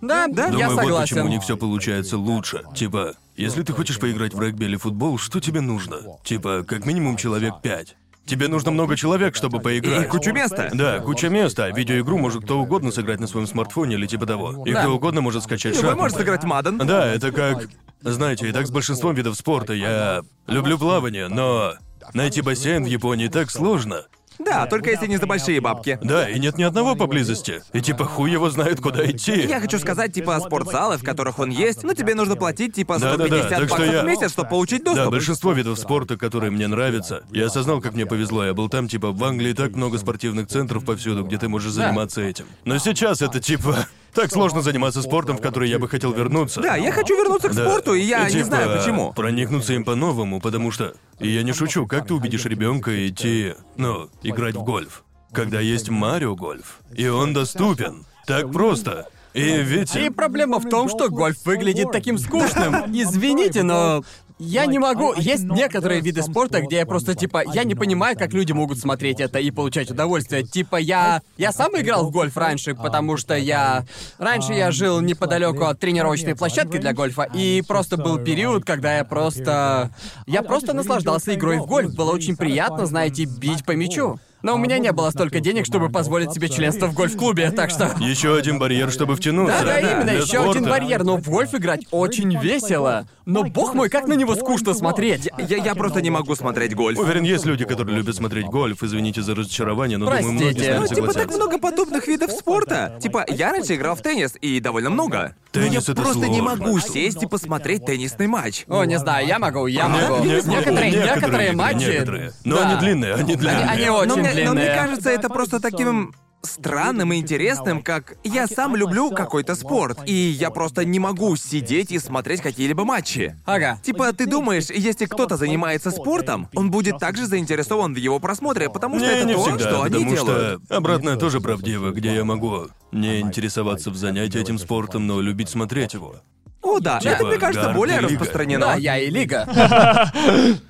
C: Да, я
A: Думаю, вот почему у
C: согласен.
A: них все получается лучше. Типа, если ты хочешь поиграть в регби или футбол, что тебе нужно? Типа, как минимум человек пять. Тебе нужно много человек, чтобы поиграть.
B: И кучу места.
A: Да, куча места. А Видеоигру может кто угодно сыграть на своем смартфоне или типа того. И
C: Да.
A: кто угодно может скачать
B: Любой
A: шахматы.
B: может играть в Madden.
A: Да, это как... Знаете, и так с большинством видов спорта. Я люблю плавание, но найти бассейн в Японии так сложно.
B: Да, только если не за большие бабки.
A: Да, и нет ни одного поблизости. И типа хуй его знает, куда идти.
B: Я хочу сказать, типа, спортзалы, в которых он есть, но тебе нужно платить, типа,
A: Да-да-да,
B: 150
A: так что
B: баксов
A: я-
B: в месяц, чтобы получить
A: Да,
B: доступ.
A: большинство видов спорта, которые мне нравятся. Я осознал, как мне повезло. Я был там, типа, в Англии так много спортивных центров повсюду, где ты можешь заниматься этим. Но сейчас это, типа, так сложно заниматься спортом, в который я бы хотел вернуться.
B: Да, я хочу вернуться к
A: Да.
B: спорту, и я не
A: типа,
B: знаю почему.
A: Проникнуться им по-новому, потому что. И я не шучу, как ты убедишь ребенка идти, ну, играть в гольф, когда есть Марио гольф, и он доступен. Так просто. И ведь.
C: И
B: Типа.
C: проблема в том, что гольф выглядит таким скучным. Извините, но я не могу. Есть некоторые виды спорта, где я просто типа я не понимаю, как люди могут смотреть это и получать удовольствие. Типа я я сам играл в гольф раньше, потому что я раньше я жил неподалеку от тренировочной площадки для гольфа и просто был период, когда я просто я просто наслаждался игрой в гольф. Было очень приятно, знаете, бить по мячу. Но у меня не было столько денег, чтобы позволить себе членство в гольф-клубе, так что...
A: Еще один барьер, чтобы втянуться.
C: Да, да, именно,
A: Для
C: еще один
A: спорта.
C: барьер, но в гольф играть очень весело. Но бог мой, как на него скучно смотреть.
B: Я, я просто не могу смотреть гольф.
A: Уверен, есть люди, которые любят смотреть гольф. Извините за разочарование, но думаю, многие
C: Простите.
A: с нами
B: Ну, типа, так
A: согласятся.
B: много подобных видов спорта. Типа, я раньше играл в теннис, и довольно много. Но я
A: Теннис это
B: просто не
A: сложно.
B: могу сесть и посмотреть теннисный матч.
C: О, не знаю, я могу, я
A: Не-
C: могу.
A: не-
C: Некоторые, некоторые
A: некоторые.
C: матчи.
A: Но
C: Да.
A: они длинные, они длинные.
C: они
B: но,
C: очень
B: мне, но мне
C: длинные.
B: кажется, это просто таким странным и интересным, как я сам люблю какой-то спорт, и я просто не могу сидеть и смотреть какие-либо матчи.
C: Ага.
B: Типа, ты думаешь, если кто-то занимается спортом, он будет также заинтересован в его просмотре, потому что
A: Не,
B: это
A: не
B: то,
A: всегда,
B: что они
A: потому
B: делают.
A: что обратное тоже правдиво, где я могу не интересоваться в занятии этим спортом, но любить смотреть его.
B: О, да,
A: типа,
B: это, мне кажется,
A: Гард
B: более
A: Лига.
B: распространено.
C: Да, я и лига.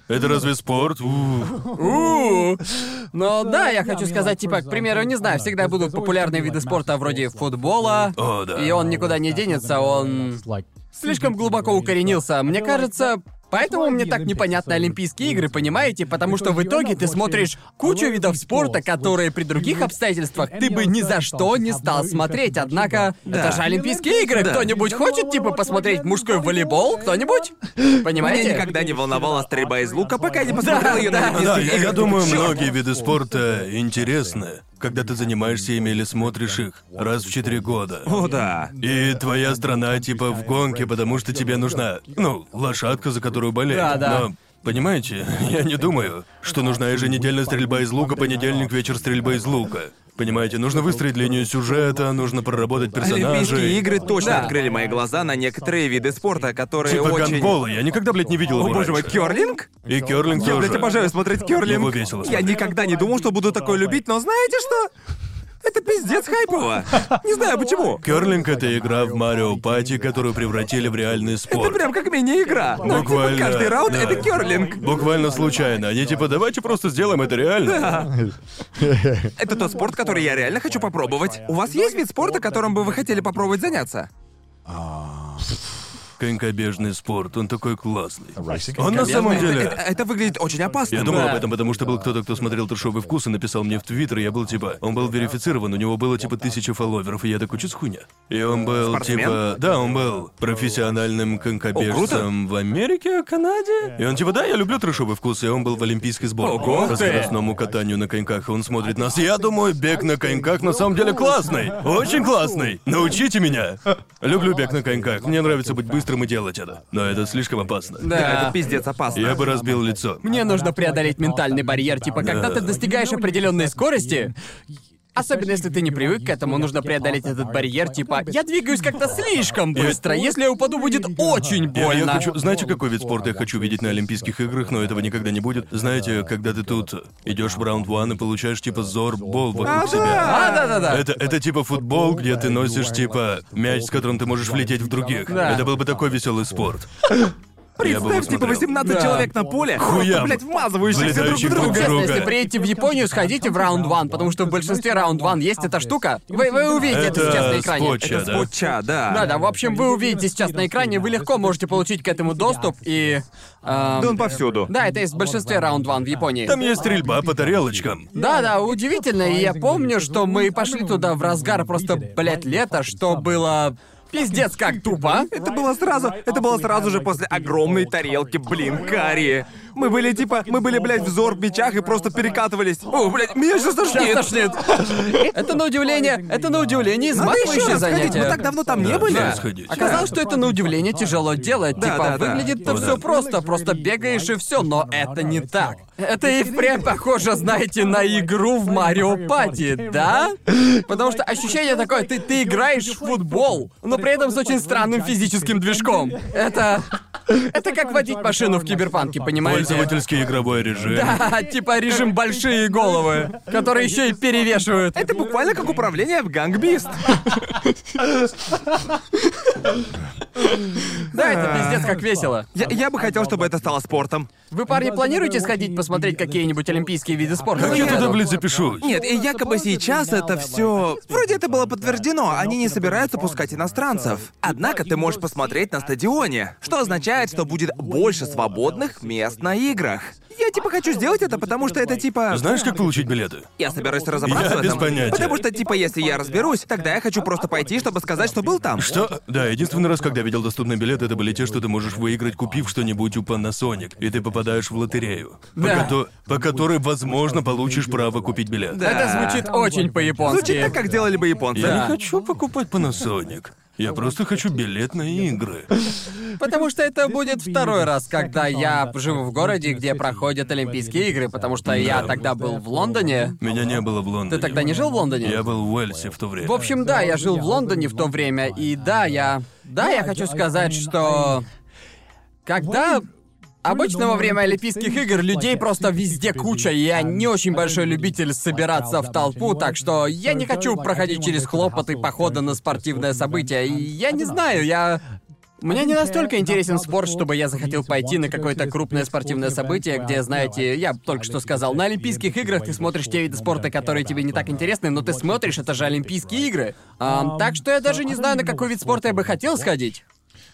A: Это разве спорт? Ух.
C: У. Но да, я хочу сказать, типа, к примеру, не знаю, всегда будут популярные виды спорта вроде футбола.
A: О, да.
C: И он никуда не денется, он слишком глубоко укоренился. Мне кажется, поэтому мне так непонятны Олимпийские игры, понимаете? Потому что в итоге ты смотришь кучу видов спорта, которые при других обстоятельствах ты бы ни за что не стал смотреть. Однако,
E: Да.
C: это же Олимпийские игры.
B: Да.
C: Кто-нибудь хочет, типа, посмотреть мужской волейбол? Кто-нибудь?
B: Меня
C: Понимаете?
B: никогда не волновала стрельба из лука, пока я не посмотрел
C: Да,
B: ее
C: да.
B: на
A: Да,
B: Олимпийских
A: я, я
B: играх.
A: думаю,
B: Чёрт.
A: многие виды спорта интересны, когда ты занимаешься ими или смотришь их раз в четыре года.
B: О, да.
A: И твоя страна типа в гонке, потому что тебе нужна, ну, лошадка, за которую болеть.
C: Да, да.
A: Но Понимаете, я не думаю, что нужна еженедельная стрельба из лука, понедельник вечер стрельба из лука. Понимаете, нужно выстроить линию сюжета, нужно проработать персонажей.
B: Олимпийские игры точно
C: Да.
B: открыли мои глаза на некоторые виды спорта, которые
A: Типа
B: очень...
A: гандбола, я никогда, блядь, не видел
B: О,
A: его
B: боже мой,
A: раньше.
B: керлинг?
A: И керлинг
B: Я,
A: тоже.
B: блядь, обожаю смотреть керлинг.
A: Его весело
B: Я
A: смотреть.
B: никогда не думал, что буду такое любить, но знаете что? Это пиздец хайпово. Не знаю почему.
A: Керлинг — это игра в Марио Пати, которую превратили в реальный
B: Это
A: спорт.
B: прям как мини-игра. Но
A: Буквально,
B: типа каждый раунд
A: да.
B: это керлинг.
A: Буквально случайно. Они типа, давайте просто сделаем это реально.
B: Это тот спорт, который я реально хочу попробовать. У вас есть вид спорта, которым бы вы хотели попробовать заняться?
A: Конькобежный спорт, он такой классный.
D: Racing.
A: Он на самом
B: Это,
A: деле...
B: это- это выглядит очень опасно.
A: Я думал
C: Да.
A: об этом, потому что был кто-то, кто смотрел трешовый вкус и написал мне в Твиттер, и я был типа... Он был верифицирован, у него было типа тысяча фолловеров, и я такой, чё с хуйня? И он был
B: Спортсмен?
A: типа... Да, он был профессиональным конькобежцем в Америке, Канаде. И он типа, да, я люблю трешовый вкус, и он был в олимпийской сборной.
C: Ого
A: По
C: ты!
A: скоростному катанию на коньках, и он смотрит нас. Я думаю, бег на коньках на самом деле классный. Очень классный. Научите меня. Люблю бег на коньках. Мне нравится быть быстрым и делать это. Но это слишком опасно.
B: Да,
C: Да.
B: это пиздец опасно.
A: Я бы разбил лицо.
C: Мне нужно преодолеть ментальный барьер, типа, когда ты достигаешь определенной скорости, особенно если ты не привык к этому, нужно преодолеть этот барьер, типа, я двигаюсь как-то слишком быстро, если я упаду, будет очень
A: Я- Я,
C: больно.
A: хочу... Знаете, какой вид спорта я хочу видеть на Олимпийских играх, но этого никогда не будет? Знаете, когда ты тут идешь в раунд ван и получаешь типа зорбол вокруг себя.
C: А, да-да-да.
A: Это, это типа футбол, где ты носишь типа мяч, с которым ты можешь влететь в других.
C: Да.
A: Это был бы такой веселый спорт. Я бы его
B: Представь, типа
A: смотрел.
B: 18
C: Да.
B: человек на поле,
A: Хуям.
B: просто, блядь, вмазывающихся друг в
A: Залетающих друг в
B: друга.
A: друга.
C: Честно, если приедете в Японию, сходите в раунд ван, потому что в большинстве раунд ван есть эта штука. Вы, вы увидите
A: Это
C: это, сейчас на экране.
A: скотч.
C: Это-
A: Да.
B: Спотча, да.
C: Да, да, в общем, вы увидите сейчас на экране, вы легко можете получить к этому доступ и... эм,
B: Да он повсюду.
C: да, это есть в большинстве раунд ван в Японии.
A: Там есть стрельба по тарелочкам.
C: Да, да, удивительно. И я помню, что мы пошли туда в разгар просто, блядь, лето, что было пиздец как тупо.
B: Это было сразу, это было сразу же после огромной тарелки, блин, карри. Мы были типа, мы были, блядь, в зор мечах и просто перекатывались. О, блядь, А меня сейчас
C: Сейчас
B: тошнит.
C: тошнит. Это на удивление, это на удивление
B: Надо еще
C: изматывающее
B: раз ходить, мы так
C: занятие.
B: давно там не
A: Да,
B: были. А
A: да.
B: Да.
A: сходить.
C: Оказалось, что это на удивление тяжело делать.
B: Да,
C: типа,
B: да, да.
C: выглядит-то
E: Ну
C: все
E: да.
C: просто, просто бегаешь и все, но это не так. Это и впрямь похоже, знаете, на игру в Марио Пати, да? Потому что ощущение такое, ты, ты играешь в футбол, но при этом с очень странным физическим движком. Это... Это как водить машину в киберпанке, понимаете?
A: Пользовательский игровой режим.
C: Да, типа режим большие головы, которые еще и перевешивают.
B: Это буквально как управление в гангбист.
C: Да, это пиздец как весело.
B: Я, я бы хотел, чтобы это стало спортом.
C: Вы, парни, планируете сходить посмотреть какие-нибудь олимпийские виды спорта? А
A: Как я
C: Нет.
A: туда, блядь, запишусь?
B: Нет, и якобы сейчас это все. Вроде это было подтверждено, они не собираются пускать иностранцев. Однако ты можешь посмотреть на стадионе, что означает, что будет больше свободных мест на играх. Я типа хочу сделать это, потому что это типа.
A: Знаешь, как получить билеты?
B: Я собираюсь разобраться
A: Я
B: в
A: без
B: этом.
A: понятия.
B: Потому что типа если я разберусь, тогда я хочу просто пойти, чтобы сказать, что был там.
A: Что? Да, единственный раз, когда я видел доступные билеты, это были те, что ты можешь выиграть, купив что-нибудь у Panasonic, и ты попадаешь в лотерею,
C: Да.
A: по, кото- по которой, возможно, получишь право купить билет.
B: Да.
C: Это звучит очень по-японски.
B: Звучит так, как делали бы японцы.
A: Я не хочу покупать Panasonic. Я просто хочу билет на игры.
C: Потому что это будет второй раз, когда я живу в городе, где проходят Олимпийские игры, потому что я тогда был в Лондоне.
A: Меня не было в Лондоне.
C: Ты тогда не жил в Лондоне?
A: Я был в Уэльсе в то время.
C: В общем, да, я жил в Лондоне в то время, и да, я... Да, я хочу сказать, что... Когда... Обычно во время Олимпийских игр людей просто везде куча, и я не очень большой любитель собираться в толпу, так что я не хочу проходить через хлопоты похода на спортивное событие. И я не знаю, я... Мне не настолько интересен спорт, чтобы я захотел пойти на какое-то крупное спортивное событие, где, знаете, я только что сказал, на Олимпийских играх ты смотришь те виды спорта, которые тебе не так интересны, но ты смотришь, это же Олимпийские игры. Ам, так что я даже не знаю, на какой вид спорта я бы хотел сходить.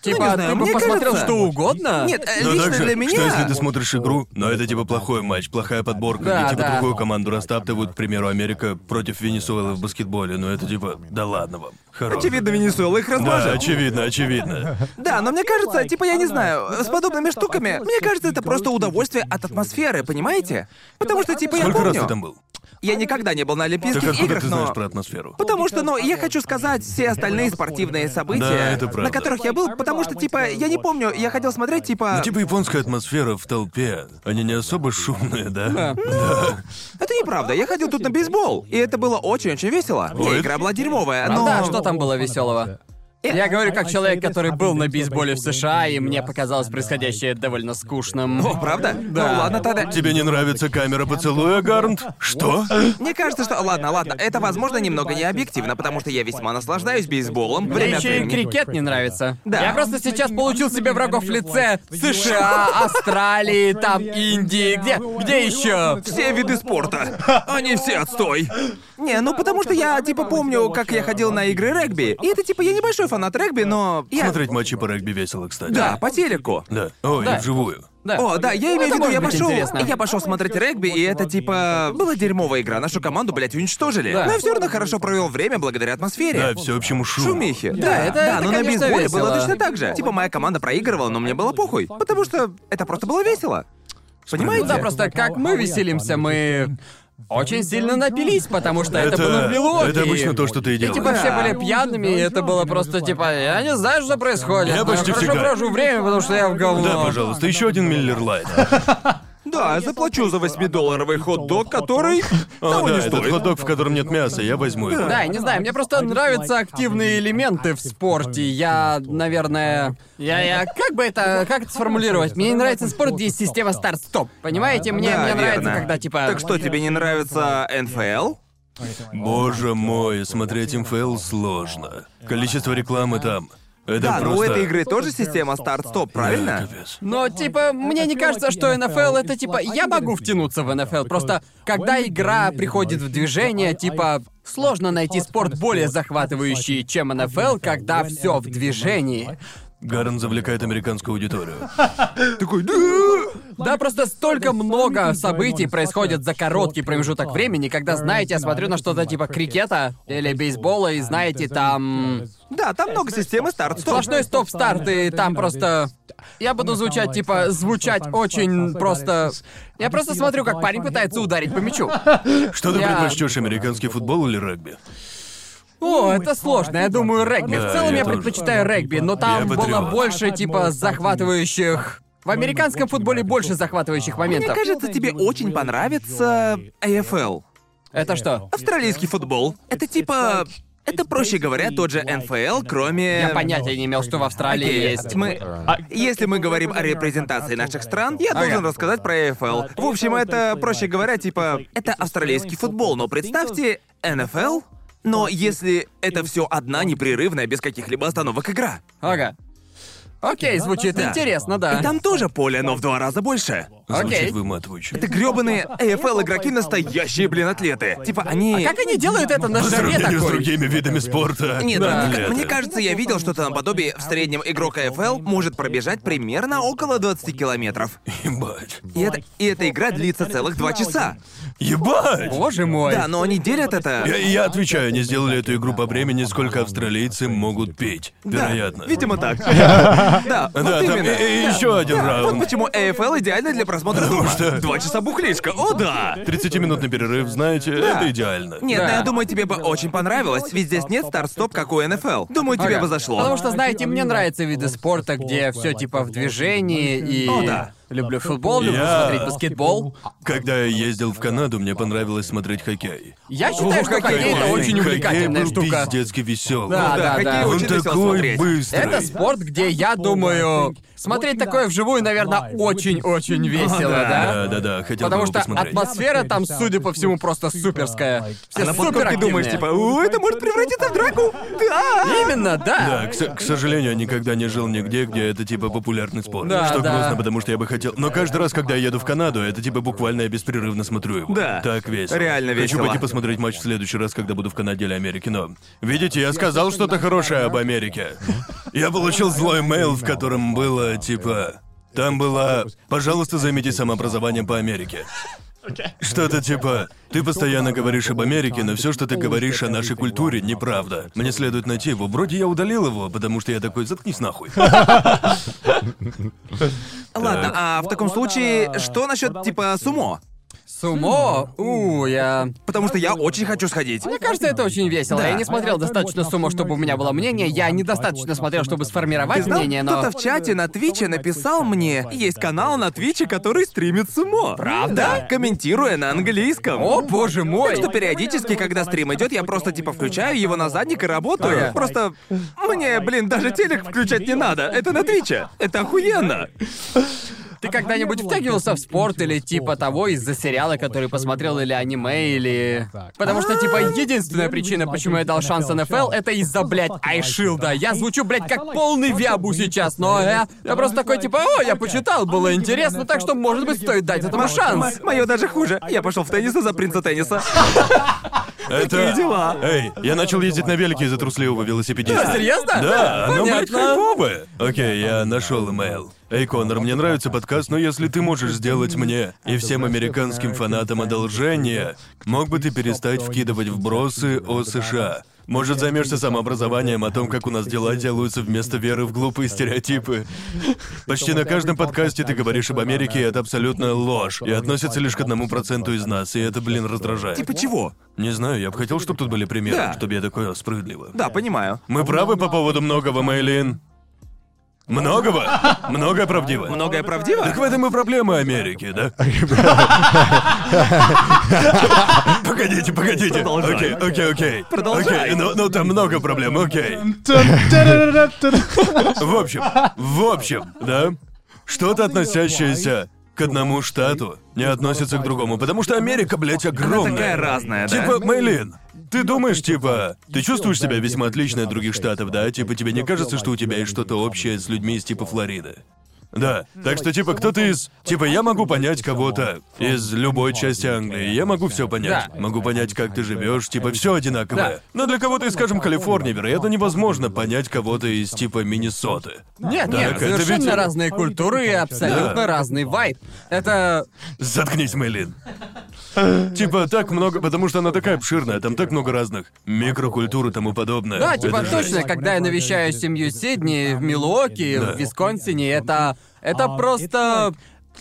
C: Типа,
B: Ну, знаю,
C: ты бы
B: мне
C: посмотрел
B: кажется-
C: что угодно?
B: Нет, э,
A: Но
B: лично
A: Ну, а также,
B: для меня.
A: что если ты смотришь игру, но это типа плохой матч, плохая подборка,
C: Да,
A: где типа
C: да.
A: другую команду растаптывают, к примеру, Америка против Венесуэлы в баскетболе, но это типа, да ладно вам, хорош.
B: Очевидно, Венесуэла их размажет.
A: Да, очевидно, очевидно.
B: Да, но мне кажется, типа, я не знаю, с подобными штуками, мне кажется, это просто удовольствие от атмосферы, понимаете? Потому что, типа, я
A: Сколько раз
B: помню...
A: ты там был?
B: Я никогда не был на
A: Так
B: Олимпийских
A: откуда
B: играх,
A: ты
B: но...
A: знаешь про атмосферу?
B: Потому что, ну, я хочу сказать, все остальные спортивные события,
A: Да, это правда.
B: на которых я был, потому что, типа, я не помню, я хотел смотреть, типа...
A: Ну, типа японская атмосфера в толпе. Они не особо шумные, да? Да.
B: Это неправда, я ходил тут на бейсбол, и это было очень-очень весело.
A: Ой.
B: И игра была дерьмовая, но... А
C: Да, что там было веселого? Я говорю как человек, который был на бейсболе в США, и мне показалось происходящее довольно скучным.
B: О, правда?
C: Да.
B: Ну ладно тогда.
A: Тебе не нравится камера поцелуя, Гарнт? Что?
B: Мне кажется, что... Ладно, ладно, это, возможно, немного не объективно, потому что я весьма наслаждаюсь бейсболом.
C: Мне
B: Время от
C: еще и
B: времени.
C: крикет не нравится.
B: Да.
C: Я просто сейчас получил себе врагов в лице США, Австралии, там Индии, где, где еще?
B: Все виды спорта. Они все отстой. Не, ну потому что я, типа, помню, как я ходил на игры регби. И это, типа, я небольшой фанат регби, но... Я...
A: Смотреть матчи по регби весело, кстати.
B: Да, по телеку.
A: Да. Ой,
C: Да.
A: и вживую.
C: Да.
B: О, да, я имею
C: Это
B: в виду,
C: может
B: я
C: быть
B: пошел.
C: интересно.
B: Я пошел смотреть регби, и это типа. Была дерьмовая игра, нашу команду, блядь, уничтожили.
C: Да.
B: Но я все равно хорошо провел время благодаря атмосфере.
A: Да, всеобщему шуму.
B: Э, Шумихи. Да,
C: это-
B: да,
C: это,
B: но на
C: конечно,
B: бейсболе
C: весело.
B: было точно так же. Типа моя команда проигрывала, но мне было похуй. Потому что это просто было весело.
C: Ну
B: Понимаете?
C: да, просто как мы веселимся, мы очень сильно напились, потому что это, было в Милуоке.
A: это обычно то, что ты и
C: И
A: делаешь.
C: типа все
B: Да.
C: были пьяными, и это было просто типа, я не знаю, что происходит.
A: Я
C: но
A: почти
C: хорошо
A: всегда.
C: провожу время, потому что я в говно.
A: Да, пожалуйста, еще один Миллер Лайт.
B: Да, А я типа заплачу за 8-долларовый хот-дог, который.
A: О,
B: того
A: да,
B: не
A: этот
B: стоит.
A: хот-дог, в котором нет мяса, я возьму его.
C: Да, я не знаю, мне просто нравятся активные элементы в спорте. Я, наверное... Я, я... Как бы это... Как это сформулировать? Мне не нравится спорт, где есть система старт-стоп. Понимаете? Мне,
B: Да,
C: мне нравится,
B: верно.
C: когда типа...
B: Так что, тебе не нравится НФЛ?
A: Боже мой, смотреть МФЛ сложно. Количество рекламы там. Это
B: Да, но у
A: просто...
B: этой игры тоже система старт-стоп, правильно?
A: Капец.
C: Но, типа, мне не кажется, что НФЛ это типа... Я могу втянуться в НФЛ, просто когда игра приходит в движение, типа... Сложно найти спорт более захватывающий, чем НФЛ, когда все в движении.
A: Гарн завлекает американскую аудиторию.
B: Такой, да.
C: Да, просто столько много событий происходит за короткий промежуток времени, когда, знаете, я смотрю на что-то типа крикета или бейсбола, и знаете, там...
B: Да, там много системы старт-стоп.
C: Сплошной стоп-старт, и там просто... Я буду звучать, типа, звучать очень просто... Я просто смотрю, как парень пытается ударить по мячу.
A: Что ты
C: Я-
A: предпочтешь, американский футбол или регби?
C: О, это сложно, я думаю, регби. В
A: Да,
C: целом
A: я
C: я
A: тоже.
C: предпочитаю регби, но
A: Я
C: там было
A: патриот.
C: больше, типа, захватывающих... В американском футболе больше захватывающих
B: Мне
C: моментов.
B: кажется, тебе очень понравится AFL.
C: Это что?
B: Австралийский футбол. Это типа... Это, проще говоря, тот же НФЛ, кроме...
C: Я понятия не имел, что в Австралии
B: Окей,
C: есть.
B: Мы... А Если мы говорим о репрезентации наших стран, я
C: Ага.
B: должен рассказать про AFL. В общем, это, проще говоря, типа... Это австралийский футбол, но представьте, НФЛ... Но если это все одна непрерывная, без каких-либо остановок игра.
C: Ага. Окей, звучит
E: Да.
C: интересно, да.
B: И там тоже поле, но в два раза больше.
A: Звучит
C: Окей.
A: выматывающе.
B: Это грёбаные AFL игроки настоящие, блин, атлеты. Типа они...
C: А Как они делают это на
A: По
C: жаре
A: сравнению с
C: такой?
A: другими видами спорта.
B: Нет, ну, как-
A: атлеты.
B: мне кажется, я видел что-то наподобие. В среднем игрок АФЛ может пробежать примерно около 20 километров.
A: Ебать.
B: И, это- и эта игра длится целых два часа.
A: Ебать!
C: Боже мой.
B: Да, ну, но они делят это...
A: Я, я отвечаю, они сделали эту игру по времени, сколько австралийцы могут петь.
B: Да,
A: Вероятно.
B: видимо так. Да,
A: Да,
B: вот
A: там
B: именно.
A: еще один
B: Вот
A: раунд.
B: почему AFL идеально для просмотра дома.
A: что-
B: Два часа бухлишка, о да!
A: 30-минутный перерыв, знаете, это идеально.
B: Нет,
C: Да.
B: но я думаю, тебе бы очень понравилось, ведь здесь нет старт-стоп, как у НФЛ. Думаю, тебе
C: Ага.
B: бы зашло.
C: Потому что, знаете, мне нравятся виды спорта, где все типа в движении и...
B: О, да.
C: Люблю футбол, люблю
A: Я-
C: смотреть баскетбол.
A: Когда я ездил в Канаду, мне понравилось смотреть хоккей.
C: Я считаю, что
B: хоккей
C: хоккей это
B: классный.
C: очень увлекательная
A: хоккей был
C: штука.
A: пиздецки веселый.
C: Да, да,
B: хоккей
C: да.
A: Он
B: очень весело
A: такой
B: смотреть.
A: быстрый.
C: Это спорт, где я думаю, смотреть такое вживую, наверное, очень-очень весело,
A: Да,
C: да?
A: да, да, хотел бы
C: Потому
A: его
C: что
A: посмотреть.
C: атмосфера там, судя по всему, просто суперская. Все
B: А на подкорке
C: суперактивные.
B: думаешь, типа, о, это может превратиться в драку! Да!
C: А, Именно,
A: Да,
C: да.
A: к, со- к сожалению, я никогда не жил нигде, где это типа популярный спорт.
C: Да,
A: что
C: да.
A: грустно, потому что я бы хотел. Но каждый раз, когда я еду в Канаду, это типа буквально я беспрерывно смотрю его.
B: Да.
A: Так весело.
B: Реально
A: Хочу
B: весело.
A: пойти посмотреть матч в следующий раз, когда буду в Канаде или Америке, но. Видите, я сказал что-то хорошее об Америке. Я получил злой мейл, в котором было типа. Там было «Пожалуйста, займитесь самообразованием по Америке». Что-то типа «Ты постоянно говоришь об Америке, но все, что ты говоришь о нашей культуре, неправда. Мне следует найти его. Вроде я удалил его, потому что я такой «Заткнись нахуй».
B: Ладно, а в таком случае, что насчет типа сумо?
C: Сумо? У, я...
B: Потому что я очень хочу сходить.
C: Мне кажется, это очень весело.
B: Да.
C: Я не смотрел достаточно сумо, чтобы у меня было мнение. Я недостаточно смотрел, чтобы сформировать
E: Ты
B: Знал,
C: мнение, но...
B: кто-то в чате на Твиче написал мне, есть канал на Твиче, который стримит сумо.
C: Правда?
B: Да, комментируя на английском.
C: О, боже мой!
B: Так что периодически, когда стрим идет, я просто типа включаю его на задник и работаю.
C: Ага.
B: Просто мне, блин, даже телек включать не надо. Это на Твиче. Это охуенно.
C: Ты когда-нибудь втягивался в спорт или типа того из-за сериала, который посмотрел, или аниме, или... Потому что, типа, единственная причина, почему я дал шанс НФЛ, это из-за, блядь, Айшилда. Я звучу, блядь, как полный вябу сейчас, но я, я просто такой, типа, о, я почитал, было интересно, так что, может быть, стоит дать этому шанс.
B: Мое даже хуже. Я пошел в теннис из-за принца тенниса.
A: Это...
B: дела.
A: Эй, я начал ездить на велике из-за трусливого велосипедиста.
C: Да, серьезно?
A: Да, ну, блядь,
C: Понятно.
A: хайпово. Окей, я нашел имейл. Эй, Конор, мне нравится подкаст, но если ты можешь сделать мне и всем американским фанатам одолжение, мог бы ты перестать вкидывать вбросы о США? Может, займешься самообразованием о том, как у нас дела делаются вместо веры в глупые стереотипы. Почти на каждом подкасте ты говоришь об Америке, и это абсолютная ложь, и относится лишь к одному проценту из нас, и это, блин, раздражает.
B: Типа чего?
A: Не знаю, я бы хотел, чтобы тут были примеры,
B: Да.
A: чтобы я такое «О, справедливо.
B: Да, понимаю.
A: Мы правы по поводу многого, Мэйлин. Многого? Многое правдиво.
B: Многое правдиво?
A: Так в этом и проблема Америки, да? Погодите, погодите.
B: Продолжай.
A: Окей, окей, окей.
B: Продолжай.
A: Окей, ну, ну, там много проблем, окей. В общем, в общем, да? Что-то относящееся к одному штату не относится к другому, потому что Америка, блядь, огромная.
B: такая разная, да?
A: Типа, Мэйлин, ты думаешь, типа, ты чувствуешь себя весьма отлично от других штатов, да? Типа, тебе не кажется, что у тебя есть что-то общее с людьми из типа Флориды? Да, так что типа кто-то из... Типа я могу понять кого-то из любой части Англии, я могу все понять.
C: Да.
A: Могу понять, как ты живешь, типа все одинаковое. Но для кого-то из, скажем, Калифорнии, вероятно, невозможно понять кого-то из типа Миннесоты.
C: Нет,
A: Так,
C: нет,
A: это ведь-
C: совершенно разные культуры и абсолютно
A: Да.
C: разный вайб. Это...
A: Заткнись, Мэйлин. Типа так много, потому что она такая обширная, там так много разных микрокультур и тому подобное.
C: Да, типа
A: Это жесть.
C: точно, когда я навещаю семью Сидни в Милуоке,
A: Да. А,
C: в Висконсине, это... Это
E: Um,
C: просто...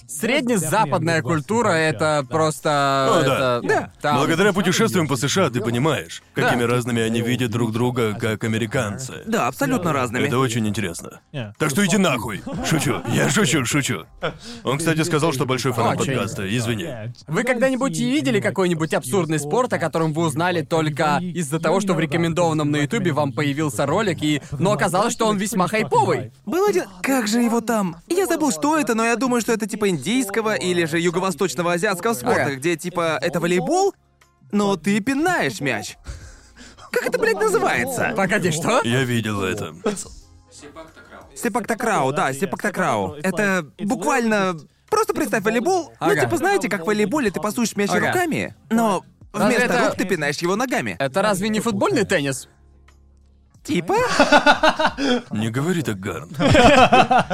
E: it's
C: Среднезападная культура — это просто...
A: О, Ну да.
C: это, там-
A: Благодаря путешествиям по США ты понимаешь, какими
C: Да.
A: разными они видят друг друга как американцы.
B: Да, абсолютно разными.
A: Это очень интересно.
E: Yeah.
A: Так что иди нахуй. Шучу. Я шучу, шучу. Он, кстати, сказал, что большой фанат
C: Очень.
A: подкаста. Извини.
C: Вы когда-нибудь видели какой-нибудь абсурдный спорт, о котором вы узнали только из-за того, что в рекомендованном на Ютубе вам появился ролик, и... но оказалось, что он весьма хайповый?
B: Был один... Как же его там? Я забыл, что это, но я думаю, что это типа индийского или же юго-восточного азиатского спорта,
C: Ага.
B: где типа это волейбол, но ты пинаешь мяч. Как это, блядь, называется?
C: Погоди, что?
A: Я видел это.
B: Сепактакрау, да, сепактакрау. Это буквально... Просто представь волейбол. Ну,
C: Ага.
B: типа, знаете, как в волейболе ты пасуешь мяч
C: Ага.
B: руками, но вместо
C: это-
B: рук ты пинаешь его ногами.
C: Это разве не футбольный теннис?
B: Типа,
A: Не говори так, Гарн.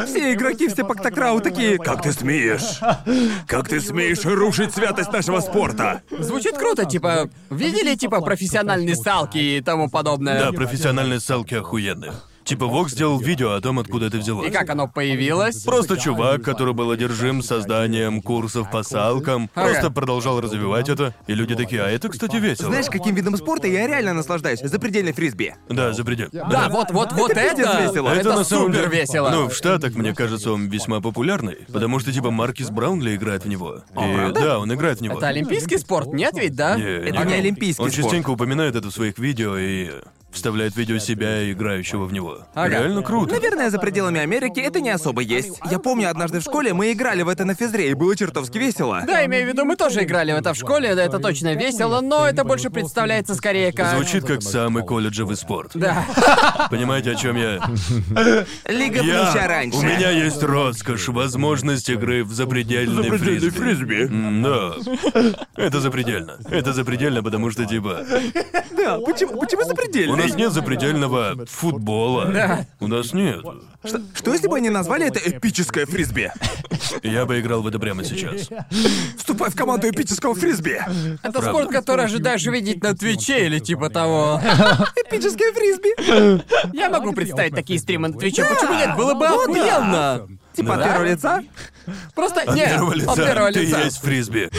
B: все игроки в сепактакрау такие... Как ты смеешь? Как ты смеешь рушить святость нашего спорта?
C: Звучит круто, типа, видели, типа, профессиональные салки и тому
A: Да,
C: подобное?
A: профессиональные салки охуенные. Типа Вокс сделал видео о том, откуда это взялось.
C: И как оно появилось?
A: Просто чувак, который был одержим созданием курсов по салкам,
C: Ага.
A: просто продолжал развивать это, и люди такие, а это, кстати, весело.
B: Знаешь, каким видом спорта я реально наслаждаюсь? Запредельный фрисби.
A: Да, за предел.
C: Да, вот, вот, вот
B: Это
C: это,
B: пиздец весело.
C: А это,
A: Это на самом
C: супер
A: деле-
C: весело.
A: Ну, в Штатах, мне кажется, он весьма популярный, потому что типа Маркис Браунли играет в него. И, да, он играет в него.
C: Это олимпийский спорт, нет ведь, да?
A: Не,
B: Это
A: не.
B: не олимпийский
A: Он
B: спорт.
A: частенько упоминает это в своих видео и вставляет видео себя, играющего в него.
C: Ага.
A: Реально круто.
B: Наверное, за пределами Америки это не особо есть. Я помню, однажды в школе мы играли в это на физре, и было чертовски весело.
C: Да, имею в виду, мы тоже играли в это в школе, да, это точно весело, но это больше представляется скорее как...
A: Звучит как самый колледжевый спорт.
C: Да.
A: Понимаете, о чем я?
B: Лига
A: Я-
B: плюща раньше.
A: У меня есть роскошь, возможность игры в запредельный
B: Запредельный
A: фрисби. М, Да. Это запредельно. Это запредельно, потому что типа
B: Да, почему, почему
A: у
B: запредельный?
A: нас нет запредельного футбола. У нас нет.
B: Что, что если бы они назвали это эпическое фрисби?
A: Я бы играл в это прямо сейчас.
B: Вступай в команду эпического фрисби!
C: Это спорт, который ожидаешь увидеть на Твиче или типа того.
B: Эпическое фрисби!
C: Я могу представить такие стримы на Твиче, почему нет? Было бы
B: Вот да.
C: охуенно!
B: Типа от
C: да.
B: первого лица?
C: Просто
A: От
C: нет,
A: первого лица
C: от первого
A: ты
C: лица.
A: есть фрисби.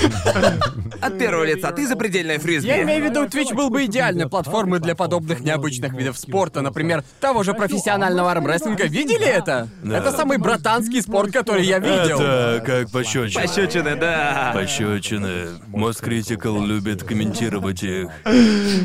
B: От первого лица. Ты запредельная фризби.
C: Я имею в виду, Twitch был бы идеальной платформой для подобных необычных видов спорта, например, того же профессионального армрестлинга. Видели это?
A: Да.
C: Это самый братанский спорт, который я видел.
A: Это как пощечина.
B: Пощечины, да.
A: Пощечины. Мост Критикал любит комментировать их.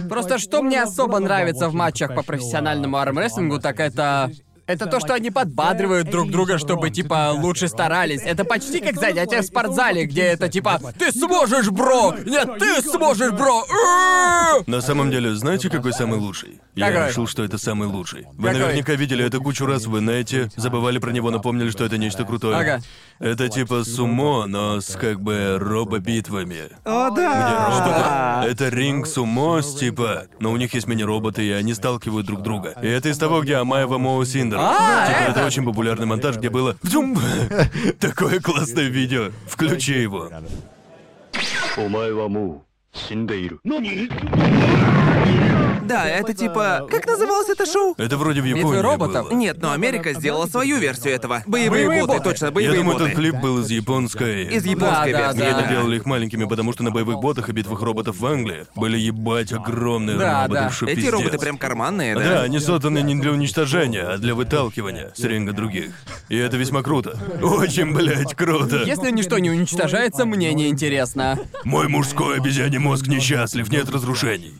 C: Просто что мне особо нравится в матчах по профессиональному армрестлингу, так это... Это то, что они подбадривают друг друга, чтобы, типа, лучше старались. Это почти как занятие в спортзале, где это, типа, «Ты сможешь, бро! Нет, ты сможешь, бро! Э!»
A: На самом деле, знаете, какой самый лучший? Я
C: Какой?
A: решил, что это самый лучший. Вы
C: Какой?
A: наверняка видели это кучу раз в инете, забывали про него, напомнили, что это нечто крутое.
C: Ага.
A: Это типа сумо, но с как бы робобитвами.
B: О, да.
A: Это ринг сумо с типа, но у них есть мини-роботы, и они сталкивают друг друга. И это из того, где Амаева Моу Синдер.
C: А,
A: типа, это
C: это-
A: очень популярный монтаж, где было «Вдюм!» Такое классное видео. Включи его.
D: お前はもう死んでいる。
C: Ну,
D: 何
B: Да, это типа... Как называлось это шоу?
A: Это вроде в
C: Битвы
A: Японии
C: роботов?
A: было.
B: Нет, но Америка сделала свою версию этого. Боевые,
C: Боевые
B: боты,
C: боты.
B: точно,
A: Я
B: боевые
A: думаю,
B: боты.
A: этот клип был из японской.
B: Из японской
C: Да, да,
B: версии.
A: Где
C: да.
A: они делали их маленькими, потому что на боевых ботах и битвах роботов в Англии были ебать огромные
C: Да,
A: роботы,
C: да.
A: что
B: Эти
A: пиздец.
B: роботы прям карманные,
A: Да,
B: да?
A: они созданы не для уничтожения, а для выталкивания с ринга других. И это весьма круто. Очень, блядь, круто.
C: Если ничто не уничтожается, мне не интересно.
A: Мой мужской обезьяний мозг несчастлив, нет разрушений.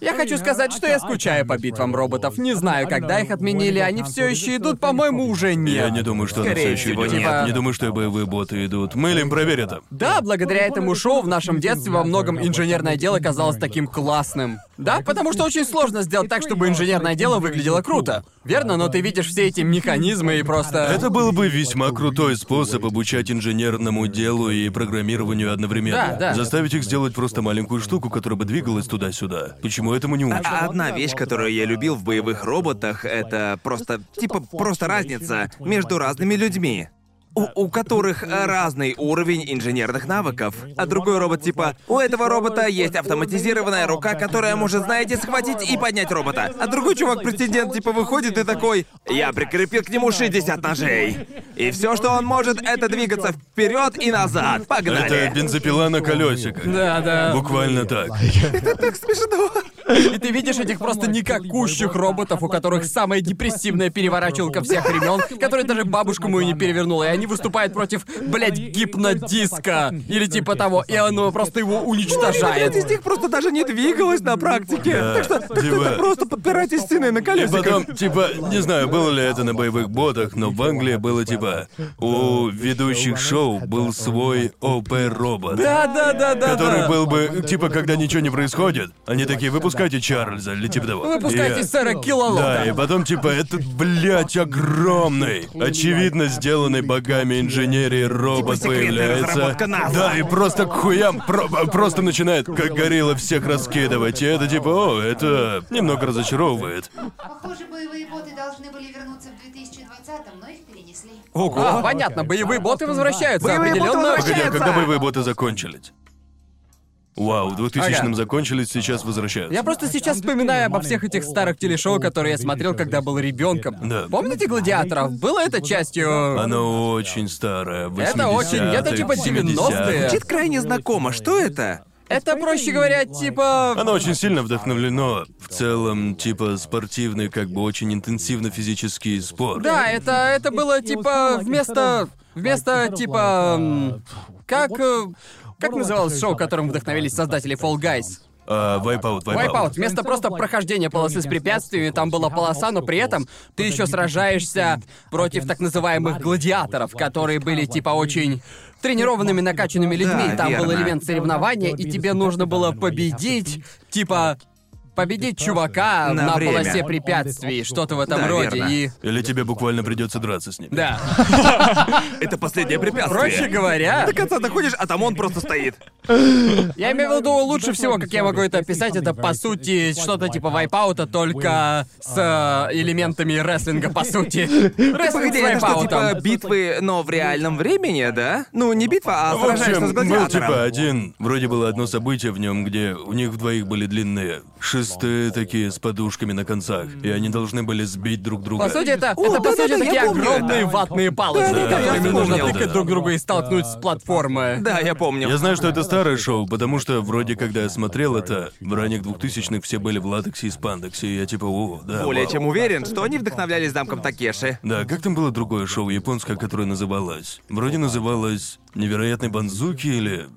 C: Я хочу сказать, что я скучаю по битвам роботов. Не знаю, когда их отменили, они все еще идут, по-моему, уже
A: Я
C: нет.
A: не думаю, что на
B: Скорее
A: все еще
B: всего,
A: идет.
C: нет.
A: Не думаю, что и боевые боты идут. Мэлим, проверь это.
C: Да, благодаря этому шоу в нашем детстве во многом инженерное дело казалось таким классным. Да, потому что очень сложно сделать так, чтобы инженерное дело выглядело круто. Верно, но ты видишь все эти механизмы и просто...
A: Это был бы весьма крутой способ обучать инженерному делу и программированию одновременно.
C: Да, да.
A: Заставить их сделать просто маленькую штуку, которая бы двигалась туда-сюда. Почему этому не учат?
B: А одна вещь, которую я любил в боевых роботах, это просто, типа, просто разница между разными людьми. У, у которых разный уровень инженерных навыков. А другой робот типа, у этого робота есть автоматизированная рука, которая может, знаете, схватить и поднять робота. А другой чувак-претендент типа выходит и такой, я прикрепил к нему 60 ножей. И все, что он может, это двигаться вперед и назад.
A: Это
B: Погнали.
A: бензопила на колесиках.
C: Да, да.
A: Буквально так.
C: И ты видишь этих просто никакущих роботов, у которых самая депрессивная переворачивалка всех времен, которая даже бабушку мою не перевернула, и они выступают против, блядь, гипнодиска. Или типа того, и оно просто его
B: Блядь, из
C: уничтожает.
B: них просто даже не двигалось на практике.
A: Да,
B: Так что, так что
A: типа-
B: это просто подпирайте стены на
A: И
B: колесиках.
A: потом, типа, не знаю, было ли это на боевых ботах, но в Англии было типа у ведущих шоу был свой ОП-робот.
C: Да, да, да, да.
A: Который
C: да.
A: был бы, типа, когда ничего не происходит, они такие, выпускайте Чарльза или типа того.
C: Выпускайте
A: И-
C: сэра Киллалота.
A: Да, и потом, типа, этот, блядь,
C: Типа
A: огромный, очевидно, сделанный богами инженерии робот
B: Типа секретная
A: появляется.
B: разработка НАСА.
A: Да, и просто к хуям, про- просто начинает, как горилла, всех раскидывать. И это типа, о, это немного разочаровывает.
F: Похоже, боевые боты должны были вернуться в 2020-м, но их перенесли.
C: А, понятно, боевые боты возвращаются.
B: Боевые боты
C: определенно.
A: Погоди, а
B: возвращаются!
A: когда боевые боты закончились? Вау, в 2000-м
C: Ага.
A: закончились, сейчас возвращаются.
C: Я просто сейчас вспоминаю обо всех этих старых телешоу, которые я смотрел, когда был ребенком.
A: Да.
C: Помните гладиаторов? Было это частью.
A: Оно очень старое, 80-е,
C: Это очень- это типа
A: 70-е.
C: 90-е.
B: Звучит крайне знакомо. Что это?
C: Это, проще говоря, типа.
A: Оно очень сильно вдохновлено в целом, типа, спортивный, как бы очень интенсивно физический спорт.
C: Да, это, это было типа вместо. вместо типа. м, Как. э, Как называлось шоу, которым вдохновились создатели Fall Guys?
A: А, Wipeout, Wipeout.
C: Wipeout. Вместо просто прохождения полосы с препятствиями, там была полоса, но при этом ты еще сражаешься против так называемых гладиаторов, которые были типа очень тренированными, накачанными людьми.
B: Да,
C: там был
B: верно.
C: элемент соревнования, и тебе нужно было победить, типа победить чувака
B: На
C: на,
B: время.
C: полосе препятствий, что-то в этом
B: Да,
C: роде.
B: верно.
C: И
A: Или тебе буквально придется драться с ним.
C: да.
B: Это последнее препятствие.
C: Проще говоря,
B: До конца доходишь, а там он просто стоит.
C: я имею в виду лучше всего, как я могу это описать, это по сути что-то типа вайпаута, только с
B: А,
C: э, элементами рестлинга, по сути. Рестлинг
B: Погоди,
C: с
B: это что, типа
C: вайпаутом.
B: битвы, но в реальном времени, да? Ну, не битва, а
A: В
B: сражаешься с
A: общем, был
B: гладиатором.
A: типа один, вроде было одно событие в нем, где у них двоих были длинные шесты такие с подушками на концах, и они должны были сбить друг друга.
C: По сути, это,
B: э, О,
C: это по
B: да-да-да,
C: сути,
B: я
C: такие
B: помню
C: огромные
B: это.
C: ватные палочки,
B: Да-да-да, я
C: которыми нужно
B: вспомнил.
C: тыкать друг друга и столкнуть с платформы.
B: Да, я помню.
A: Я знаю, что это старое шоу, потому что вроде когда я смотрел это, в ранних 2000-х все были в латексе и спандексе, и я типа, о, да,
B: Более
A: вау».
B: чем уверен, что они вдохновлялись замком Такеши.
A: Да, как там было другое шоу японское, которое называлось? Вроде называлось «Невероятный Банзуки» или...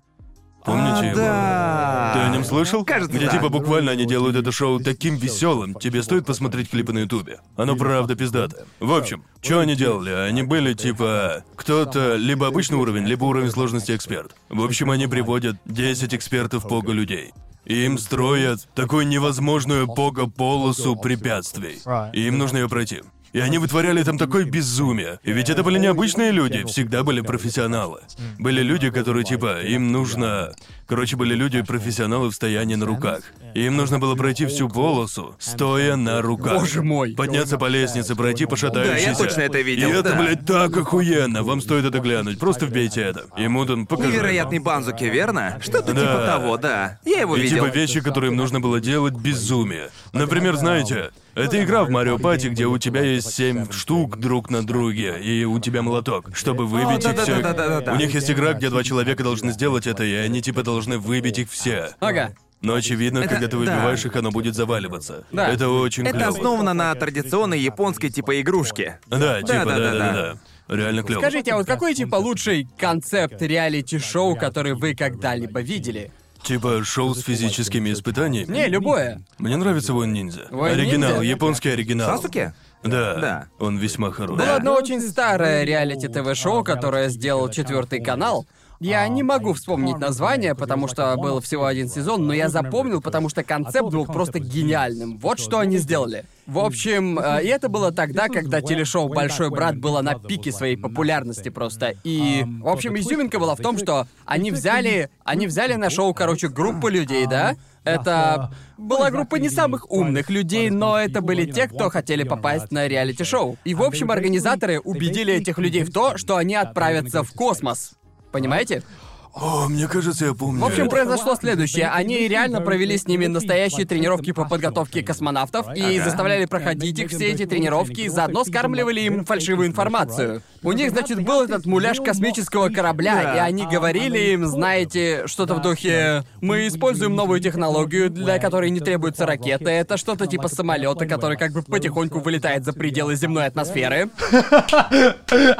A: Помните его?
B: А, Да.
A: Ты о нем слышал?
B: Кажется,
A: Где
B: да.
A: типа буквально они делают это шоу таким веселым. Тебе стоит посмотреть клипы на Ютубе. Оно правда пиздато. В общем, что они делали? Они были типа кто-то либо обычный уровень, либо уровень сложности эксперт. В общем, они приводят 10 экспертов пога людей. И им строят такую невозможную пога-полосу препятствий. И им нужно ее пройти. И они вытворяли там такое безумие. И ведь это были необычные люди, всегда были профессионалы. Были люди, которые типа, им нужно... Короче, были люди, профессионалы в стоянии на руках. И им нужно было пройти всю полосу, стоя на руках.
C: Боже мой.
A: Подняться по лестнице, пройти по
B: Да,
A: шатающейся.
B: я точно это видел.
A: И это,
B: да.
A: блядь, так охуенно. Вам стоит это глянуть. Просто вбейте это. И Муден, покажи.
B: Невероятный Банзуки, верно? Что-то
A: Да.
B: типа того, да. Я его
A: И
B: видел.
A: типа вещи, которые им нужно было делать, безумие. Например, знаете, это игра в Марио Пати, где у тебя есть семь штук друг на друге, и у тебя молоток, чтобы выбить
B: О,
A: их всех.
B: да-да-да-да-да-да.
A: У них есть игра, где два человека должны сделать это, и они типа должны выбить их все.
C: Ага.
A: Но очевидно, когда ты
B: да.
A: выбиваешь их, оно будет заваливаться.
C: Да.
A: Это очень
B: Это
A: клево.
B: основано на традиционной японской типа игрушки.
A: Да, типа,
B: да-да-да-да.
A: да-да-да. Реально клево.
C: Скажите, а вот какой типа лучший концепт реалити-шоу, который вы когда-либо видели?
A: Типа шоу с физическими испытаниями.
C: Не, любое.
A: Мне нравится Вон Ниндзя.
C: «Воин
A: оригинал,
C: ниндзя»?
A: японский оригинал.
B: Сасуки?
A: Да.
B: Да.
A: Он весьма хорош.
C: Было одно очень старое реалити-ТВ-шоу, которое сделал четвертый канал. Я не могу вспомнить название, потому что был всего один сезон, но я запомнил, потому что концепт был просто гениальным. Вот что они сделали. В общем, э, и это было тогда, когда телешоу «Большой брат» было на пике своей популярности просто. И, в общем, изюминка была в том, что они взяли, они взяли на шоу, короче, группу людей, А, да? Это была группа не самых умных людей, но это были те, кто хотели попасть на реалити-шоу. И, в общем, организаторы убедили этих людей в то, что они отправятся в космос. Понимаете?
A: О, мне кажется, я помню.
C: В общем, произошло следующее. Они реально провели с ними настоящие тренировки по подготовке космонавтов и
E: Ага.
C: заставляли проходить их все эти тренировки, и заодно скармливали им фальшивую информацию. У них, значит, был этот муляж космического корабля,
B: Да.
C: и они говорили им, знаете, что-то в духе «Мы используем новую технологию, для которой не требуется ракета. Это что-то типа самолета, который как бы потихоньку вылетает за пределы земной атмосферы».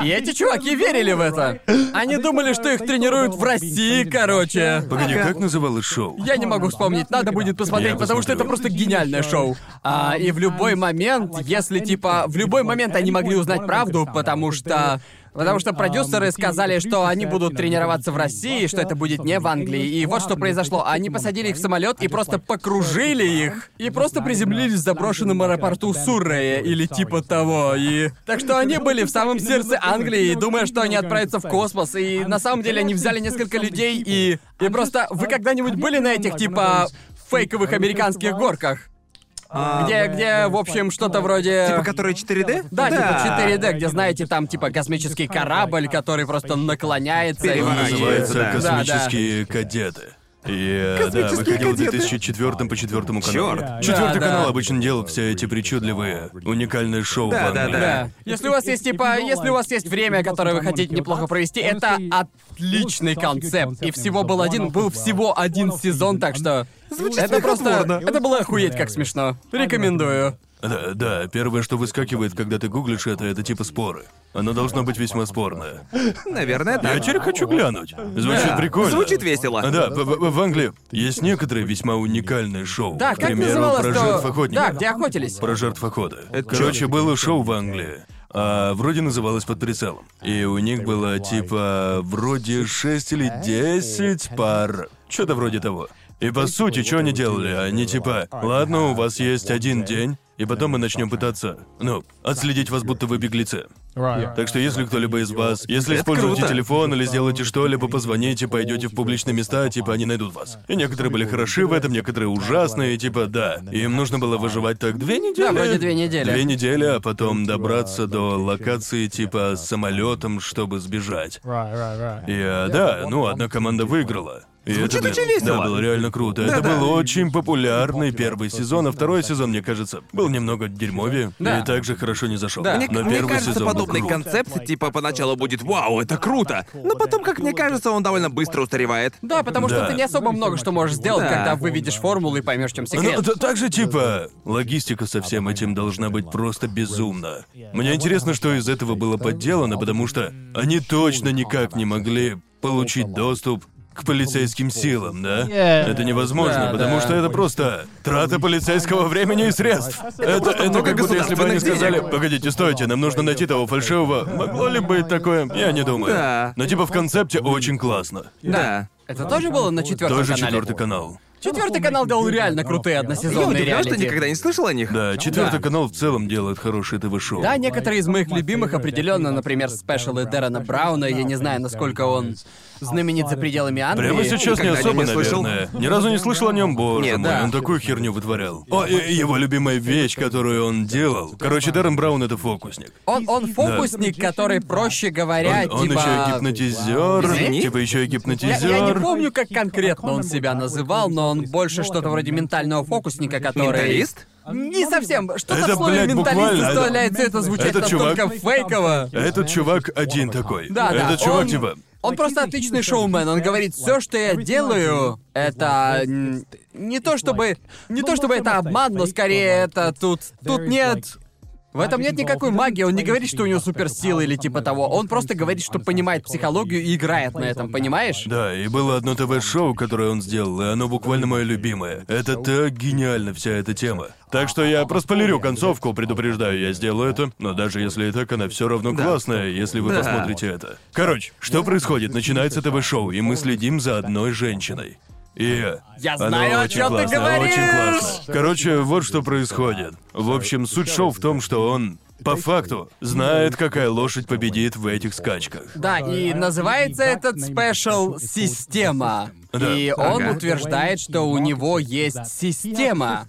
C: И эти чуваки верили в это. Они думали, что их тренируют в России, короче.
A: Погоди, как называлось шоу?
C: Я не могу вспомнить, надо будет посмотреть,
A: Я
C: потому что это
A: посмотрю.
C: просто гениальное шоу. А, и в любой момент, если типа, в любой момент они могли узнать правду, потому что... Потому что продюсеры сказали, что они будут тренироваться в России, что это будет не в Англии. И вот что произошло. Они посадили их в самолет и просто покружили их. И просто приземлились в заброшенном аэропорту Суррея или типа того. И... Так что они были в самом сердце Англии, думая, что они отправятся в космос. И на самом деле они взяли несколько людей и... И просто... Вы когда-нибудь были на этих типа фейковых американских горках?
A: А,
B: А,
C: Где, где, в общем, что-то вроде...
B: Типа которые 4D?
C: Да, типа 4D, где, знаете, там, типа, космический корабль, который просто наклоняется и...
A: Он
B: Переворачивается,
A: называется
B: да.
A: «Космические кадеты». И э, да,
B: Космические
A: выходил в
B: кадеты.
A: 2004 по четвертому каналу.
B: Чёрт.
A: Четвертый
C: Да,
A: канал
C: да.
A: обычно делал все эти причудливые, уникальные шоу
B: Да,
A: в
B: да,
A: Англии.
C: Да. Если у вас есть типа, если у вас есть время, которое вы хотите неплохо провести, это отличный концепт. И всего был один, был всего один сезон, так что это просто, это было охуеть как смешно. Рекомендую.
A: Да, да, первое, что выскакивает, когда ты гуглишь это, это типа споры. Оно должно быть весьма спорное.
B: Наверное, да.
A: Я теперь хочу глянуть. Звучит
B: Да.
A: прикольно.
B: Звучит весело.
A: Да, в, в- в Англии есть некоторые весьма уникальные шоу.
C: Да,
A: К
C: как
A: примеру,
C: называлось
A: про жертв
C: то?
A: охотников.
C: Да, где охотились?
A: Про жертв охоты. Короче, было шоу в Англии. а, вроде называлось «Под прицелом». И у них было, типа, вроде 6 или 10 пар. Что-то вроде того. И по сути, что они делали? Они типа, ладно, у вас есть один день, и потом мы начнем пытаться, ну, отследить вас, будто вы беглецы. Так что если кто-либо из вас, если
B: Это
A: используете
B: круто.
A: телефон или сделаете что-либо, позвоните, пойдете в публичные места, типа они найдут вас. И некоторые были хороши в этом, некоторые ужасные, типа да. Им нужно было выживать так две недели.
C: Да, вроде две недели.
A: Две недели, а потом добраться до локации типа самолетом, чтобы сбежать. а,
E: Right, right, right.
A: И э, да, ну одна команда выиграла. И
B: Звучит
A: это,
B: очень
A: да,
B: весело.
A: Да, было реально круто. это
B: Да-да.
A: был очень популярный первый сезон, а второй сезон, мне кажется, был немного дерьмовее
C: Да.
A: и также хорошо не зашел.
C: Да.
A: Но
B: Мне, мне
A: первый
B: кажется,
A: сезон был
B: подобный
A: крут.
B: концепт, типа, поначалу будет «Вау, это круто!» Но потом, как мне кажется, он довольно быстро устаревает.
C: Да, потому что
A: Да.
C: ты не особо много что можешь сделать,
B: Да.
C: когда выведешь формулу и поймешь, в чем секрет.
A: Ну, т- также, типа, логистика со всем этим должна быть просто безумна. Мне интересно, что из этого было подделано, потому что они точно никак не могли получить доступ к полицейским силам, да?
E: Yeah.
A: Это невозможно,
C: Да,
A: потому
C: да.
A: что это просто трата полицейского времени и средств. Это, это,
B: много
A: как будто если бы они
B: государственных
A: сказали,
B: денег.
A: погодите, стойте, нам нужно найти того фальшивого. Могло ли быть такое? Я не думаю.
B: Да.
A: Но типа в концепте очень классно.
B: Да.
C: Это тоже было на четвертом
A: Тоже
C: канале.
A: четвертый канал.
C: Четвертый канал делал реально крутые
B: Я
C: односезонные
B: удивлен,
C: реалити.
B: что никогда не слышал о них.
A: Да, четвертый
C: Да.
A: канал в целом делает хорошие ТВ-шоу.
C: Да, некоторые из моих любимых определенно, например, спешалы Дэрона Брауна. Я не знаю, насколько он знаменит за пределами Англии.
A: Прямо сейчас не
B: Никогда о нем
A: особо,
B: не слышал.
A: наверное. Ни разу не слышал о нем, боже
B: Не,
A: мой,
B: да.
A: он такую херню вытворял. О, и- и его любимая вещь, которую он делал. Короче, Даррен Браун это фокусник.
C: Он, он фокусник, который, проще говоря,
A: Он, он
C: типа...
A: еще и гипнотизер,
C: Извини?
A: типа еще и
C: Я, я не
A: гипнотизер.
C: помню, как конкретно он себя называл, но он
A: Ну,
C: больше что-то вроде ментального фокусника, который...
B: Менталист?
E: А
C: Не совсем. Что-то
A: Ну, Это,
C: в слове
A: блядь,
C: менталист
A: буквально-
C: заставляет все это звучать
A: Этот чувак-
C: настолько фейково.
A: Этот чувак один такой.
C: Да, да,
A: Этот чувак
C: он-
A: типа.
C: Он просто отличный шоумен. Он говорит, все, что я делаю, это м, не то чтобы не то чтобы это обман, но скорее это тут тут нет. В этом нет никакой магии, он не говорит, что у него суперсилы или типа того. Он просто говорит, что понимает психологию и играет на этом, понимаешь?
A: Да, и было одно ТВ-шоу, которое он сделал, и оно буквально мое любимое. Это так гениально вся эта тема. Так что я проспойлерю концовку, предупреждаю, я сделаю это, но даже если и так, она все равно классная, если вы
B: Да.
A: посмотрите это. Короче, что происходит? Начинается ТВ-шоу, и мы следим за одной женщиной. И
C: Я
A: оно
C: знаю, о
A: очень
C: чем ты
A: классное,
C: говоришь!
A: Очень классно. Короче, вот что происходит. В общем, суть шоу в том, что он по факту знает, какая лошадь победит в этих скачках.
C: Да,
A: Э,
C: и называется этот спешл «Система».
A: Да.
C: И он
B: Ага.
C: утверждает, что у него есть система,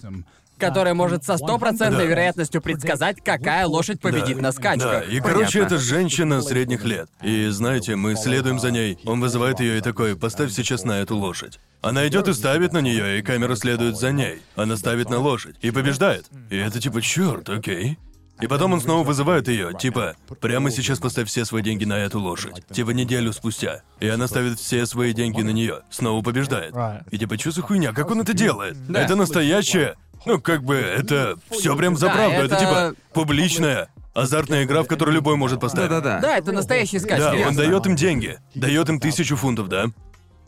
C: которая может со стопроцентной
A: Да.
C: вероятностью предсказать, какая лошадь победит на
A: Да,
C: скачках.
A: и короче,
B: Понятно.
A: это женщина средних лет. И знаете, мы следуем за ней. Он вызывает ее и такой, поставь сейчас на эту лошадь. Она идет и ставит на нее, и камера следует за ней. Она ставит на лошадь и побеждает. И это типа, черт, окей. И потом он снова вызывает ее, типа, прямо сейчас поставь все свои деньги на эту лошадь. Типа неделю спустя. И она ставит все свои деньги на нее. Снова побеждает. И типа, что за хуйня? Как он это делает? Это настоящее. Ну, как бы, это все прям за
C: Да,
A: правду. это...
C: это-
A: типа публичная, азартная игра, в которую любой может поставить.
B: Да-да-да.
C: Да, это настоящие
A: Да,
C: скачки.
A: он дает им деньги. Дает им тысячу фунтов, да?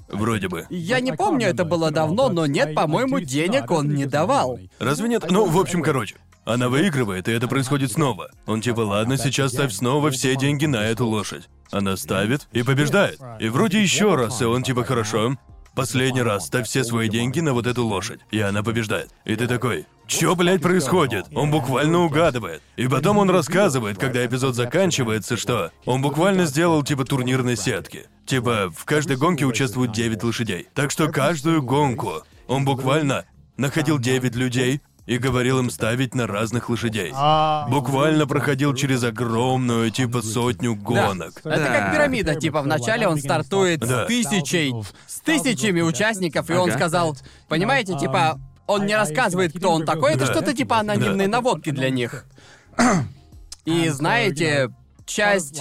A: Вроде бы.
C: Я не помню, это было давно, но нет, по-моему, денег он не давал.
A: Разве нет? Ну, в общем, короче. Она выигрывает, и это происходит снова. Он типа, ладно, сейчас ставь снова все деньги на эту лошадь. Она ставит и побеждает. И вроде еще раз, и он типа, хорошо, последний раз ставь все свои деньги на вот эту лошадь. И она побеждает. И ты такой, Чё, блядь, происходит? Он буквально угадывает. И потом он рассказывает, когда эпизод заканчивается, что он буквально сделал типа турнирной сетки. Типа, в каждой гонке участвуют 9 лошадей. Так что каждую гонку он буквально находил 9 людей и говорил им ставить на разных лошадей. Буквально проходил через огромную, типа, сотню гонок.
C: Это
B: Да.
C: как пирамида, типа вначале он стартует
A: Да.
C: с тысячей, с тысячами участников, и он
B: Ага.
C: сказал, понимаете, типа, он не рассказывает, кто он такой, это
A: Да.
C: что-то типа анонимные
A: Да.
C: наводки для них. И знаете, часть...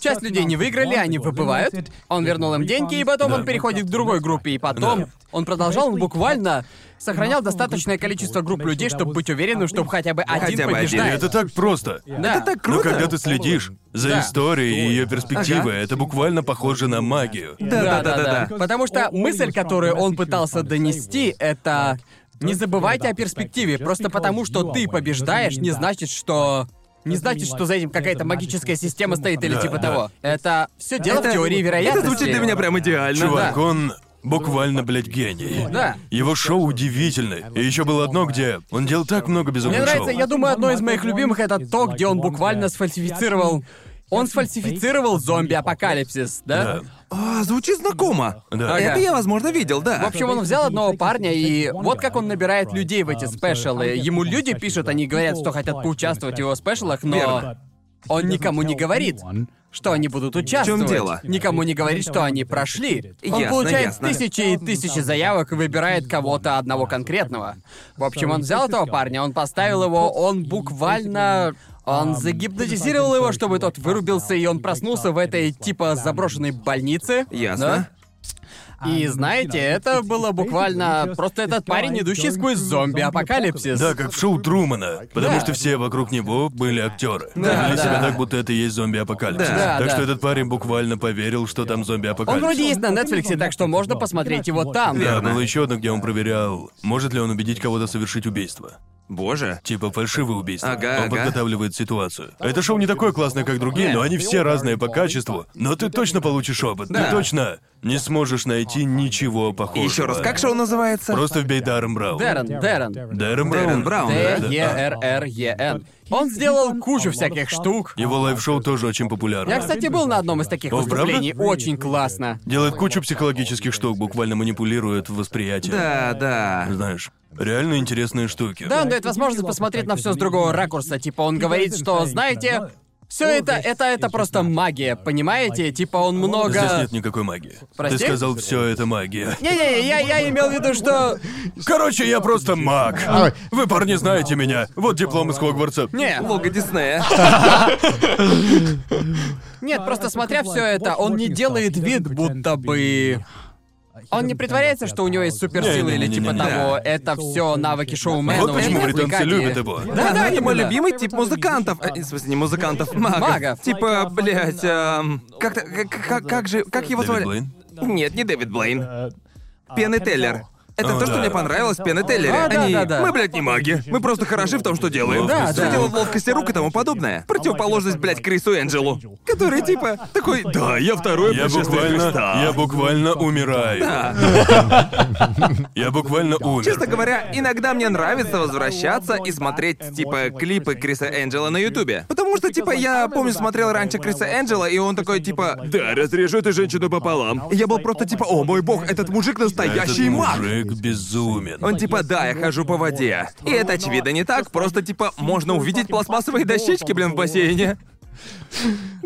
C: Часть людей не выиграли, они выбывают. Он вернул им деньги, и потом
A: Да.
C: он переходит к другой группе. И потом
A: Да.
C: он продолжал он буквально сохранял достаточное количество групп людей, чтобы быть уверенным, что хотя бы один
B: Хотя бы один.
A: И
C: побеждает.
A: это так просто.
C: Да.
B: Это так
A: Но
B: круто.
A: Ну, когда ты следишь за
C: Да.
A: историей и ее перспективой,
B: Ага.
A: это буквально похоже на магию.
B: Да-да-да-да.
C: Потому что мысль, которую он пытался донести, это не забывайте о перспективе. Просто потому, что ты побеждаешь, не значит, что не значит, что за этим какая-то магическая система стоит или
A: Да,
C: типа
A: да.
C: того. Это все дело в теории вероятности.
B: Это звучит для меня прям идеально.
A: Чувак, он буквально, блядь, гений.
C: Да.
A: Его шоу удивительное. И еще было одно, где он делал так много
C: Мне
A: безумных шоу.
C: нравится, я думаю, одно из моих любимых это то, где он буквально сфальсифицировал. Он сфальсифицировал зомби-апокалипсис, да?
A: Да.
B: А, звучит знакомо.
A: Да.
B: Это я, возможно, видел,
C: В
B: да.
C: общем, он взял одного парня, и вот как он набирает людей в эти спешалы. Ему люди пишут, они говорят, что хотят поучаствовать в его спешалах, но
E: Верно.
C: он никому не говорит. что они будут участвовать.
B: дело?
C: Никому не говорит, что они прошли. Он
B: Ясно,
C: получает
B: ясно.
C: тысячи и тысячи заявок и выбирает кого-то одного конкретного. В общем, он взял этого парня, он поставил его, он буквально... Он загипнотизировал его, чтобы тот вырубился, и он проснулся в этой типа заброшенной больнице.
B: Ясно.
C: А, ну, Да? И знаете, это было буквально просто этот парень, идущий сквозь зомби-апокалипсис.
A: Да, как в шоу Трумана. Потому
C: Да.
A: что все вокруг него были актеры.
C: Да,
A: Вели
C: да.
A: себя так, будто это и есть зомби-апокалипсис.
C: Да,
A: так
C: да.
A: что этот парень буквально поверил, что там
C: Он
A: зомби-апокалипсис.
C: вроде есть на Netflix, так что можно посмотреть его там.
A: Да,
B: Верно.
A: было еще одно, где он проверял, может ли он убедить кого-то совершить убийство.
B: Боже.
A: Типа фальшивое убийство.
B: Ага,
A: он
B: ага.
A: подготавливает ситуацию. Это шоу не такое классное, как другие, но они все разные по качеству. Но ты точно получишь опыт.
B: Да.
A: Ты точно не сможешь найти ничего похожего.
B: Еще раз, как шоу называется?
A: Просто вбей Даррен Браун.
C: Дэрон, Дэрон.
A: Дэрон Браун.
B: Дэрон Браун, да?
C: Т-Е-Р-Р-Е-Н. а Он сделал кучу всяких штук.
A: Его лайв-шоу тоже очень популярно.
C: Я, кстати, был на одном из таких
A: О,
C: выступлений.
A: правда?
C: Очень классно.
A: Делает кучу психологических штук, буквально манипулирует восприятием.
B: Да, да.
A: Знаешь, реально интересные штуки.
C: Да, он дает возможность посмотреть на все с другого ракурса. Типа он говорит, что, знаете, все это, это, это просто магия, понимаете? Типа он
A: Здесь
C: много...
A: нет никакой магии.
C: Прости?
A: Ты сказал, все это магия.
C: Не-не, я, я имел в виду, что...
A: Короче, я просто маг. Вы, парни, знаете меня. Вот диплом из Хогвартса.
C: Не,
B: Лого Диснея.
C: нет, просто смотря все это, он не делает вид, будто бы... Он не притворяется, что у него есть суперсилы или типа
A: Не-не-не-не-не.
C: того. Это все навыки шоумена.
A: Вот почему
C: умение
A: британцы
C: отвлекания.
A: любят его.
B: ну, Да, да, это мой
C: именно.
B: любимый тип музыкантов.
C: типа,
B: Э, В смысле, не музыкантов, магов.
C: Магов.
B: Типа, блядь, эм, как, как, как, как же, как его
A: Дэвид
B: звали?
A: Блейн?
B: Нет, не Дэвид Блейн.
E: Uh,
B: Пен и Теллер. Это
A: О,
B: то, что
A: А, да.
B: мне понравилось в Пен и Теллере.
C: А, да,
B: Они,
C: да, да.
B: мы, блядь, не маги. Мы просто хороши в том, что делаем.
A: Да,
B: Всё
C: да.
B: дело в ловкости рук и тому подобное. Противоположность, блядь, Крису Энджелу. Который, типа, такой, да, я второй
A: Я буквально, я буквально умираю. Я буквально
B: Честно
A: умер.
B: говоря, иногда мне нравится возвращаться и смотреть, типа, клипы Криса Энджела на Ютубе. Потому что, типа, я помню, смотрел раньше Криса Энджела, и он такой, типа... «Да, разрежу эту женщину пополам». Я был просто типа, о мой бог, этот мужик
A: Этот
B: настоящий маг.
A: мужик безумен.
B: Он типа, да, я хожу по воде. И это очевидно не так, просто типа можно увидеть пластмассовые дощечки, блин, в бассейне.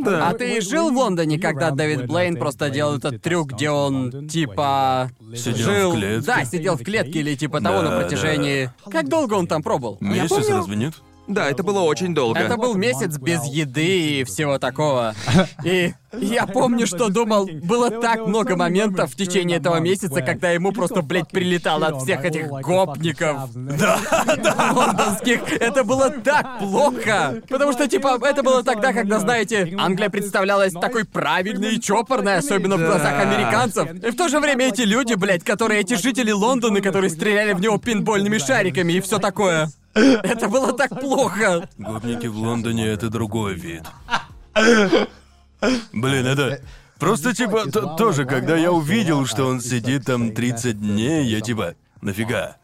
C: А ты жил в Лондоне, когда Дэвид Блейн просто делал этот трюк, где он типа
A: Сидел
C: жил,
A: в клетке.
C: да, сидел в клетке или типа того
A: Да,
C: на протяжении. Как долго он там пробыл?
A: Месяц,
B: помню.
A: разве нет?
B: Да, это было очень долго.
C: Это был месяц без еды и всего такого. И я помню, что думал, было так много моментов в течение этого месяца, когда ему просто, блядь, прилетало от всех этих гопников. лондонских. Это было так плохо. Потому что, типа, это было тогда, когда, знаете, Англия представлялась такой правильной и чопорной, особенно в
B: Да.
C: глазах американцев. И в то же время эти люди, блядь, которые эти жители Лондона, которые стреляли в него пинбольными шариками и все такое. Это было так плохо.
A: Гопники в Лондоне — это другой вид. Блин, это... Просто типа то- тоже, когда я увидел, что он сидит там 30 дней, я типа, нафига?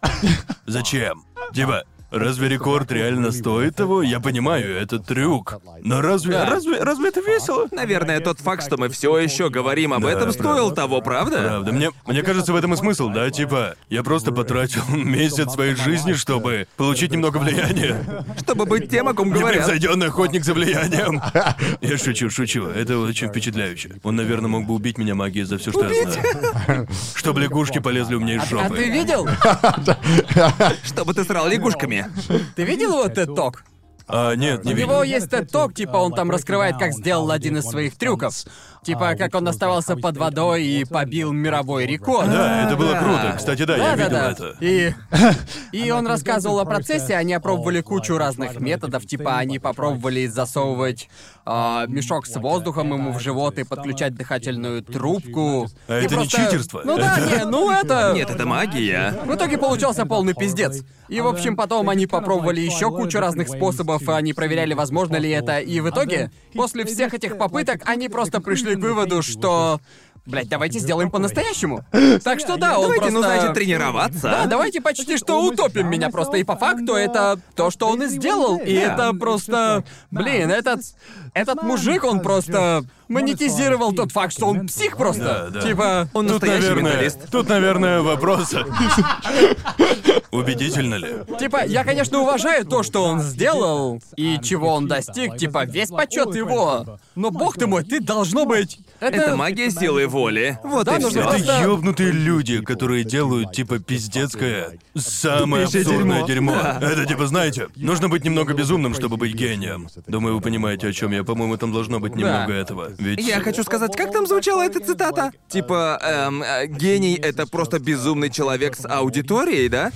A: Зачем? Типа, разве рекорд реально стоит того? Я понимаю, это трюк. Но разве... Разве... Разве это весело?
B: Наверное, тот факт, что мы все еще говорим об
A: Да,
B: этом, стоил того, правда?
A: Правда, мне, мне кажется, в этом и смысл, да? Типа, я просто потратил месяц своей жизни, чтобы получить немного влияния.
B: Чтобы быть тем, о ком говорят.
A: Непревзойденный охотник за влиянием. Я шучу, шучу. Это очень впечатляюще. Он, наверное, мог бы убить меня магией за все, что я знаю. Чтоб лягушки полезли у меня из
C: А ты
A: жопы.
C: видел?
B: Чтобы ты срал лягушками.
C: Ты видел его тед-ток?
A: А, нет, не
C: У него
A: видел.
C: есть ток, типа он там раскрывает, как сделал один из своих трюков. Типа, как он оставался под водой и побил мировой рекорд.
A: Да, это было
B: Да.
A: круто. Кстати, да, я видел это.
C: И... И он рассказывал о процессе, они опробовали кучу разных методов, типа они попробовали засовывать а, мешок с воздухом ему в живот и подключать дыхательную трубку.
A: А
C: И
A: это не
C: просто-
A: читерство?
C: Ну да,
A: Это-
C: не, ну это...
B: Нет, это магия.
C: В итоге получался полный пиздец. И, в общем, потом они попробовали еще кучу разных способов, и они проверяли, возможно ли это. И в итоге, после всех этих попыток, они просто пришли к выводу, что... Блять, давайте сделаем по-настоящему. Так что да, он
B: Давайте, ну,
C: просто-
B: значит, тренироваться.
C: Да, давайте почти что утопим меня просто. И по факту это то, что он и сделал. И
B: Да.
C: это просто... Блин, этот... Этот мужик, он просто... монетизировал тот факт, что он псих просто.
A: Да, да.
C: Типа, он
A: Тут,
B: настоящий
A: наверное,
B: менталист.
A: тут, наверное, вопрос. Убедительно ли?
C: Типа, я, конечно, уважаю то, что он сделал и чего он достиг, типа, весь почет его. Но бог ты мой, ты должно быть. Это,
B: Это магия силы воли. Вот
C: Да, ну
B: и
C: нужно
B: все.
A: Это
C: Просто-
A: ёбнутые люди, которые делают, типа, пиздецкое, самое
B: Тупейшее
A: абсурдное
B: дерьмо.
A: дерьмо. Это, типа, знаете, нужно быть немного безумным, чтобы быть гением. Думаю, вы понимаете, о чем я. По-моему, там должно быть немного этого. Ведь...
B: Я хочу сказать, как там звучала эта цитата? Типа, эм, э, гений это просто безумный человек с аудиторией, да?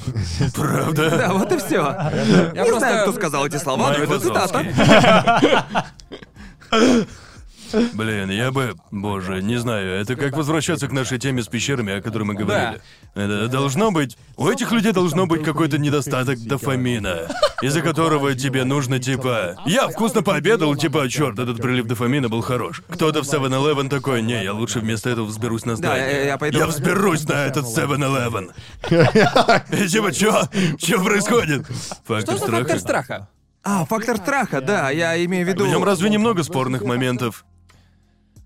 A: Правда?
B: Да, вот и все. Не
C: просто-
B: знаю, кто сказал эти слова, но
A: Майк
B: это цитата.
A: Вазовский. Блин, я бы... Боже, не знаю, это как возвращаться к нашей теме с пещерами, о которой мы говорили. Это должно быть... У этих людей должно быть какой-то недостаток дофамина, из-за которого тебе нужно, типа... Я вкусно пообедал, типа, черт, этот прилив дофамина был хорош. Кто-то в 7-Eleven такой, не, я лучше вместо этого взберусь на здание.
B: я- я пойду.
A: Я взберусь на этот 7-Eleven. И типа, чё? Чё происходит? Фактор
C: Что за Ну, фактор страха?
B: А, фактор страха, да, я имею в виду.
A: В нем разве немного спорных моментов?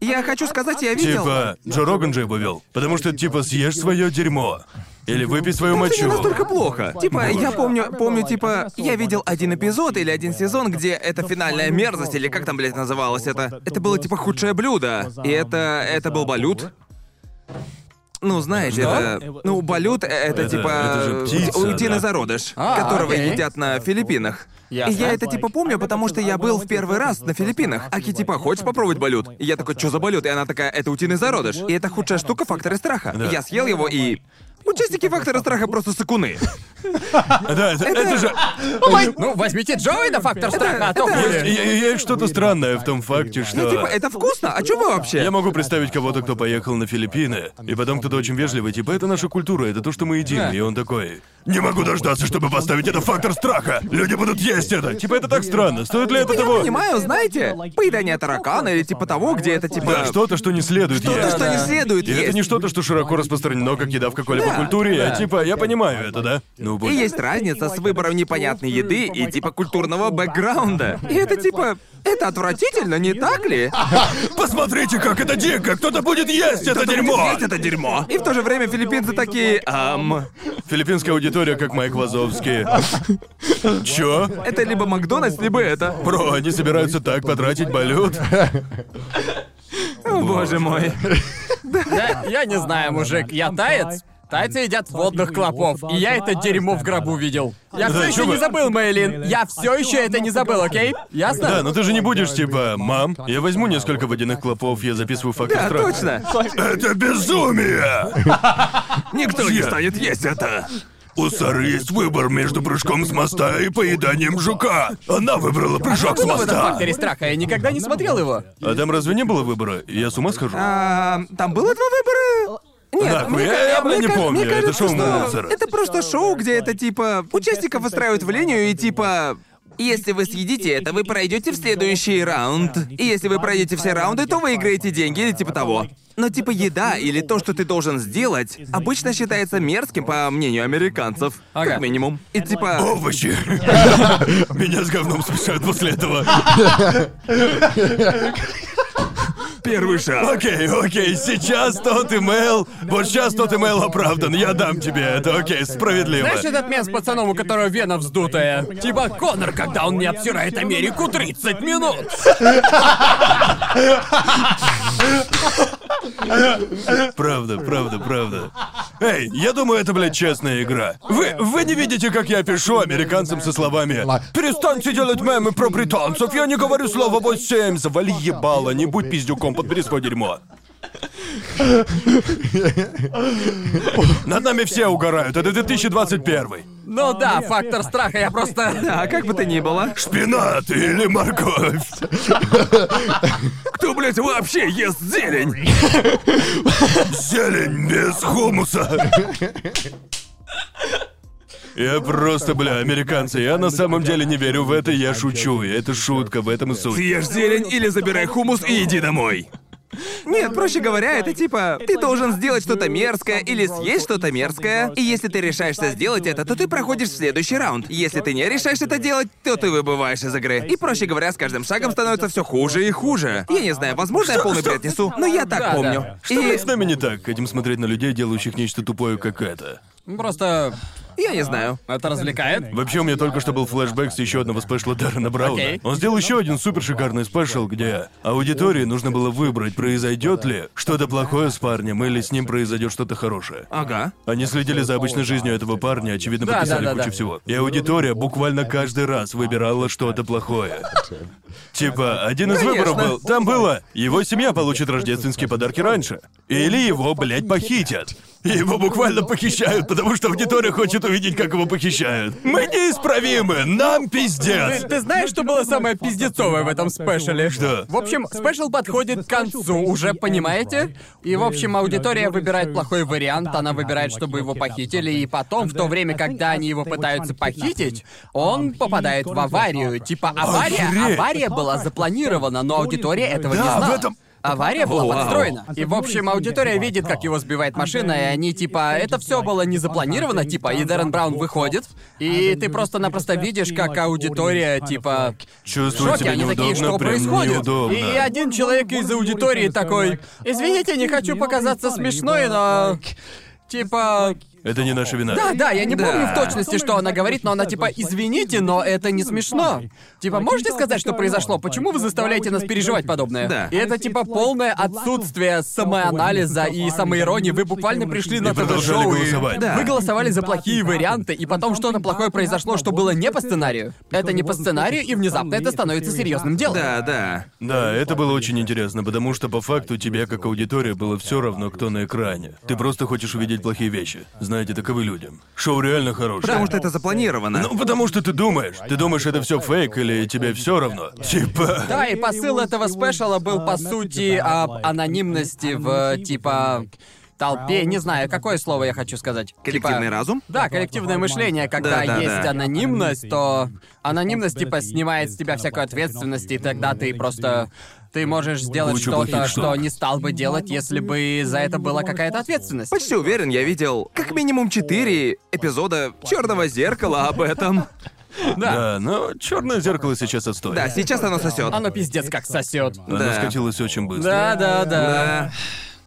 B: Я хочу сказать, я видел.
A: Типа, Джо Роган же его вел. Потому что, типа, съешь свое дерьмо. Или выпей свою
B: Это не
A: мочу.
B: настолько плохо. Типа, я помню, помню, типа, я видел один эпизод или один сезон, где это финальная мерзость, или как там, блядь, называлось это. Это было типа худшее блюдо. И это. это был балют. Ну, знаете, это. Ну, балют э, это,
A: Это-
B: типа.
A: это же птица,
B: утиный
A: да.
B: зародыш,
C: А,
B: которого
C: окей.
B: едят на Филиппинах. И
C: Ясно.
B: я это типа помню, потому что я был в первый раз на Филиппинах. Аки типа,
A: ну
B: хочешь попробовать балют? И я такой, что за балют? И она такая, это утиный зародыш. И это худшая штука фактора страха.
A: Да.
B: Я съел его и... Участники фактора страха просто сакуны.
A: Да, это, это же...
C: Ну, возьмите Джоэна фактор страха, а то
A: Есть,
C: хули.
A: е- е- есть что-то странное в том факте, что...
B: Ну типа, это вкусно, а чё вы вообще?
A: Я могу представить кого-то, кто поехал на Филиппины, и потом кто-то очень вежливый, типа, это наша культура, это то, что мы едим,
C: Да.
A: и он такой... Не могу дождаться, чтобы поставить это в фактор страха! Люди будут есть это! Типа, это так странно, стоит ли это
B: Ну, Я
A: того...
B: понимаю, знаете, поедание таракана или типа того, где это типа...
A: Да, что-то, что не следует
B: то
A: есть.
B: что не
C: да.
B: следует
A: И это не
B: есть.
A: что-то, что широко распространено, как еда в какой-либо
B: Да,
A: культуре, а
C: да.
A: типа, я понимаю это, да? Ну,
B: И
A: блин.
B: есть разница с выбором непонятной еды и типа культурного бэкграунда. И это типа... Это отвратительно, не так ли?
A: Посмотрите, как это дико! Кто-то будет есть А, это дерьмо!
B: Есть это дерьмо. И в то же время филиппинцы такие... Ам...
A: Филиппинская аудитория, как Майк Вазовский. Чё?
B: Это либо Макдональдс, либо это.
A: Бро, они собираются так потратить балют.
B: О, боже мой.
C: Я, я не знаю, мужик, я таец. Тайцы едят водных клопов, и я это дерьмо в гробу видел. Я
A: Да,
C: все еще
A: чувак.
C: не забыл, Мэйлин. Я все еще это не забыл, окей? Ясно?
A: Да, ну, но ты же не будешь, типа, мам, я возьму несколько водяных клопов, я записываю факт
B: Да,
A: страха».
B: точно.
A: Это безумие!
B: Никто не
A: Я-
B: станет есть это.
A: У Сары есть выбор между прыжком с моста и поеданием жука. Она выбрала прыжок с
C: Было в этом
A: моста.
C: факторе страха, я никогда не смотрел его.
A: А там разве не было выбора? Я с ума схожу.
B: А, там было два выбора? Нет,
A: Нахуй,
B: мне,
A: я
B: ка-
A: явно
B: мне
A: не
B: ка-
A: помню,
B: мне
A: это
B: кажется,
A: шоу
B: что
A: Мулзера.
B: Это просто шоу, где это типа участников выстраивают в линию и типа если вы съедите это, вы пройдете в следующий раунд. И если вы пройдете все раунды, то выиграете деньги или типа того. Но типа еда или то, что ты должен сделать, обычно считается мерзким, по мнению американцев.
C: Ага.
B: Как минимум. И типа...
A: Овощи. Меня с говном смешают после этого.
B: Первый шаг.
A: Окей, окей, сейчас тот имейл. Вот сейчас тот имейл оправдан. Я дам тебе это, окей, справедливо.
C: Знаешь этот мем с пацаном, у которого вена вздутая? Типа Конор, когда он не обсирает Америку 30 минут.
A: Правда, правда, правда. Эй, я думаю, это, блядь, честная игра. Вы, вы не видите, как я пишу американцам со словами «Перестаньте делать мемы про британцев, я не говорю слово 8, завали ебало, не будь пиздюком, подбери свое дерьмо». Над нами все угорают, это 2021.
C: Ну да, фактор страха, я просто... а
B: Да, как бы то ни было.
A: Шпинат или морковь?
B: Кто, блядь, вообще ест зелень?
A: Зелень без хумуса. Я просто, бля, американцы, я на самом деле не верю в это, я шучу, и это шутка, в этом и суть.
B: Съешь зелень или забирай хумус и иди домой. Нет, проще говоря, это типа, ты должен сделать что-то мерзкое или съесть что-то мерзкое. И если ты решаешься сделать это, то ты проходишь в следующий раунд. Если ты не решаешь это делать, то ты выбываешь из игры. И проще говоря, с каждым шагом становится все хуже и хуже. Я не знаю, возможно, я полный бред несу, но я так
C: Да, да.
B: помню.
A: Что,
B: И
A: блядь, с нами не так? Хотим смотреть на людей, делающих нечто тупое, как это.
C: Просто
B: я не знаю.
C: это развлекает.
A: Вообще, у меня только что был флешбэк с еще одного спешла Даррена Брауна.
C: Окей.
A: Он сделал еще один супер шикарный спешл, где аудитории нужно было выбрать, произойдет ли что-то плохое с парнем или с ним произойдет что-то хорошее.
B: Ага.
A: Они следили за обычной жизнью этого парня, очевидно,
C: Да,
A: подписали
C: да, да,
A: кучу
C: да.
A: всего. И аудитория буквально каждый раз выбирала что-то плохое. Типа, один из выборов
B: Конечно.
A: был. Там было, его семья получит рождественские подарки раньше. Или его, блядь, похитят. Его буквально похищают, потому что аудитория хочет увидеть, как его похищают. Мы неисправимы, нам
C: Ты,
A: пиздец.
C: ты знаешь, что было самое пиздецовое в этом спешле?
A: Что?
C: В общем, спешл подходит к концу, уже понимаете? И, в общем, аудитория выбирает плохой вариант, она выбирает, чтобы его похитили, и потом, в то время, когда они его пытаются похитить, он попадает в аварию. Типа, авария,
A: Охереть!
C: авария была запланирована, но аудитория этого не
A: Да, в
C: знала.
A: этом-
C: Авария была
A: О, вау.
C: подстроена. И, в общем, аудитория видит, как его сбивает машина, и они типа, это все было не запланировано, типа, и Дэрон Браун выходит, и ты просто-напросто видишь, как аудитория, типа,
A: Чувствую
C: шоке,
A: себя
C: они такие,
A: неудобно,
C: что
A: прям
C: происходит?
A: неудобно.
C: И один человек из аудитории такой, извините, не хочу показаться смешной, но... Типа...
A: Это не наша вина.
C: Да, да, я не
B: Да.
C: помню в точности, что она говорит, но она типа, извините, но это не смешно. Типа, можете сказать, что произошло? Почему вы заставляете нас переживать подобное?
B: Да.
C: И это типа полное отсутствие самоанализа и самоиронии. Вы буквально пришли на
A: И продолжали
C: ТВ-шоу и
A: голосовать.
B: Да.
C: вы голосовали за плохие варианты, и потом что-то плохое произошло, что было не по сценарию. Это не по сценарию, и внезапно это становится серьезным делом.
B: Да, да.
A: Да, это было очень интересно, потому что по факту тебе, как аудитория, было все равно, кто на экране. Ты просто хочешь увидеть плохие вещи. Знаете, таковы люди. Шоу реально хорошее.
B: Потому что это запланировано.
A: Ну, потому что ты думаешь. Ты думаешь, это все фейк или тебе все равно? Типа.
C: Да, и посыл этого спешала был, по сути, об анонимности в, типа, толпе. Не знаю, какое слово я хочу сказать.
B: Коллективный
C: Типа,
B: разум?
C: Да, коллективное мышление, когда
B: Да, да,
C: есть
B: да.
C: анонимность, то анонимность типа снимает с тебя всякую ответственность, и тогда ты просто ты можешь сделать
A: Кучу
C: что-то,
A: плохих
C: что
A: штук.
C: не стал бы делать, если бы за это была какая-то ответственность.
B: Почти уверен, я видел как минимум четыре эпизода Черного зеркала об этом.
A: Да, но черное зеркало сейчас отстой.
B: Да, сейчас оно сосет.
C: Оно пиздец как сосет.
A: Оно
B: да.
A: скатилось очень быстро.
C: Да, да, да.
B: Да.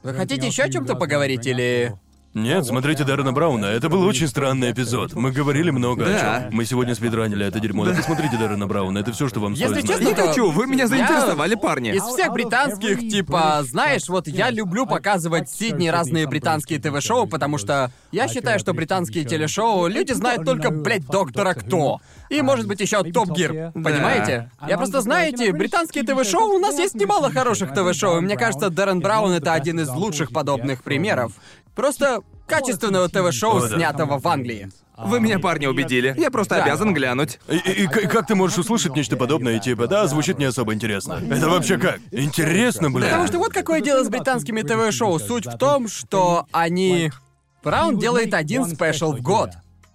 C: Вы хотите еще о чем-то поговорить или.
A: Нет, смотрите Даррена Брауна. Это был очень странный эпизод. Мы говорили много
B: Да.
A: о чем. Мы сегодня спидранили это дерьмо. Но посмотрите Даррена Брауна. Это все, что вам
C: Если
A: стоит
C: честно,
A: знать.
B: Не
C: то-
B: хочу, вы меня заинтересовали, парни.
C: Из всех британских, типа, знаешь, вот я люблю показывать Сидни разные британские ТВ-шоу, потому что я считаю, что британские телешоу люди знают только, блядь, доктора кто. И, может быть, еще Топ Гир, понимаете? Я просто, знаете, британские ТВ-шоу, у нас есть немало хороших ТВ-шоу, и мне кажется, Дэрон Браун — это один из лучших подобных примеров. Просто качественного ТВ-шоу,
A: О, да.
C: снятого в Англии.
B: Вы меня, парни, убедили. А, Я просто обязан глянуть.
A: И, и- и к- как ты можешь услышать нечто подобное, и типа, да, звучит не особо интересно. Это вообще как? Интересно, бля.
C: Потому что вот какое дело с британскими ТВ-шоу. Суть в том, что они... Браун делает один спешл в год.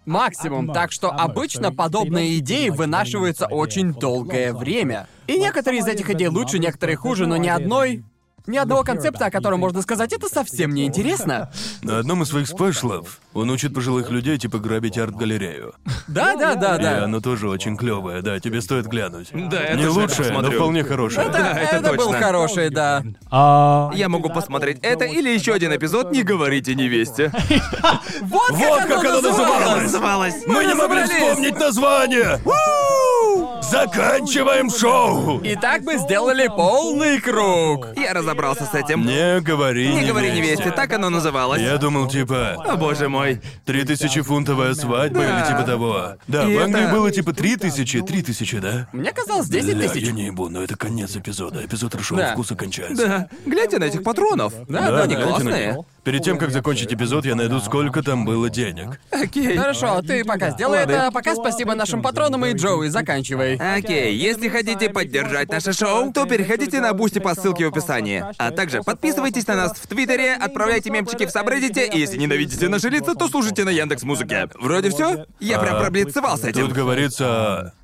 C: Максимум, так что обычно подобные идеи вынашиваются очень долгое время. И некоторые из этих идей лучше, некоторые хуже, но ни одной... Ни одного концепта, о котором можно сказать, это совсем не интересно.
A: На одном из своих спешлов он учит пожилых людей, типа, грабить арт-галерею.
C: Да, да, да,
A: И
C: да.
A: оно тоже очень клевое, да, тебе стоит глянуть.
B: Да, это
A: Не
B: же я
A: лучшее, но
B: посмотрю.
A: вполне хорошее.
C: Это,
B: это
C: это был
B: точно.
C: хороший, да.
E: Uh,
B: Я могу посмотреть это или еще один эпизод «Не говорите невесте».
C: Вот,
A: Вот как оно называлось!
B: Называлось.
A: Мы не могли
C: разобрались!
A: вспомнить название! У! Заканчиваем шоу!
C: Итак, мы сделали полный круг.
B: Я разобрался с этим.
A: Не говори
B: «Не говори невесте», так Ну, оно называлось.
A: Я думал,
B: О,
A: типа,
B: боже мой.
A: три тысячи фунтовая свадьба
B: Да.
A: или типа того. Да,
B: И
A: в Англии
B: это-
A: было типа три тысячи, три тысячи, да?
C: Мне казалось, 10
A: Бля,
C: тысяч.
A: я не ебу, но это конец эпизода. Эпизод «Ршёвого
C: Да.
A: вкуса» кончается.
B: Да. Гляньте на этих патронов.
C: Да, да,
B: они
A: гляньте на
B: классные.
A: него. Перед тем, как закончить эпизод, я найду, сколько там было денег.
B: Окей.
C: Хорошо, ты пока сделай
B: Ладно. Э,
C: это, а пока спасибо нашим патронам и Джоуи, заканчивай.
B: Окей, если хотите поддержать наше шоу, то переходите на Бусти по ссылке в описании. А также подписывайтесь на нас в Твиттере, отправляйте мемчики в Сабреддите, и если ненавидите наши лица, то слушайте на Яндекс Музыке. Вроде все? Я прям
A: А,
B: проблицевал с этим.
A: Тут говорится...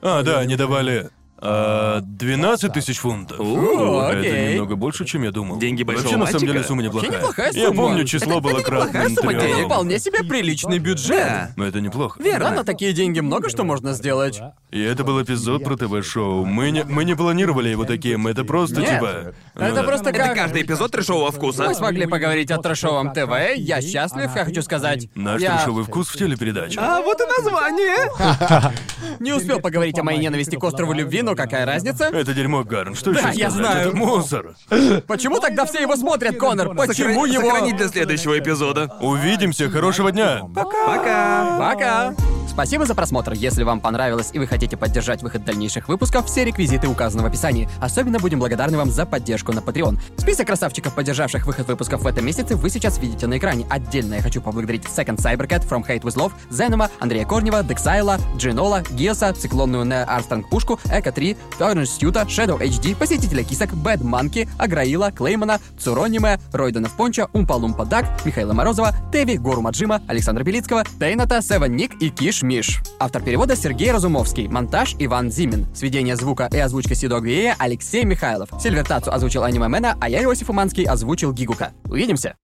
A: А, да, они давали А, 12 тысяч фунтов.
C: О, окей.
A: Это немного больше, чем я думал.
B: Деньги большого
A: Вообще, на самом
B: мальчика.
A: деле, сумма неплохая.
C: неплохая
A: Я
C: сумма.
A: помню, число было
B: неплохая
A: кратным
B: сумма
A: трём.
B: денег.
C: Вполне себе приличный бюджет.
B: Да.
A: Но это неплохо.
C: Да, на такие деньги много что можно сделать.
A: И это был эпизод про ТВ-шоу. Мы не, мы не планировали его таким, это просто
C: Нет.
A: типа...
C: Это
A: э,
C: просто
B: Это
C: как...
B: каждый эпизод трешового вкуса.
C: Мы смогли поговорить о трэшовом ТВ, я счастлив, я хочу сказать.
A: Наш
C: я
A: трешовый вкус в телепередаче.
B: А вот и название.
C: не успел поговорить о моей ненависти к острову любви, но какая разница?
A: Это дерьмо, Гарн, что еще сказать?
C: я знаю.
A: Это мусор.
C: Почему тогда все его смотрят, Конор? Почему
B: Сохрани-
C: его...
B: Сохранить для следующего эпизода.
A: Увидимся, хорошего дня.
B: Пока.
C: Пока! Спасибо за просмотр. Если вам понравилось и вы хотите поддержать выход дальнейших выпусков, все реквизиты указаны в описании. Особенно будем благодарны вам за поддержку на Patreon. Список красавчиков, поддержавших выход выпусков в этом месяце, вы сейчас видите на экране. Отдельно я хочу поблагодарить Second Cybercat, From Hate With Love, Зенома, Андрея Корнева, Дексайла, Джинола, Гиоса, Циклонную Нео Армстронг Пушку, Эко 3, Торренс Стюта, Shadow HD, Посетителя Кисок, Бэд Манки, Аграила, Клеймана, Цурониме, Ройдена Понча, Умпа Лумпа Дак, Михаила Морозова, Теви, Гору Маджима, Александра Белицкого, Тейната, Севен Ник и Киш Миш. Автор перевода Сергей Разумовский, монтаж Иван Зимин, сведение звука и озвучка Сидо Гвея Алексей Михайлов, Сильвертацию озвучил Аниме Мэна, а я, Иосиф Уманский, озвучил Гигука. Увидимся!